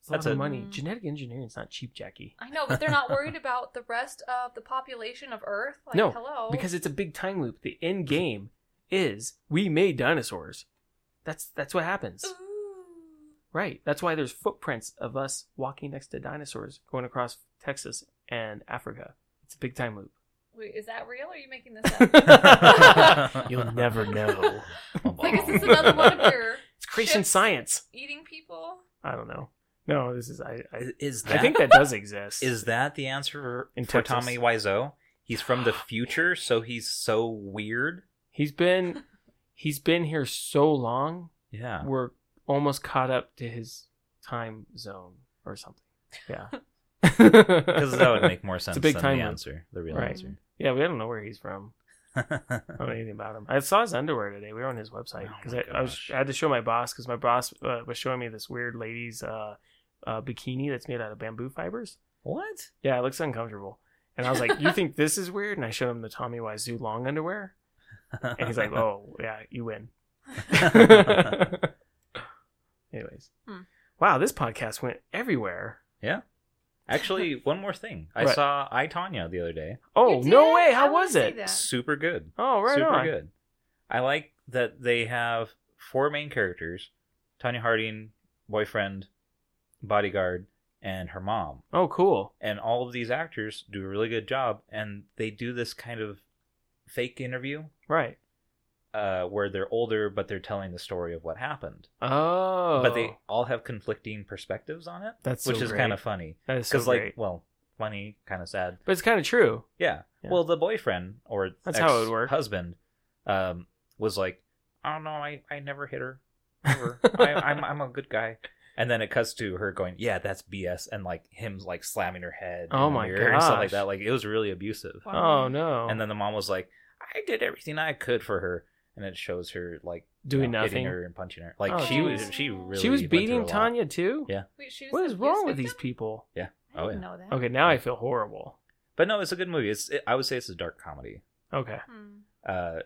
[SPEAKER 1] It's a lot
[SPEAKER 2] That's
[SPEAKER 1] of
[SPEAKER 2] a-
[SPEAKER 1] money.
[SPEAKER 3] Mhm.
[SPEAKER 1] Genetic engineering is not cheap, Jackie.
[SPEAKER 3] I know, but they're not worried about the rest of the population of Earth. Like,
[SPEAKER 1] No,
[SPEAKER 3] hello,
[SPEAKER 1] because it's a big time loop. The end game is we made dinosaurs. That's that's what
[SPEAKER 2] Uh.
[SPEAKER 1] happens.
[SPEAKER 3] Ooh.
[SPEAKER 1] Right. That's why there's footprints of us walking next to dinosaurs going across Texas and Africa. It's a big time loop.
[SPEAKER 3] Wait, is that real? Or are you making this up?
[SPEAKER 1] You'll never know.
[SPEAKER 3] like, is this another one of your
[SPEAKER 1] It's creation
[SPEAKER 3] Ships.
[SPEAKER 1] science.
[SPEAKER 3] eating people?
[SPEAKER 1] I don't know. No, this is I I,
[SPEAKER 2] Is that
[SPEAKER 1] I think that does exist.
[SPEAKER 2] Is that the answer for,
[SPEAKER 1] In
[SPEAKER 2] for
[SPEAKER 1] Texas.
[SPEAKER 2] Tommy Wiseau? He's from the future, so he's so weird.
[SPEAKER 1] he's been he's been here so long
[SPEAKER 2] Yeah.
[SPEAKER 1] we're almost caught up to his time zone or something. Yeah.
[SPEAKER 2] Because
[SPEAKER 1] Because
[SPEAKER 2] that would make more sense
[SPEAKER 1] big
[SPEAKER 2] than
[SPEAKER 1] time
[SPEAKER 2] the
[SPEAKER 1] loop.
[SPEAKER 2] answer, the real
[SPEAKER 1] Right.
[SPEAKER 2] answer.
[SPEAKER 1] Yeah, we don't know where he's from. I don't know anything about him. I saw his underwear today. We were on his website
[SPEAKER 2] Oh
[SPEAKER 1] because
[SPEAKER 2] my
[SPEAKER 1] I, I was
[SPEAKER 2] gosh.
[SPEAKER 1] I had to show my boss because my boss uh, was showing me this weird lady's uh, uh, bikini that's made out of bamboo fibers.
[SPEAKER 2] what?
[SPEAKER 1] Yeah, it looks uncomfortable. And I was like, "You think this is weird?" And I showed him the Tommy Wiseau long underwear, and he's like, "Oh yeah, you win." Anyways,
[SPEAKER 3] Hmm.
[SPEAKER 1] wow, this podcast went everywhere.
[SPEAKER 2] Actually, one more thing. I
[SPEAKER 1] What?
[SPEAKER 2] saw I Tanya the other day.
[SPEAKER 1] Oh
[SPEAKER 3] You
[SPEAKER 1] no
[SPEAKER 3] did?
[SPEAKER 1] way!
[SPEAKER 3] I
[SPEAKER 1] How
[SPEAKER 3] wanna
[SPEAKER 1] was
[SPEAKER 3] see
[SPEAKER 1] it?
[SPEAKER 3] that.
[SPEAKER 2] Super good.
[SPEAKER 1] Oh right
[SPEAKER 2] Super
[SPEAKER 1] on.
[SPEAKER 2] good. I like that they have four main characters: Tanya Harding, boyfriend, bodyguard, and her mom.
[SPEAKER 1] Oh cool.
[SPEAKER 2] and all of these actors do a really good job and they do this kind of fake interview
[SPEAKER 1] Right.
[SPEAKER 2] uh, where they're older but they're telling the story of what happened.
[SPEAKER 1] Oh,
[SPEAKER 2] But they all have conflicting perspectives on it,
[SPEAKER 1] that's
[SPEAKER 2] which
[SPEAKER 1] so
[SPEAKER 2] is
[SPEAKER 1] great.
[SPEAKER 2] kind of funny
[SPEAKER 1] that is so
[SPEAKER 2] because,
[SPEAKER 1] great.
[SPEAKER 2] like, well, funny, kind of sad.
[SPEAKER 1] but it's kind of true.
[SPEAKER 2] Yeah.
[SPEAKER 1] Yeah.
[SPEAKER 2] Well, the boyfriend or
[SPEAKER 1] That's how it would work.
[SPEAKER 2] Husband um, was like, "Oh no, I I never hit her. Never. I, I'm I'm a good guy." And then it cuts to her going, "Yeah, that's BS," and like him like slamming her head.
[SPEAKER 1] Oh
[SPEAKER 2] in the
[SPEAKER 1] my
[SPEAKER 2] mirror and stuff like
[SPEAKER 1] gosh.
[SPEAKER 2] that. Like it was really abusive.
[SPEAKER 1] Oh no,
[SPEAKER 2] And then the mom was like, "I did everything I could for her,r and it shows her like you
[SPEAKER 1] doing
[SPEAKER 2] know, hitting
[SPEAKER 1] nothing.
[SPEAKER 2] her and punching her. Like
[SPEAKER 1] Oh,
[SPEAKER 2] she
[SPEAKER 1] geez.
[SPEAKER 2] was she really
[SPEAKER 1] she was
[SPEAKER 2] went through a
[SPEAKER 1] beating
[SPEAKER 2] lot.
[SPEAKER 1] Tanya too.
[SPEAKER 2] Yeah.
[SPEAKER 3] Wait, she was
[SPEAKER 1] What
[SPEAKER 3] an
[SPEAKER 1] is
[SPEAKER 3] abuse
[SPEAKER 1] wrong with these
[SPEAKER 3] victim?
[SPEAKER 1] people?
[SPEAKER 3] I
[SPEAKER 2] Oh,
[SPEAKER 3] didn't
[SPEAKER 2] yeah.
[SPEAKER 3] know that.
[SPEAKER 1] Okay, now I feel horrible.
[SPEAKER 2] But no, it's a good movie. It's it, I would say it's a dark comedy.
[SPEAKER 1] Okay,
[SPEAKER 3] Hmm.
[SPEAKER 2] Uh,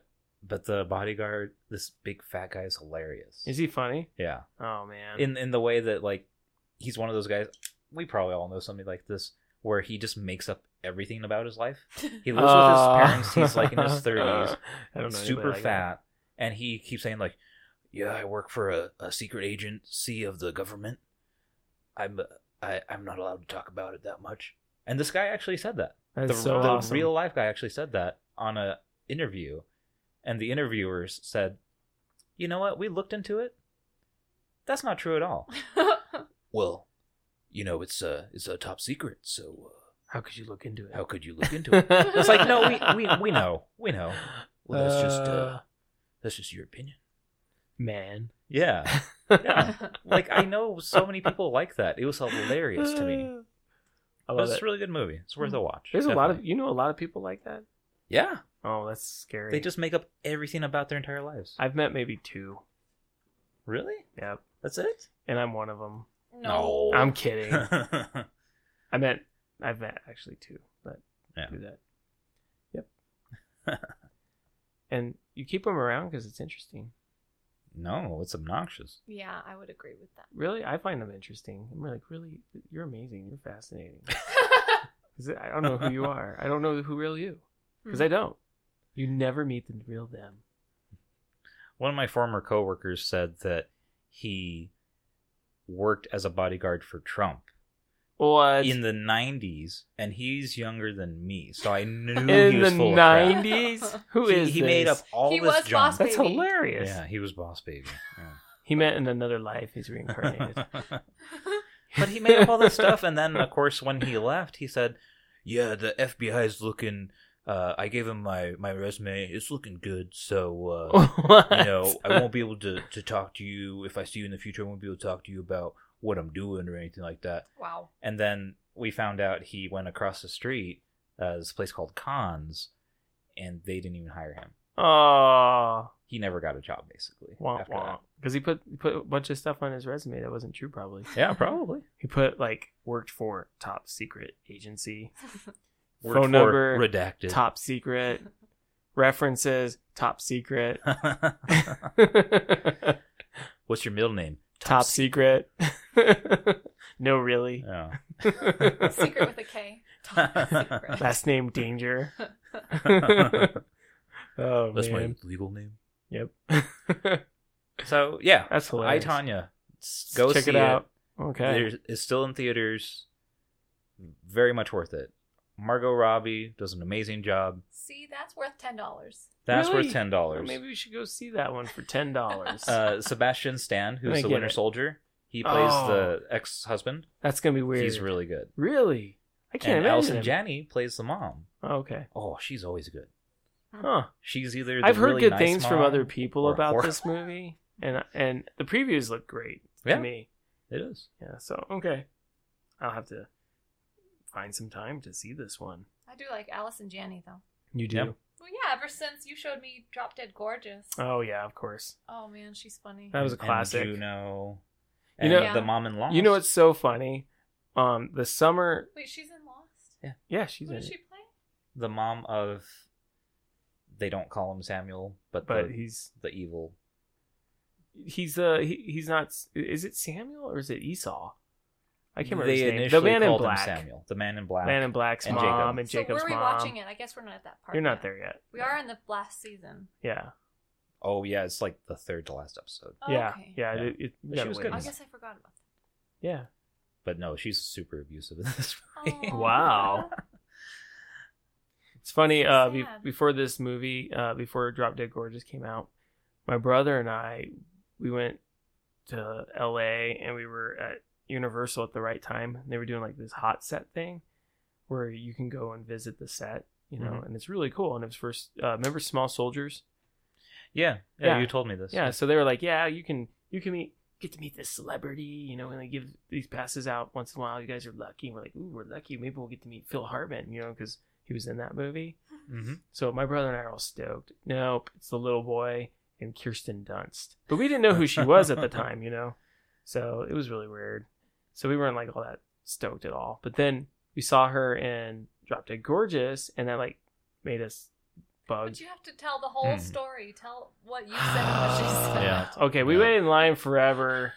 [SPEAKER 2] but the bodyguard, this big fat guy, is hilarious.
[SPEAKER 1] is he funny?
[SPEAKER 2] Yeah,
[SPEAKER 1] Oh man,
[SPEAKER 2] in in the way that like he's one of those guys. We probably all know somebody like this, where he just makes up everything about his life. He lives
[SPEAKER 1] Oh.
[SPEAKER 2] with his parents. He's like in his thirties,
[SPEAKER 1] I don't know. anybody
[SPEAKER 2] super
[SPEAKER 1] like that.
[SPEAKER 2] fat, and he keeps saying like, "Yeah, I work for a, a secret agency of the government. I'm uh, I, I'm not allowed to talk about it that much." And this guy actually said that
[SPEAKER 1] That's
[SPEAKER 2] the,
[SPEAKER 1] so
[SPEAKER 2] the
[SPEAKER 1] awesome.
[SPEAKER 2] real life guy actually said that on a interview and the interviewers said you know what we looked into it that's not true at all well you know it's uh it's a top secret so
[SPEAKER 1] How could you look into it?
[SPEAKER 2] uh, how could you look into it it's like no we, we we know we know well that's just uh
[SPEAKER 1] Uh,
[SPEAKER 2] that's just your opinion
[SPEAKER 1] man.
[SPEAKER 2] yeah yeah like i know so many people like that it was hilarious to me
[SPEAKER 1] I
[SPEAKER 2] but
[SPEAKER 1] love
[SPEAKER 2] it's
[SPEAKER 1] it.
[SPEAKER 2] a really good movie it's worth a watch
[SPEAKER 1] There's a lot of
[SPEAKER 2] definitely.
[SPEAKER 1] you know a lot of people like that.
[SPEAKER 2] yeah
[SPEAKER 1] Oh, that's scary.
[SPEAKER 2] they just make up everything about their entire lives
[SPEAKER 1] I've met maybe two.
[SPEAKER 2] really
[SPEAKER 1] Yep,
[SPEAKER 2] that's it
[SPEAKER 1] and I'm one of them.
[SPEAKER 3] no.
[SPEAKER 1] I'm kidding.
[SPEAKER 2] All
[SPEAKER 1] I met I've met actually two that
[SPEAKER 2] Yeah.
[SPEAKER 1] do that. Yep. and you keep them around because it's interesting.
[SPEAKER 2] no, it's obnoxious.
[SPEAKER 3] Yeah, I would agree with that.
[SPEAKER 1] Really, I find them interesting. I'm like, really, you're amazing. You're fascinating. 'Cause I don't know who you are. I don't know who real you because I
[SPEAKER 2] Hmm.
[SPEAKER 1] don't. You never meet the real them.
[SPEAKER 2] One of my former coworkers said that he worked as a bodyguard for Trump
[SPEAKER 1] What
[SPEAKER 2] in the 90s, and he's younger than me, so I knew
[SPEAKER 1] in
[SPEAKER 2] he
[SPEAKER 1] the
[SPEAKER 2] was full of crap.
[SPEAKER 1] nineties? Who
[SPEAKER 2] he,
[SPEAKER 1] is
[SPEAKER 2] he made
[SPEAKER 1] this?
[SPEAKER 2] up all
[SPEAKER 3] He
[SPEAKER 2] this
[SPEAKER 3] was
[SPEAKER 2] junk.
[SPEAKER 3] boss
[SPEAKER 1] That's
[SPEAKER 3] baby.
[SPEAKER 1] hilarious.
[SPEAKER 2] Yeah, he was boss baby. Yeah.
[SPEAKER 1] He met in another life. He's reincarnated.
[SPEAKER 2] but he made up all this stuff, and then of course when he left, he said, "Yeah, the FBI's looking. Uh, I gave him my my resume. It's looking good. So." Uh,
[SPEAKER 1] what?
[SPEAKER 2] you know, I won't be able to, to talk to you if I see you in the future. I won't be able to talk to you about what I'm doing or anything like that.
[SPEAKER 3] wow.
[SPEAKER 2] And then we found out he went across the street, uh, this place called Cons, and they didn't even hire him.
[SPEAKER 1] Oh.
[SPEAKER 2] He never got a job, basically. after that.
[SPEAKER 1] Because he put he put a bunch of stuff on his resume that wasn't true. Probably
[SPEAKER 2] Yeah, probably.
[SPEAKER 1] he put like worked for top secret agency,
[SPEAKER 2] Worked
[SPEAKER 1] Phone
[SPEAKER 2] for
[SPEAKER 1] number,
[SPEAKER 2] redacted.
[SPEAKER 1] top secret references, top secret,
[SPEAKER 2] What's your middle name?
[SPEAKER 1] top secret. no, really.
[SPEAKER 2] Oh.
[SPEAKER 3] Secret with a K. Top secret.
[SPEAKER 1] Last name danger. oh
[SPEAKER 2] That's
[SPEAKER 1] man.
[SPEAKER 2] my legal name.
[SPEAKER 1] Yep.
[SPEAKER 2] So yeah,
[SPEAKER 1] That's
[SPEAKER 2] I
[SPEAKER 1] hilarious.
[SPEAKER 2] Tanya, go
[SPEAKER 1] check
[SPEAKER 2] see
[SPEAKER 1] it out. Okay.
[SPEAKER 2] There's, it's still in theaters. Very much worth it. Margot Robbie does an amazing job.
[SPEAKER 3] See, that's worth ten dollars.
[SPEAKER 2] That's
[SPEAKER 1] Really?
[SPEAKER 2] worth ten
[SPEAKER 1] Well,
[SPEAKER 2] dollars.
[SPEAKER 1] maybe we should go see that one for ten dollars.
[SPEAKER 2] Uh, Sebastian Stan,
[SPEAKER 1] Let
[SPEAKER 2] who's
[SPEAKER 1] me
[SPEAKER 2] the
[SPEAKER 1] get
[SPEAKER 2] Winter
[SPEAKER 1] it.
[SPEAKER 2] Soldier, he plays
[SPEAKER 1] Oh.
[SPEAKER 2] the ex-husband.
[SPEAKER 1] That's gonna be weird.
[SPEAKER 2] He's really good.
[SPEAKER 1] really. I can't
[SPEAKER 2] and
[SPEAKER 1] imagine.
[SPEAKER 2] Allison
[SPEAKER 1] him.
[SPEAKER 2] Janney plays the mom.
[SPEAKER 1] Oh, okay.
[SPEAKER 2] Oh, she's always good.
[SPEAKER 1] Huh.
[SPEAKER 2] She's either the
[SPEAKER 1] I've heard
[SPEAKER 2] really
[SPEAKER 1] good
[SPEAKER 2] nice
[SPEAKER 1] things from
[SPEAKER 2] mom
[SPEAKER 1] other people
[SPEAKER 2] or
[SPEAKER 1] about
[SPEAKER 2] horrible.
[SPEAKER 1] this movie, and and the previews look great
[SPEAKER 2] Yeah.
[SPEAKER 1] to me.
[SPEAKER 2] It is.
[SPEAKER 1] Yeah. So okay, I'll have to find some time to see this one.
[SPEAKER 3] I do like Alice and Janney though.
[SPEAKER 1] You do?
[SPEAKER 2] Yep.
[SPEAKER 3] Well, yeah. Ever since you showed me Drop Dead Gorgeous.
[SPEAKER 1] Oh yeah, of course.
[SPEAKER 3] Oh man, she's funny.
[SPEAKER 1] That was a
[SPEAKER 2] And-
[SPEAKER 1] classic.
[SPEAKER 2] And Juno.
[SPEAKER 1] You
[SPEAKER 2] And
[SPEAKER 1] know-
[SPEAKER 2] the mom and Lost.
[SPEAKER 1] You know what's so funny? Um, the summer.
[SPEAKER 3] Wait, she's in Lost.
[SPEAKER 1] Yeah, she's
[SPEAKER 3] Who
[SPEAKER 1] in
[SPEAKER 3] does
[SPEAKER 1] it,
[SPEAKER 3] she play?
[SPEAKER 2] the mom of. They don't call him Samuel, but,
[SPEAKER 1] but
[SPEAKER 2] the,
[SPEAKER 1] he's
[SPEAKER 2] the evil
[SPEAKER 1] he's uh he, he's not. Is it Samuel or is it Esau? I can't remember
[SPEAKER 2] they
[SPEAKER 1] his name.
[SPEAKER 2] initially
[SPEAKER 1] The Man in
[SPEAKER 2] called him
[SPEAKER 1] Black.
[SPEAKER 2] Samuel. The Man in Black.
[SPEAKER 1] Man in Black's
[SPEAKER 2] And Jacob.
[SPEAKER 1] mom and
[SPEAKER 3] so
[SPEAKER 1] Jacob's
[SPEAKER 3] we're
[SPEAKER 1] mom.
[SPEAKER 3] rewatching it. I guess we're not at that part.
[SPEAKER 1] You're not
[SPEAKER 3] yet.
[SPEAKER 1] there yet.
[SPEAKER 3] We are in the last season.
[SPEAKER 1] Yeah.
[SPEAKER 2] oh yeah, it's like the third to last episode.
[SPEAKER 3] Oh,
[SPEAKER 1] yeah.
[SPEAKER 3] Okay.
[SPEAKER 1] Yeah.
[SPEAKER 2] Yeah.
[SPEAKER 1] It, it, you
[SPEAKER 2] But she
[SPEAKER 1] gotta
[SPEAKER 2] was
[SPEAKER 1] wait.
[SPEAKER 2] good.
[SPEAKER 3] I guess I forgot about
[SPEAKER 1] Yeah.
[SPEAKER 2] But no, she's super abusive in this movie.
[SPEAKER 3] that. Oh,
[SPEAKER 1] Wow. It's funny. Uh, be-
[SPEAKER 3] Sad.
[SPEAKER 1] before this movie, uh, before Drop uh, Dead Gorgeous came out, my brother and I, we went to LA and we were at Universal at the right time. They were doing like this hot set thing where you can go and visit the set, you know,
[SPEAKER 2] Mhm.
[SPEAKER 1] and it's really cool. And it was first, uh, remember Small Soldiers?
[SPEAKER 2] Yeah, yeah,
[SPEAKER 1] Yeah.
[SPEAKER 2] You told me this.
[SPEAKER 1] Yeah. So they were like, yeah, you can, you can meet, get to meet this celebrity, you know, and they give these passes out once in a while. You guys are lucky. And we're like, ooh, we're lucky. Maybe we'll get to meet Phil Hartman, you know, because he was in that movie.
[SPEAKER 2] Mm-hmm.
[SPEAKER 1] So my brother and I are all stoked. Nope, it's the little boy and Kirsten Dunst. But we didn't know who she was at the time, you know? So it was really weird. So we weren't like all that stoked at all. But then we saw her in Drop Dead Gorgeous and that like made us bug.
[SPEAKER 3] But you have to tell the whole
[SPEAKER 2] Hmm.
[SPEAKER 3] story. Tell what you said and what she said.
[SPEAKER 2] Yeah.
[SPEAKER 1] Okay, we
[SPEAKER 2] Yeah.
[SPEAKER 1] waited in line forever.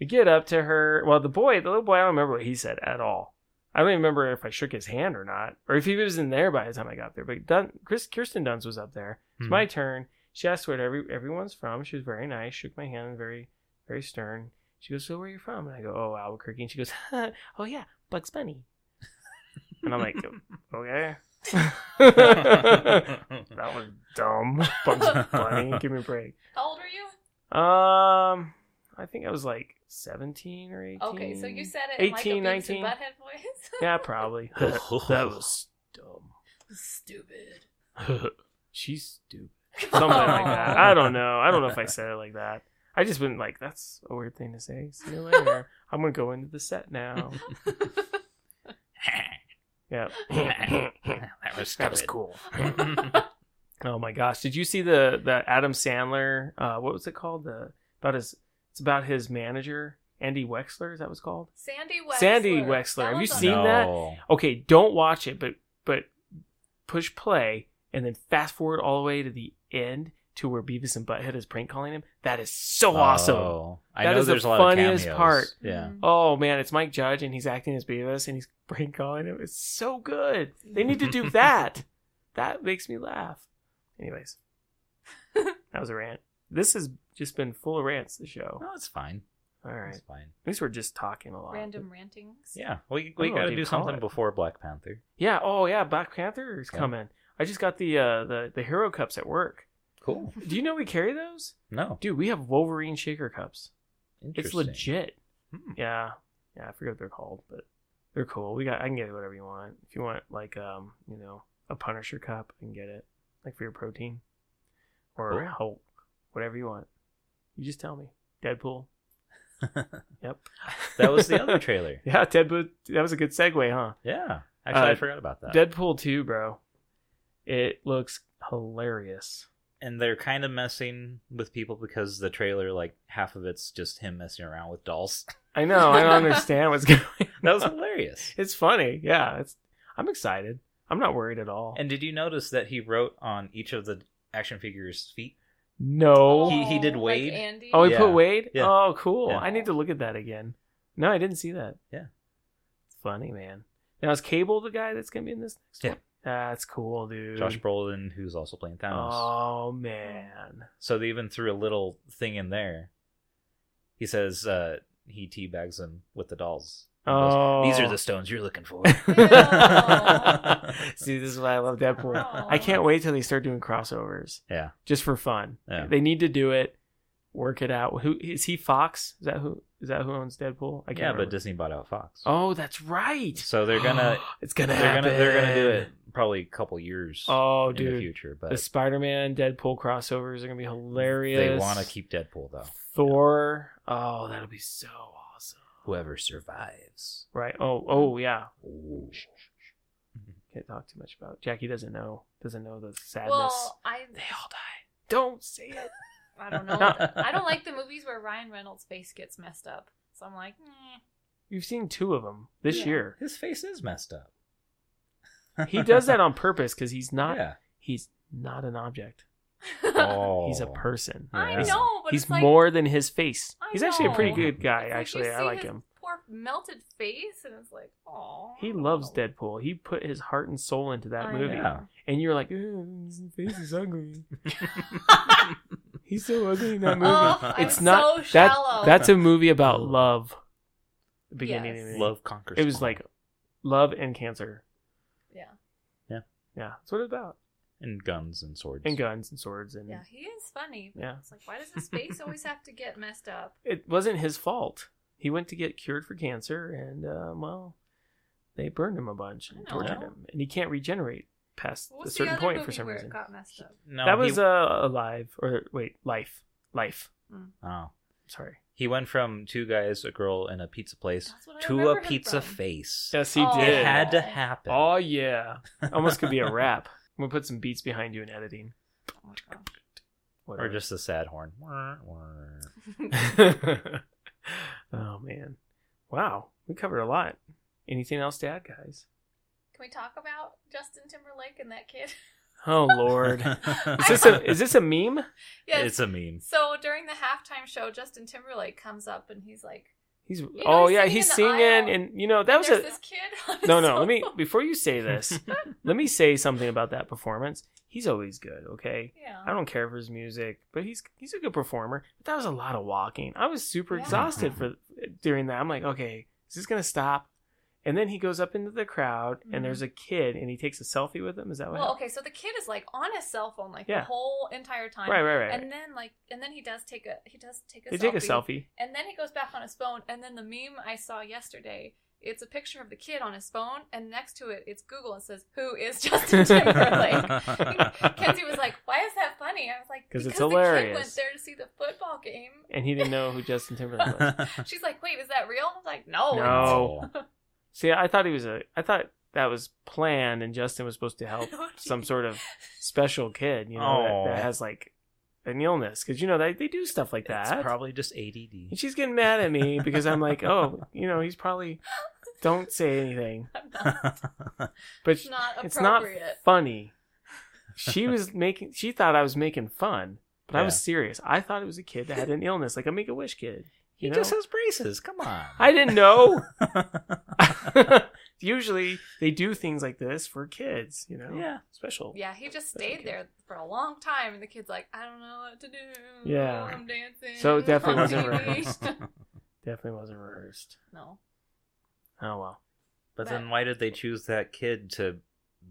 [SPEAKER 1] We get up to her. Well, the boy, the little boy, I don't remember what he said at all. I don't even remember if I shook his hand or not, or if he was in there by the time I got there. But Dun- Chris, Kirsten Dunst was up there. It's
[SPEAKER 2] Mhm.
[SPEAKER 1] my turn. She asked where every, everyone's from. She was very nice. Shook my hand, very, very stern. She goes, "So where are you from?" And I go, "Oh, Albuquerque." And she goes, "Oh yeah, Bugs Bunny." and I'm like, "Okay." that was dumb. Bugs Bunny, give me a break.
[SPEAKER 3] How old are you?
[SPEAKER 1] Um, I think I was like 17 or 18.
[SPEAKER 3] Okay, so you said it in like a
[SPEAKER 1] 18,
[SPEAKER 3] Beavis
[SPEAKER 1] 19.
[SPEAKER 3] and Butthead voice.
[SPEAKER 1] Yeah, probably. that was dumb.
[SPEAKER 3] stupid.
[SPEAKER 1] She's stupid. Something like that. I don't know. I don't know if I said it like that. I just wouldn't like, that's a weird thing to say. See you later. I'm going to go into the set now. Yeah.
[SPEAKER 2] that was
[SPEAKER 1] that was
[SPEAKER 2] stupid.
[SPEAKER 1] cool. Oh my gosh! Did you see the the Adam Sandler? Uh, what was it called? The about his it's about his manager Andy Wexler. Is that what's called?
[SPEAKER 3] Sandy Wexler.
[SPEAKER 1] Sandy Wexler.
[SPEAKER 3] That
[SPEAKER 1] Have you
[SPEAKER 3] one's on-
[SPEAKER 1] seen that?
[SPEAKER 2] No.
[SPEAKER 1] okay don't watch it but but push play and then fast forward all the way to the end to where beavis and butthead is prank calling him that is so awesome
[SPEAKER 2] Oh. I
[SPEAKER 1] That
[SPEAKER 2] know
[SPEAKER 1] is the
[SPEAKER 2] there's a lot of
[SPEAKER 1] funniest
[SPEAKER 2] cameos.
[SPEAKER 1] part.
[SPEAKER 2] Yeah.
[SPEAKER 3] Mhm.
[SPEAKER 1] oh man it's mike judge and he's acting as beavis and he's prank calling him it's so good they need to do that that makes me laugh anyways that was a rant this has just been full of rants the show
[SPEAKER 2] No, it's fine.
[SPEAKER 1] all right
[SPEAKER 2] It's
[SPEAKER 1] at
[SPEAKER 2] fine.
[SPEAKER 1] least we're just talking a lot
[SPEAKER 3] Random rantings.
[SPEAKER 2] Yeah. We
[SPEAKER 1] I
[SPEAKER 2] we
[SPEAKER 1] don't know
[SPEAKER 2] got
[SPEAKER 1] what
[SPEAKER 2] to
[SPEAKER 1] you
[SPEAKER 2] do
[SPEAKER 1] call
[SPEAKER 2] something
[SPEAKER 1] it.
[SPEAKER 2] before Black Panther.
[SPEAKER 1] yeah oh yeah black panther is
[SPEAKER 2] Yeah.
[SPEAKER 1] coming i just got the uh the, the hero cups at work
[SPEAKER 2] Cool.
[SPEAKER 1] do you know we carry those
[SPEAKER 2] No.
[SPEAKER 1] Dude, we have Wolverine shaker cups. It's
[SPEAKER 2] Interesting.
[SPEAKER 1] legit.
[SPEAKER 2] Hmm.
[SPEAKER 1] Yeah. Yeah, I forget what they're called, but they're cool. We got I can get whatever you want. If you want like um, you know, a Punisher cup, I can get it. Like for your protein. Or
[SPEAKER 2] Cool.
[SPEAKER 1] Hulk. Whatever you want. You just tell me. Deadpool. Yep.
[SPEAKER 2] that was the other trailer.
[SPEAKER 1] Yeah, Deadpool that was a good segue, huh?
[SPEAKER 2] Yeah. Actually,
[SPEAKER 1] Uh,
[SPEAKER 2] I forgot about that.
[SPEAKER 1] Deadpool 2, bro. It looks hilarious.
[SPEAKER 2] and they're kind of messing with people because the trailer, like half of it's just him messing around with dolls.
[SPEAKER 1] I know, I don't understand what's going on.
[SPEAKER 2] that was hilarious.
[SPEAKER 1] It's funny. Yeah, it's I'm excited. I'm not worried at all.
[SPEAKER 2] And did you notice that he wrote on each of the action figures' feet?
[SPEAKER 1] No.
[SPEAKER 2] He- he did
[SPEAKER 3] like
[SPEAKER 2] Wade.
[SPEAKER 3] Andy.
[SPEAKER 1] oh, he
[SPEAKER 2] Yeah.
[SPEAKER 1] put Wade?
[SPEAKER 2] Yeah.
[SPEAKER 1] Oh, cool.
[SPEAKER 2] Yeah.
[SPEAKER 1] I need to look at that again. No, I didn't see that.
[SPEAKER 2] Yeah.
[SPEAKER 1] Funny, man. Now, is Cable the guy that's going to be in this next
[SPEAKER 2] Yeah.
[SPEAKER 1] one? That's cool, dude.
[SPEAKER 2] Josh Brolin, who's also playing Thanos.
[SPEAKER 1] Oh, man.
[SPEAKER 2] So they even threw a little thing in there. He says uh, he teabags him with the dolls. He goes,
[SPEAKER 1] Oh.
[SPEAKER 2] These are the stones you're looking for.
[SPEAKER 3] Ew.
[SPEAKER 1] See, this is why I love Deadpool.
[SPEAKER 3] Aw.
[SPEAKER 1] I can't wait till they start doing crossovers
[SPEAKER 2] yeah.
[SPEAKER 1] just for fun.
[SPEAKER 2] Yeah.
[SPEAKER 1] They need to do it. Work it out. Who is he? Fox? Is that who? Is that who owns Deadpool? I can't
[SPEAKER 2] yeah,
[SPEAKER 1] remember.
[SPEAKER 2] but Disney bought out Fox.
[SPEAKER 1] Oh, that's right.
[SPEAKER 2] So they're gonna
[SPEAKER 1] it's gonna
[SPEAKER 2] they're
[SPEAKER 1] happen.
[SPEAKER 2] gonna they're gonna do it probably a couple years
[SPEAKER 1] Oh,
[SPEAKER 2] in the
[SPEAKER 1] dude,
[SPEAKER 2] future.
[SPEAKER 1] the,
[SPEAKER 2] But
[SPEAKER 1] Spider-Man Deadpool crossovers are gonna be hilarious.
[SPEAKER 2] they want to keep Deadpool though.
[SPEAKER 1] Thor. Oh, that'll be so awesome.
[SPEAKER 2] Whoever survives.
[SPEAKER 1] Right. Oh. Oh, yeah.
[SPEAKER 2] Ooh.
[SPEAKER 1] Can't talk too much about. It. Jackie doesn't know. Doesn't know the sadness.
[SPEAKER 3] Well, I
[SPEAKER 1] they all die. Don't say it.
[SPEAKER 3] I don't know. I don't like the movies where Ryan Reynolds' face gets messed up. So I'm like, eh.
[SPEAKER 1] You've seen two of them this
[SPEAKER 3] Yeah.
[SPEAKER 1] year.
[SPEAKER 2] His face is messed up.
[SPEAKER 1] He does that on purpose because he's not.
[SPEAKER 2] Yeah.
[SPEAKER 1] He's not an object.
[SPEAKER 2] Oh.
[SPEAKER 1] He's a person.
[SPEAKER 3] I
[SPEAKER 2] Yeah.
[SPEAKER 3] know, but
[SPEAKER 1] he's
[SPEAKER 3] it's like,
[SPEAKER 1] more than his face.
[SPEAKER 3] I
[SPEAKER 1] He's actually a pretty
[SPEAKER 2] know.
[SPEAKER 1] good guy.
[SPEAKER 3] it's like you
[SPEAKER 1] actually, I
[SPEAKER 3] see
[SPEAKER 1] like
[SPEAKER 3] his
[SPEAKER 1] him.
[SPEAKER 3] Poor melted face, and it's like, oh.
[SPEAKER 1] He loves Deadpool. He put his heart and soul into that movie.
[SPEAKER 2] know.
[SPEAKER 1] And you're like, "Ugh, his face is ugly. He's so ugly in that movie.
[SPEAKER 3] Oh, I'm
[SPEAKER 1] it's not
[SPEAKER 3] so
[SPEAKER 1] that.
[SPEAKER 3] shallow.
[SPEAKER 1] That's a movie about love. The beginning.
[SPEAKER 3] Yes.
[SPEAKER 1] of it.
[SPEAKER 2] Love conquers.
[SPEAKER 1] It was
[SPEAKER 2] all.
[SPEAKER 1] like love and cancer.
[SPEAKER 3] Yeah.
[SPEAKER 1] Yeah, that's what it's about.
[SPEAKER 2] and guns and swords.
[SPEAKER 1] and guns and swords and
[SPEAKER 3] Yeah, he is funny.
[SPEAKER 1] yeah.
[SPEAKER 3] It's like, why does his face always have to get messed up?
[SPEAKER 1] It wasn't his fault. He went to get cured for cancer, and um, well, they burned him a bunch and
[SPEAKER 3] I know.
[SPEAKER 1] tortured him, and he can't regenerate past a
[SPEAKER 3] What was the
[SPEAKER 1] certain
[SPEAKER 3] other
[SPEAKER 1] point
[SPEAKER 3] movie
[SPEAKER 1] for some
[SPEAKER 3] where
[SPEAKER 1] reason.
[SPEAKER 3] it got messed up?
[SPEAKER 2] No,
[SPEAKER 1] that was
[SPEAKER 2] he,
[SPEAKER 1] uh, alive or wait, life, life.
[SPEAKER 2] oh.
[SPEAKER 1] Sorry.
[SPEAKER 2] he went from two guys, a girl, and a pizza place
[SPEAKER 3] That's what I
[SPEAKER 2] to
[SPEAKER 3] remember
[SPEAKER 2] a
[SPEAKER 3] him
[SPEAKER 2] pizza
[SPEAKER 3] from.
[SPEAKER 2] face.
[SPEAKER 1] Yes, he
[SPEAKER 3] Oh.
[SPEAKER 1] did.
[SPEAKER 2] It had to
[SPEAKER 3] Yeah.
[SPEAKER 2] happen.
[SPEAKER 1] Oh yeah, almost could be a rap. I'm gonna put some beats behind you in editing.
[SPEAKER 3] Oh my God.
[SPEAKER 2] or
[SPEAKER 1] Whatever.
[SPEAKER 2] just the sad horn. Wah, wah.
[SPEAKER 1] oh man, wow, we covered a lot. Anything else to add, guys?
[SPEAKER 3] Can we talk about Justin Timberlake and that kid?
[SPEAKER 1] Oh lord, is this a is this a meme?
[SPEAKER 3] yes.
[SPEAKER 2] It's a meme.
[SPEAKER 3] so during the halftime show, Justin Timberlake comes up and he's like,
[SPEAKER 1] He's
[SPEAKER 3] know,
[SPEAKER 1] oh
[SPEAKER 3] he's
[SPEAKER 1] yeah,
[SPEAKER 3] singing
[SPEAKER 1] he's
[SPEAKER 3] in the
[SPEAKER 1] singing,
[SPEAKER 3] aisle.
[SPEAKER 1] and you know that was
[SPEAKER 3] "There's
[SPEAKER 1] a
[SPEAKER 3] this kid."
[SPEAKER 1] no
[SPEAKER 3] It's
[SPEAKER 1] no.
[SPEAKER 3] so-
[SPEAKER 1] Let me before you say this, let me say something about that performance. He's always good. Okay,
[SPEAKER 3] Yeah.
[SPEAKER 1] I don't care for his music, but he's he's a good performer. But that was a lot of walking. I was super
[SPEAKER 3] Yeah.
[SPEAKER 1] exhausted for during that. I'm like, okay, is this gonna stop? And then he goes up into the crowd,
[SPEAKER 3] Mhm.
[SPEAKER 1] and there's a kid, and he takes a selfie with him. Is that what?
[SPEAKER 3] Well, okay, so the kid is like on his cell phone like
[SPEAKER 1] Yeah.
[SPEAKER 3] the whole entire time.
[SPEAKER 1] happened? Right, right, right.
[SPEAKER 3] And then like and then he does take a he does take a
[SPEAKER 1] they
[SPEAKER 3] selfie.
[SPEAKER 1] take a selfie.
[SPEAKER 3] And then he goes back on his phone and then the meme I saw yesterday, it's a picture of the kid on his phone and next to it it's Google and says, "Who is Justin Timberlake?" Kenzie was like, "Why is that funny?" I was like,
[SPEAKER 1] 'Cause it's
[SPEAKER 3] the kid
[SPEAKER 1] hilarious."
[SPEAKER 3] went there to see the football game."
[SPEAKER 1] and he didn't know who Justin Timberlake was.
[SPEAKER 3] She's like, "Wait, is that real?" I was like, "No."
[SPEAKER 1] No. See, I thought he was a. I thought that was planned, and Justin was supposed to help some sort of special kid, you know,
[SPEAKER 2] Aw.
[SPEAKER 1] that, that has like an illness, because you know they they do stuff like
[SPEAKER 2] That's
[SPEAKER 1] that.
[SPEAKER 2] probably just ADD.
[SPEAKER 1] and she's getting mad at me because I'm like, oh, you know, he's probably don't say anything,
[SPEAKER 3] I'm not,
[SPEAKER 1] but
[SPEAKER 3] it's not
[SPEAKER 1] it's not
[SPEAKER 3] appropriate.
[SPEAKER 1] funny. She was making. She thought I was making fun, but I
[SPEAKER 2] Yeah.
[SPEAKER 1] was serious. I thought it was a kid that had an illness, like a Make a Wish kid.
[SPEAKER 2] he
[SPEAKER 1] You know?
[SPEAKER 2] just has braces. Come on.
[SPEAKER 1] I didn't know. Usually they do things like this for kids, you know.
[SPEAKER 2] Yeah.
[SPEAKER 1] special.
[SPEAKER 3] Yeah, he just
[SPEAKER 1] That's
[SPEAKER 3] stayed
[SPEAKER 1] okay.
[SPEAKER 3] there for a long time, and the kid's like, I don't know what to do.
[SPEAKER 1] Yeah.
[SPEAKER 3] I'm dancing.
[SPEAKER 1] So it definitely
[SPEAKER 3] on
[SPEAKER 1] wasn't
[SPEAKER 3] TV."
[SPEAKER 1] rehearsed. Definitely wasn't rehearsed.
[SPEAKER 3] no,
[SPEAKER 1] Oh well.
[SPEAKER 2] But then why did they choose that kid to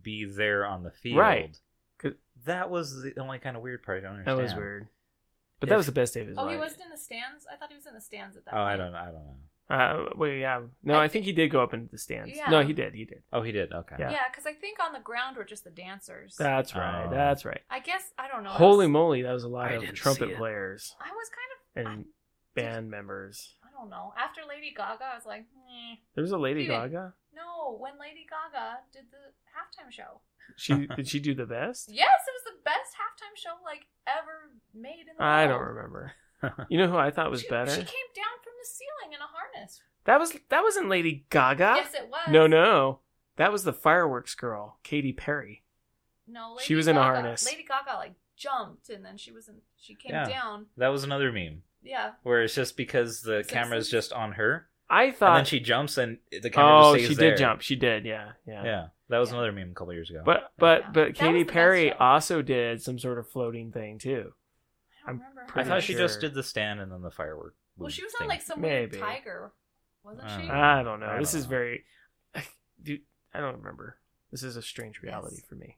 [SPEAKER 2] be there on the field?
[SPEAKER 1] Right. 'Cause-
[SPEAKER 2] That was the only kind of weird part I don't
[SPEAKER 1] That
[SPEAKER 2] understand.
[SPEAKER 1] was weird. But that
[SPEAKER 2] If-
[SPEAKER 1] was the best day of his
[SPEAKER 3] oh,
[SPEAKER 1] life.
[SPEAKER 3] he wasn't in the stands. I thought he was in the stands at that.
[SPEAKER 2] Oh, I
[SPEAKER 3] point.
[SPEAKER 2] don't I don't know.
[SPEAKER 1] Uh, wait, yeah. No,
[SPEAKER 3] I
[SPEAKER 1] I think he did go up into the stands.
[SPEAKER 3] Yeah.
[SPEAKER 1] No, he did. He did.
[SPEAKER 2] Oh, he did. Okay.
[SPEAKER 1] Yeah.
[SPEAKER 3] Yeah, because I think on the ground were just the dancers.
[SPEAKER 1] That's right.
[SPEAKER 2] Oh.
[SPEAKER 1] That's right.
[SPEAKER 3] I guess I don't know. I
[SPEAKER 1] Holy
[SPEAKER 3] was-
[SPEAKER 1] moly, that was a lot
[SPEAKER 2] I
[SPEAKER 1] of
[SPEAKER 2] didn't see
[SPEAKER 1] trumpet
[SPEAKER 2] it.
[SPEAKER 1] players
[SPEAKER 3] I was kind
[SPEAKER 1] and
[SPEAKER 3] of.
[SPEAKER 1] band members.
[SPEAKER 3] I, I don't know. After Lady Gaga, I was like, "Meh."
[SPEAKER 1] There was a Lady
[SPEAKER 3] Dude.
[SPEAKER 1] Gaga.
[SPEAKER 3] no. When Lady Gaga did the halftime show,
[SPEAKER 1] She did she do the best?
[SPEAKER 3] yes, it was the best halftime show like ever made in the
[SPEAKER 1] I don't
[SPEAKER 3] world.
[SPEAKER 1] remember. You know who I thought was
[SPEAKER 3] she,
[SPEAKER 1] better?
[SPEAKER 3] She came down from the ceiling in a harness.
[SPEAKER 1] That was that wasn't Lady Gaga.
[SPEAKER 3] Yes, it was.
[SPEAKER 1] No, no. That was the fireworks girl, Katy Perry.
[SPEAKER 3] No, Lady
[SPEAKER 1] She was in a
[SPEAKER 3] Gaga-
[SPEAKER 1] harness.
[SPEAKER 3] Lady Gaga like jumped, and then she was in. She came
[SPEAKER 2] Yeah.
[SPEAKER 3] down.
[SPEAKER 2] That was another meme
[SPEAKER 3] Yeah,
[SPEAKER 2] where it's just because the
[SPEAKER 3] Simpsons.
[SPEAKER 2] camera's just on her
[SPEAKER 1] I
[SPEAKER 2] and then
[SPEAKER 1] thought.
[SPEAKER 2] she jumps and the camera
[SPEAKER 1] oh,
[SPEAKER 2] just
[SPEAKER 1] she
[SPEAKER 2] stays
[SPEAKER 1] did
[SPEAKER 2] there.
[SPEAKER 1] jump. She did. Yeah, yeah.
[SPEAKER 2] Yeah. That was
[SPEAKER 3] Yeah.
[SPEAKER 2] another meme a couple years ago.
[SPEAKER 1] But
[SPEAKER 3] Yeah.
[SPEAKER 1] but but
[SPEAKER 3] That was
[SPEAKER 1] Katy
[SPEAKER 3] the best
[SPEAKER 1] Perry
[SPEAKER 3] show.
[SPEAKER 1] also did some sort of floating thing too.
[SPEAKER 3] I don't
[SPEAKER 1] I'm
[SPEAKER 3] remember.
[SPEAKER 2] I
[SPEAKER 1] pretty
[SPEAKER 2] thought she just
[SPEAKER 1] sure.
[SPEAKER 2] did the stand and then the firework.
[SPEAKER 3] Well, she was on
[SPEAKER 2] thing.
[SPEAKER 3] like some weird
[SPEAKER 1] Maybe.
[SPEAKER 3] tiger, wasn't
[SPEAKER 2] Uh,
[SPEAKER 3] she?
[SPEAKER 2] Yeah.
[SPEAKER 1] I don't know.
[SPEAKER 2] I
[SPEAKER 1] this
[SPEAKER 2] don't
[SPEAKER 1] is
[SPEAKER 2] know.
[SPEAKER 1] very. Dude, I don't remember. This is a strange reality
[SPEAKER 3] Yes.
[SPEAKER 1] for me.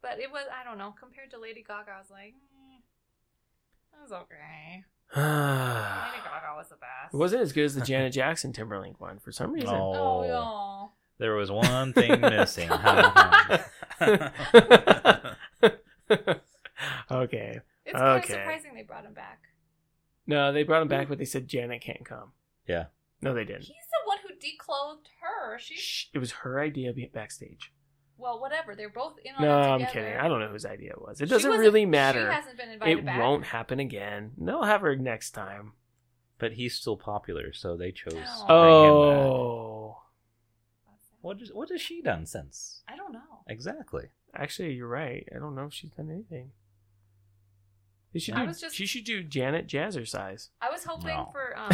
[SPEAKER 3] but it was. I don't know. Compared to Lady Gaga, I was like, mm, that was okay. Lady
[SPEAKER 1] it
[SPEAKER 3] Gaga was the best.
[SPEAKER 1] wasn't as good as the Janet Jackson Timberlake one for some reason.
[SPEAKER 2] Oh.
[SPEAKER 3] Oh no.
[SPEAKER 2] There was one thing missing.
[SPEAKER 1] okay.
[SPEAKER 3] It's kind
[SPEAKER 1] Okay.
[SPEAKER 3] of surprising they brought him back.
[SPEAKER 1] No, they brought him back, but they said Janet can't come.
[SPEAKER 2] Yeah.
[SPEAKER 1] No, they
[SPEAKER 3] He's
[SPEAKER 1] didn't.
[SPEAKER 3] the one who declothed her. She.
[SPEAKER 1] Shh, it was her idea be- backstage.
[SPEAKER 3] Well, whatever. They're both in on
[SPEAKER 1] No,
[SPEAKER 3] it
[SPEAKER 1] I'm
[SPEAKER 3] together.
[SPEAKER 1] kidding. I don't know whose idea it was. It
[SPEAKER 3] She
[SPEAKER 1] doesn't
[SPEAKER 3] wasn't-
[SPEAKER 1] really matter.
[SPEAKER 3] She hasn't been invited
[SPEAKER 1] It
[SPEAKER 3] back.
[SPEAKER 1] won't happen again. They'll have her next time.
[SPEAKER 2] but he's still popular, so they chose. to
[SPEAKER 3] Oh.
[SPEAKER 2] bring him back.
[SPEAKER 1] Oh,
[SPEAKER 2] What is what has she done since?
[SPEAKER 3] I don't know.
[SPEAKER 2] Exactly.
[SPEAKER 1] actually, you're right. I don't know if she's done anything. They should
[SPEAKER 3] I
[SPEAKER 1] do,
[SPEAKER 3] was just-
[SPEAKER 1] She should do Janet Jazzercise.
[SPEAKER 3] I was hoping
[SPEAKER 2] No.
[SPEAKER 3] for um,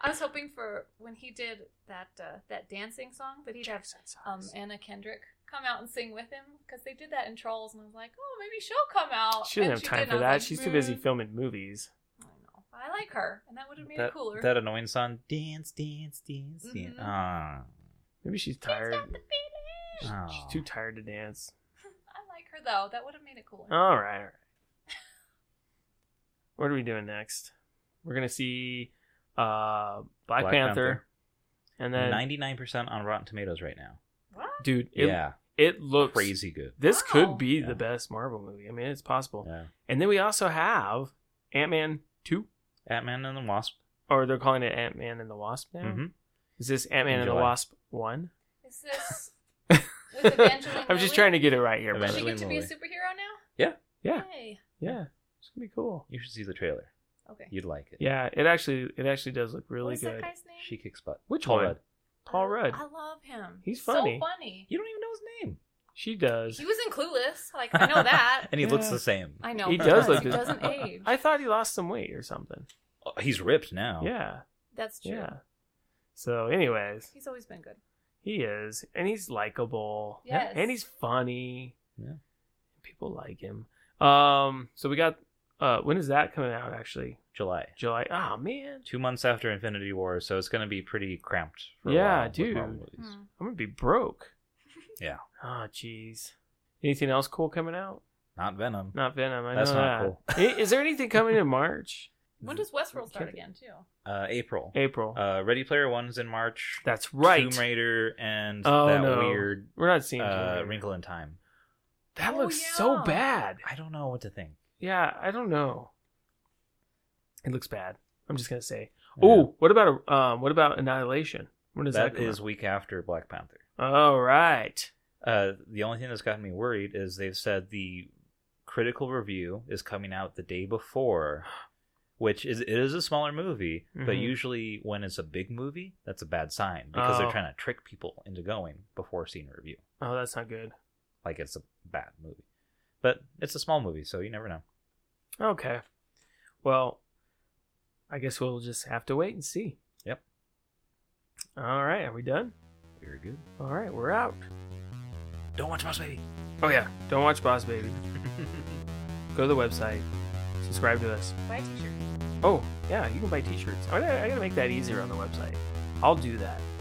[SPEAKER 3] I was hoping for when he did that uh, that dancing song that he'd have um, Anna Kendrick come out and sing with him because they did that in Trolls and I was like, oh, maybe she'll come out.
[SPEAKER 1] she doesn't
[SPEAKER 3] And
[SPEAKER 1] have time
[SPEAKER 3] didn't.
[SPEAKER 1] for
[SPEAKER 3] I was
[SPEAKER 1] that.
[SPEAKER 3] like,
[SPEAKER 1] She's too busy
[SPEAKER 3] "Mm,
[SPEAKER 1] filming movies.
[SPEAKER 3] I know. But I like her, and that would have made
[SPEAKER 2] That,
[SPEAKER 3] it cooler.
[SPEAKER 2] that annoying song, dance, dance, dance, dance.
[SPEAKER 3] Mhm.
[SPEAKER 2] Ah.
[SPEAKER 1] Maybe she's
[SPEAKER 3] She's
[SPEAKER 1] tired.
[SPEAKER 3] got the feeling.
[SPEAKER 1] She's, she's
[SPEAKER 2] Oh.
[SPEAKER 1] too tired to dance.
[SPEAKER 3] I like her though. That would have made it cooler.
[SPEAKER 1] All right. All right. What are we doing next? We're gonna see uh, Black,
[SPEAKER 2] Black
[SPEAKER 1] Panther,
[SPEAKER 2] Panther.
[SPEAKER 1] and then
[SPEAKER 2] Ninety-nine percent on Rotten Tomatoes right now.
[SPEAKER 3] what?
[SPEAKER 1] dude, it,
[SPEAKER 2] yeah,
[SPEAKER 1] it looks
[SPEAKER 2] crazy good.
[SPEAKER 1] This
[SPEAKER 3] Wow.
[SPEAKER 1] could be
[SPEAKER 2] Yeah.
[SPEAKER 1] the best Marvel movie. I mean, it's possible.
[SPEAKER 2] Yeah.
[SPEAKER 1] And then we also have Ant Man two,
[SPEAKER 2] Ant-Man and the Wasp.
[SPEAKER 1] or they're calling it Ant Man and the Wasp now.
[SPEAKER 2] hmm
[SPEAKER 1] Is this Ant Man and the
[SPEAKER 2] July.
[SPEAKER 1] Wasp one?
[SPEAKER 3] Is this with Evangeline?
[SPEAKER 1] I'm just trying to get it right here.
[SPEAKER 3] Does she
[SPEAKER 1] But
[SPEAKER 2] Evangeline-
[SPEAKER 3] get to be a
[SPEAKER 2] Lilly.
[SPEAKER 3] superhero now?
[SPEAKER 1] yeah,
[SPEAKER 3] Hey.
[SPEAKER 1] yeah, it's gonna be cool.
[SPEAKER 2] You should see the trailer.
[SPEAKER 3] Okay.
[SPEAKER 2] You'd like it.
[SPEAKER 1] Yeah, it actually it actually does look really
[SPEAKER 3] What's that
[SPEAKER 1] good.
[SPEAKER 3] guy's name?
[SPEAKER 2] She kicks butt.
[SPEAKER 1] Which
[SPEAKER 2] Paul
[SPEAKER 1] one?
[SPEAKER 2] Rudd.
[SPEAKER 1] Paul Rudd.
[SPEAKER 3] I love him.
[SPEAKER 1] He's funny.
[SPEAKER 3] So funny.
[SPEAKER 2] You don't even know his name.
[SPEAKER 1] She does.
[SPEAKER 3] He was in Clueless. Like I know that.
[SPEAKER 2] and he looks
[SPEAKER 1] Yeah.
[SPEAKER 2] the same.
[SPEAKER 3] I know.
[SPEAKER 1] He
[SPEAKER 3] but
[SPEAKER 1] does
[SPEAKER 3] God,
[SPEAKER 1] look
[SPEAKER 3] He
[SPEAKER 1] good.
[SPEAKER 3] doesn't age.
[SPEAKER 1] I thought he lost some weight or something.
[SPEAKER 2] Oh, He's ripped now.
[SPEAKER 1] Yeah,
[SPEAKER 3] That's true.
[SPEAKER 1] yeah. So, anyways,
[SPEAKER 3] He's always been good.
[SPEAKER 1] he is, and he's likable.
[SPEAKER 3] Yes.
[SPEAKER 1] and he's funny.
[SPEAKER 2] Yeah.
[SPEAKER 1] people like him. Um, so we got. Uh, when is that coming out? Actually,
[SPEAKER 2] July.
[SPEAKER 1] July. Oh man,
[SPEAKER 2] Two months after Infinity War, so it's going to be pretty cramped. For a
[SPEAKER 1] Yeah,
[SPEAKER 2] while with
[SPEAKER 1] dude.
[SPEAKER 2] Marvel movies.
[SPEAKER 3] Hmm.
[SPEAKER 1] I'm gonna be broke.
[SPEAKER 2] Yeah.
[SPEAKER 1] Oh, jeez. Anything else cool coming out?
[SPEAKER 2] Not Venom.
[SPEAKER 1] Not Venom. I
[SPEAKER 2] That's
[SPEAKER 1] know
[SPEAKER 2] not
[SPEAKER 1] that.
[SPEAKER 2] cool.
[SPEAKER 1] I- Is there anything coming in March?
[SPEAKER 3] When does Westworld start
[SPEAKER 1] Can't-
[SPEAKER 3] again too?
[SPEAKER 2] Uh, April.
[SPEAKER 1] April.
[SPEAKER 2] Uh, Ready Player One's in March.
[SPEAKER 1] That's right.
[SPEAKER 2] Tomb Raider and
[SPEAKER 1] Oh,
[SPEAKER 2] that
[SPEAKER 1] no.
[SPEAKER 2] weird
[SPEAKER 1] We're not seeing Tomb
[SPEAKER 2] uh,
[SPEAKER 1] Raider.
[SPEAKER 2] Wrinkle in Time.
[SPEAKER 1] That
[SPEAKER 3] Oh,
[SPEAKER 1] looks so
[SPEAKER 3] yeah.
[SPEAKER 1] bad.
[SPEAKER 2] I don't know what to think.
[SPEAKER 1] Yeah, I don't know. It looks bad. I'm just gonna say.
[SPEAKER 2] Yeah.
[SPEAKER 1] Oh, what about um, what about Annihilation? When does that?
[SPEAKER 2] that is week after Black Panther.
[SPEAKER 1] All right.
[SPEAKER 2] Uh, the only thing that's gotten me worried is they've said the critical review is coming out the day before, which is it is a smaller movie, but
[SPEAKER 1] Mhm.
[SPEAKER 2] usually when it's a big movie, that's a bad sign because
[SPEAKER 1] Oh.
[SPEAKER 2] they're trying to trick people into going before seeing a review,
[SPEAKER 1] Oh, that's not good.
[SPEAKER 2] like it's a bad movie. But it's a small movie, so you never know.
[SPEAKER 1] Okay. Well, I guess we'll just have to wait and see.
[SPEAKER 2] Yep.
[SPEAKER 1] All right. Are we done?
[SPEAKER 2] Very good.
[SPEAKER 1] All right. We're out.
[SPEAKER 2] Don't watch Mouse Baby.
[SPEAKER 1] Oh yeah. Don't watch Boss Baby. Go to the website. Subscribe to us.
[SPEAKER 3] Buy t-shirts.
[SPEAKER 1] Oh yeah, you can buy T-shirts. I gotta, I gotta make that easier on the website. I'll do that.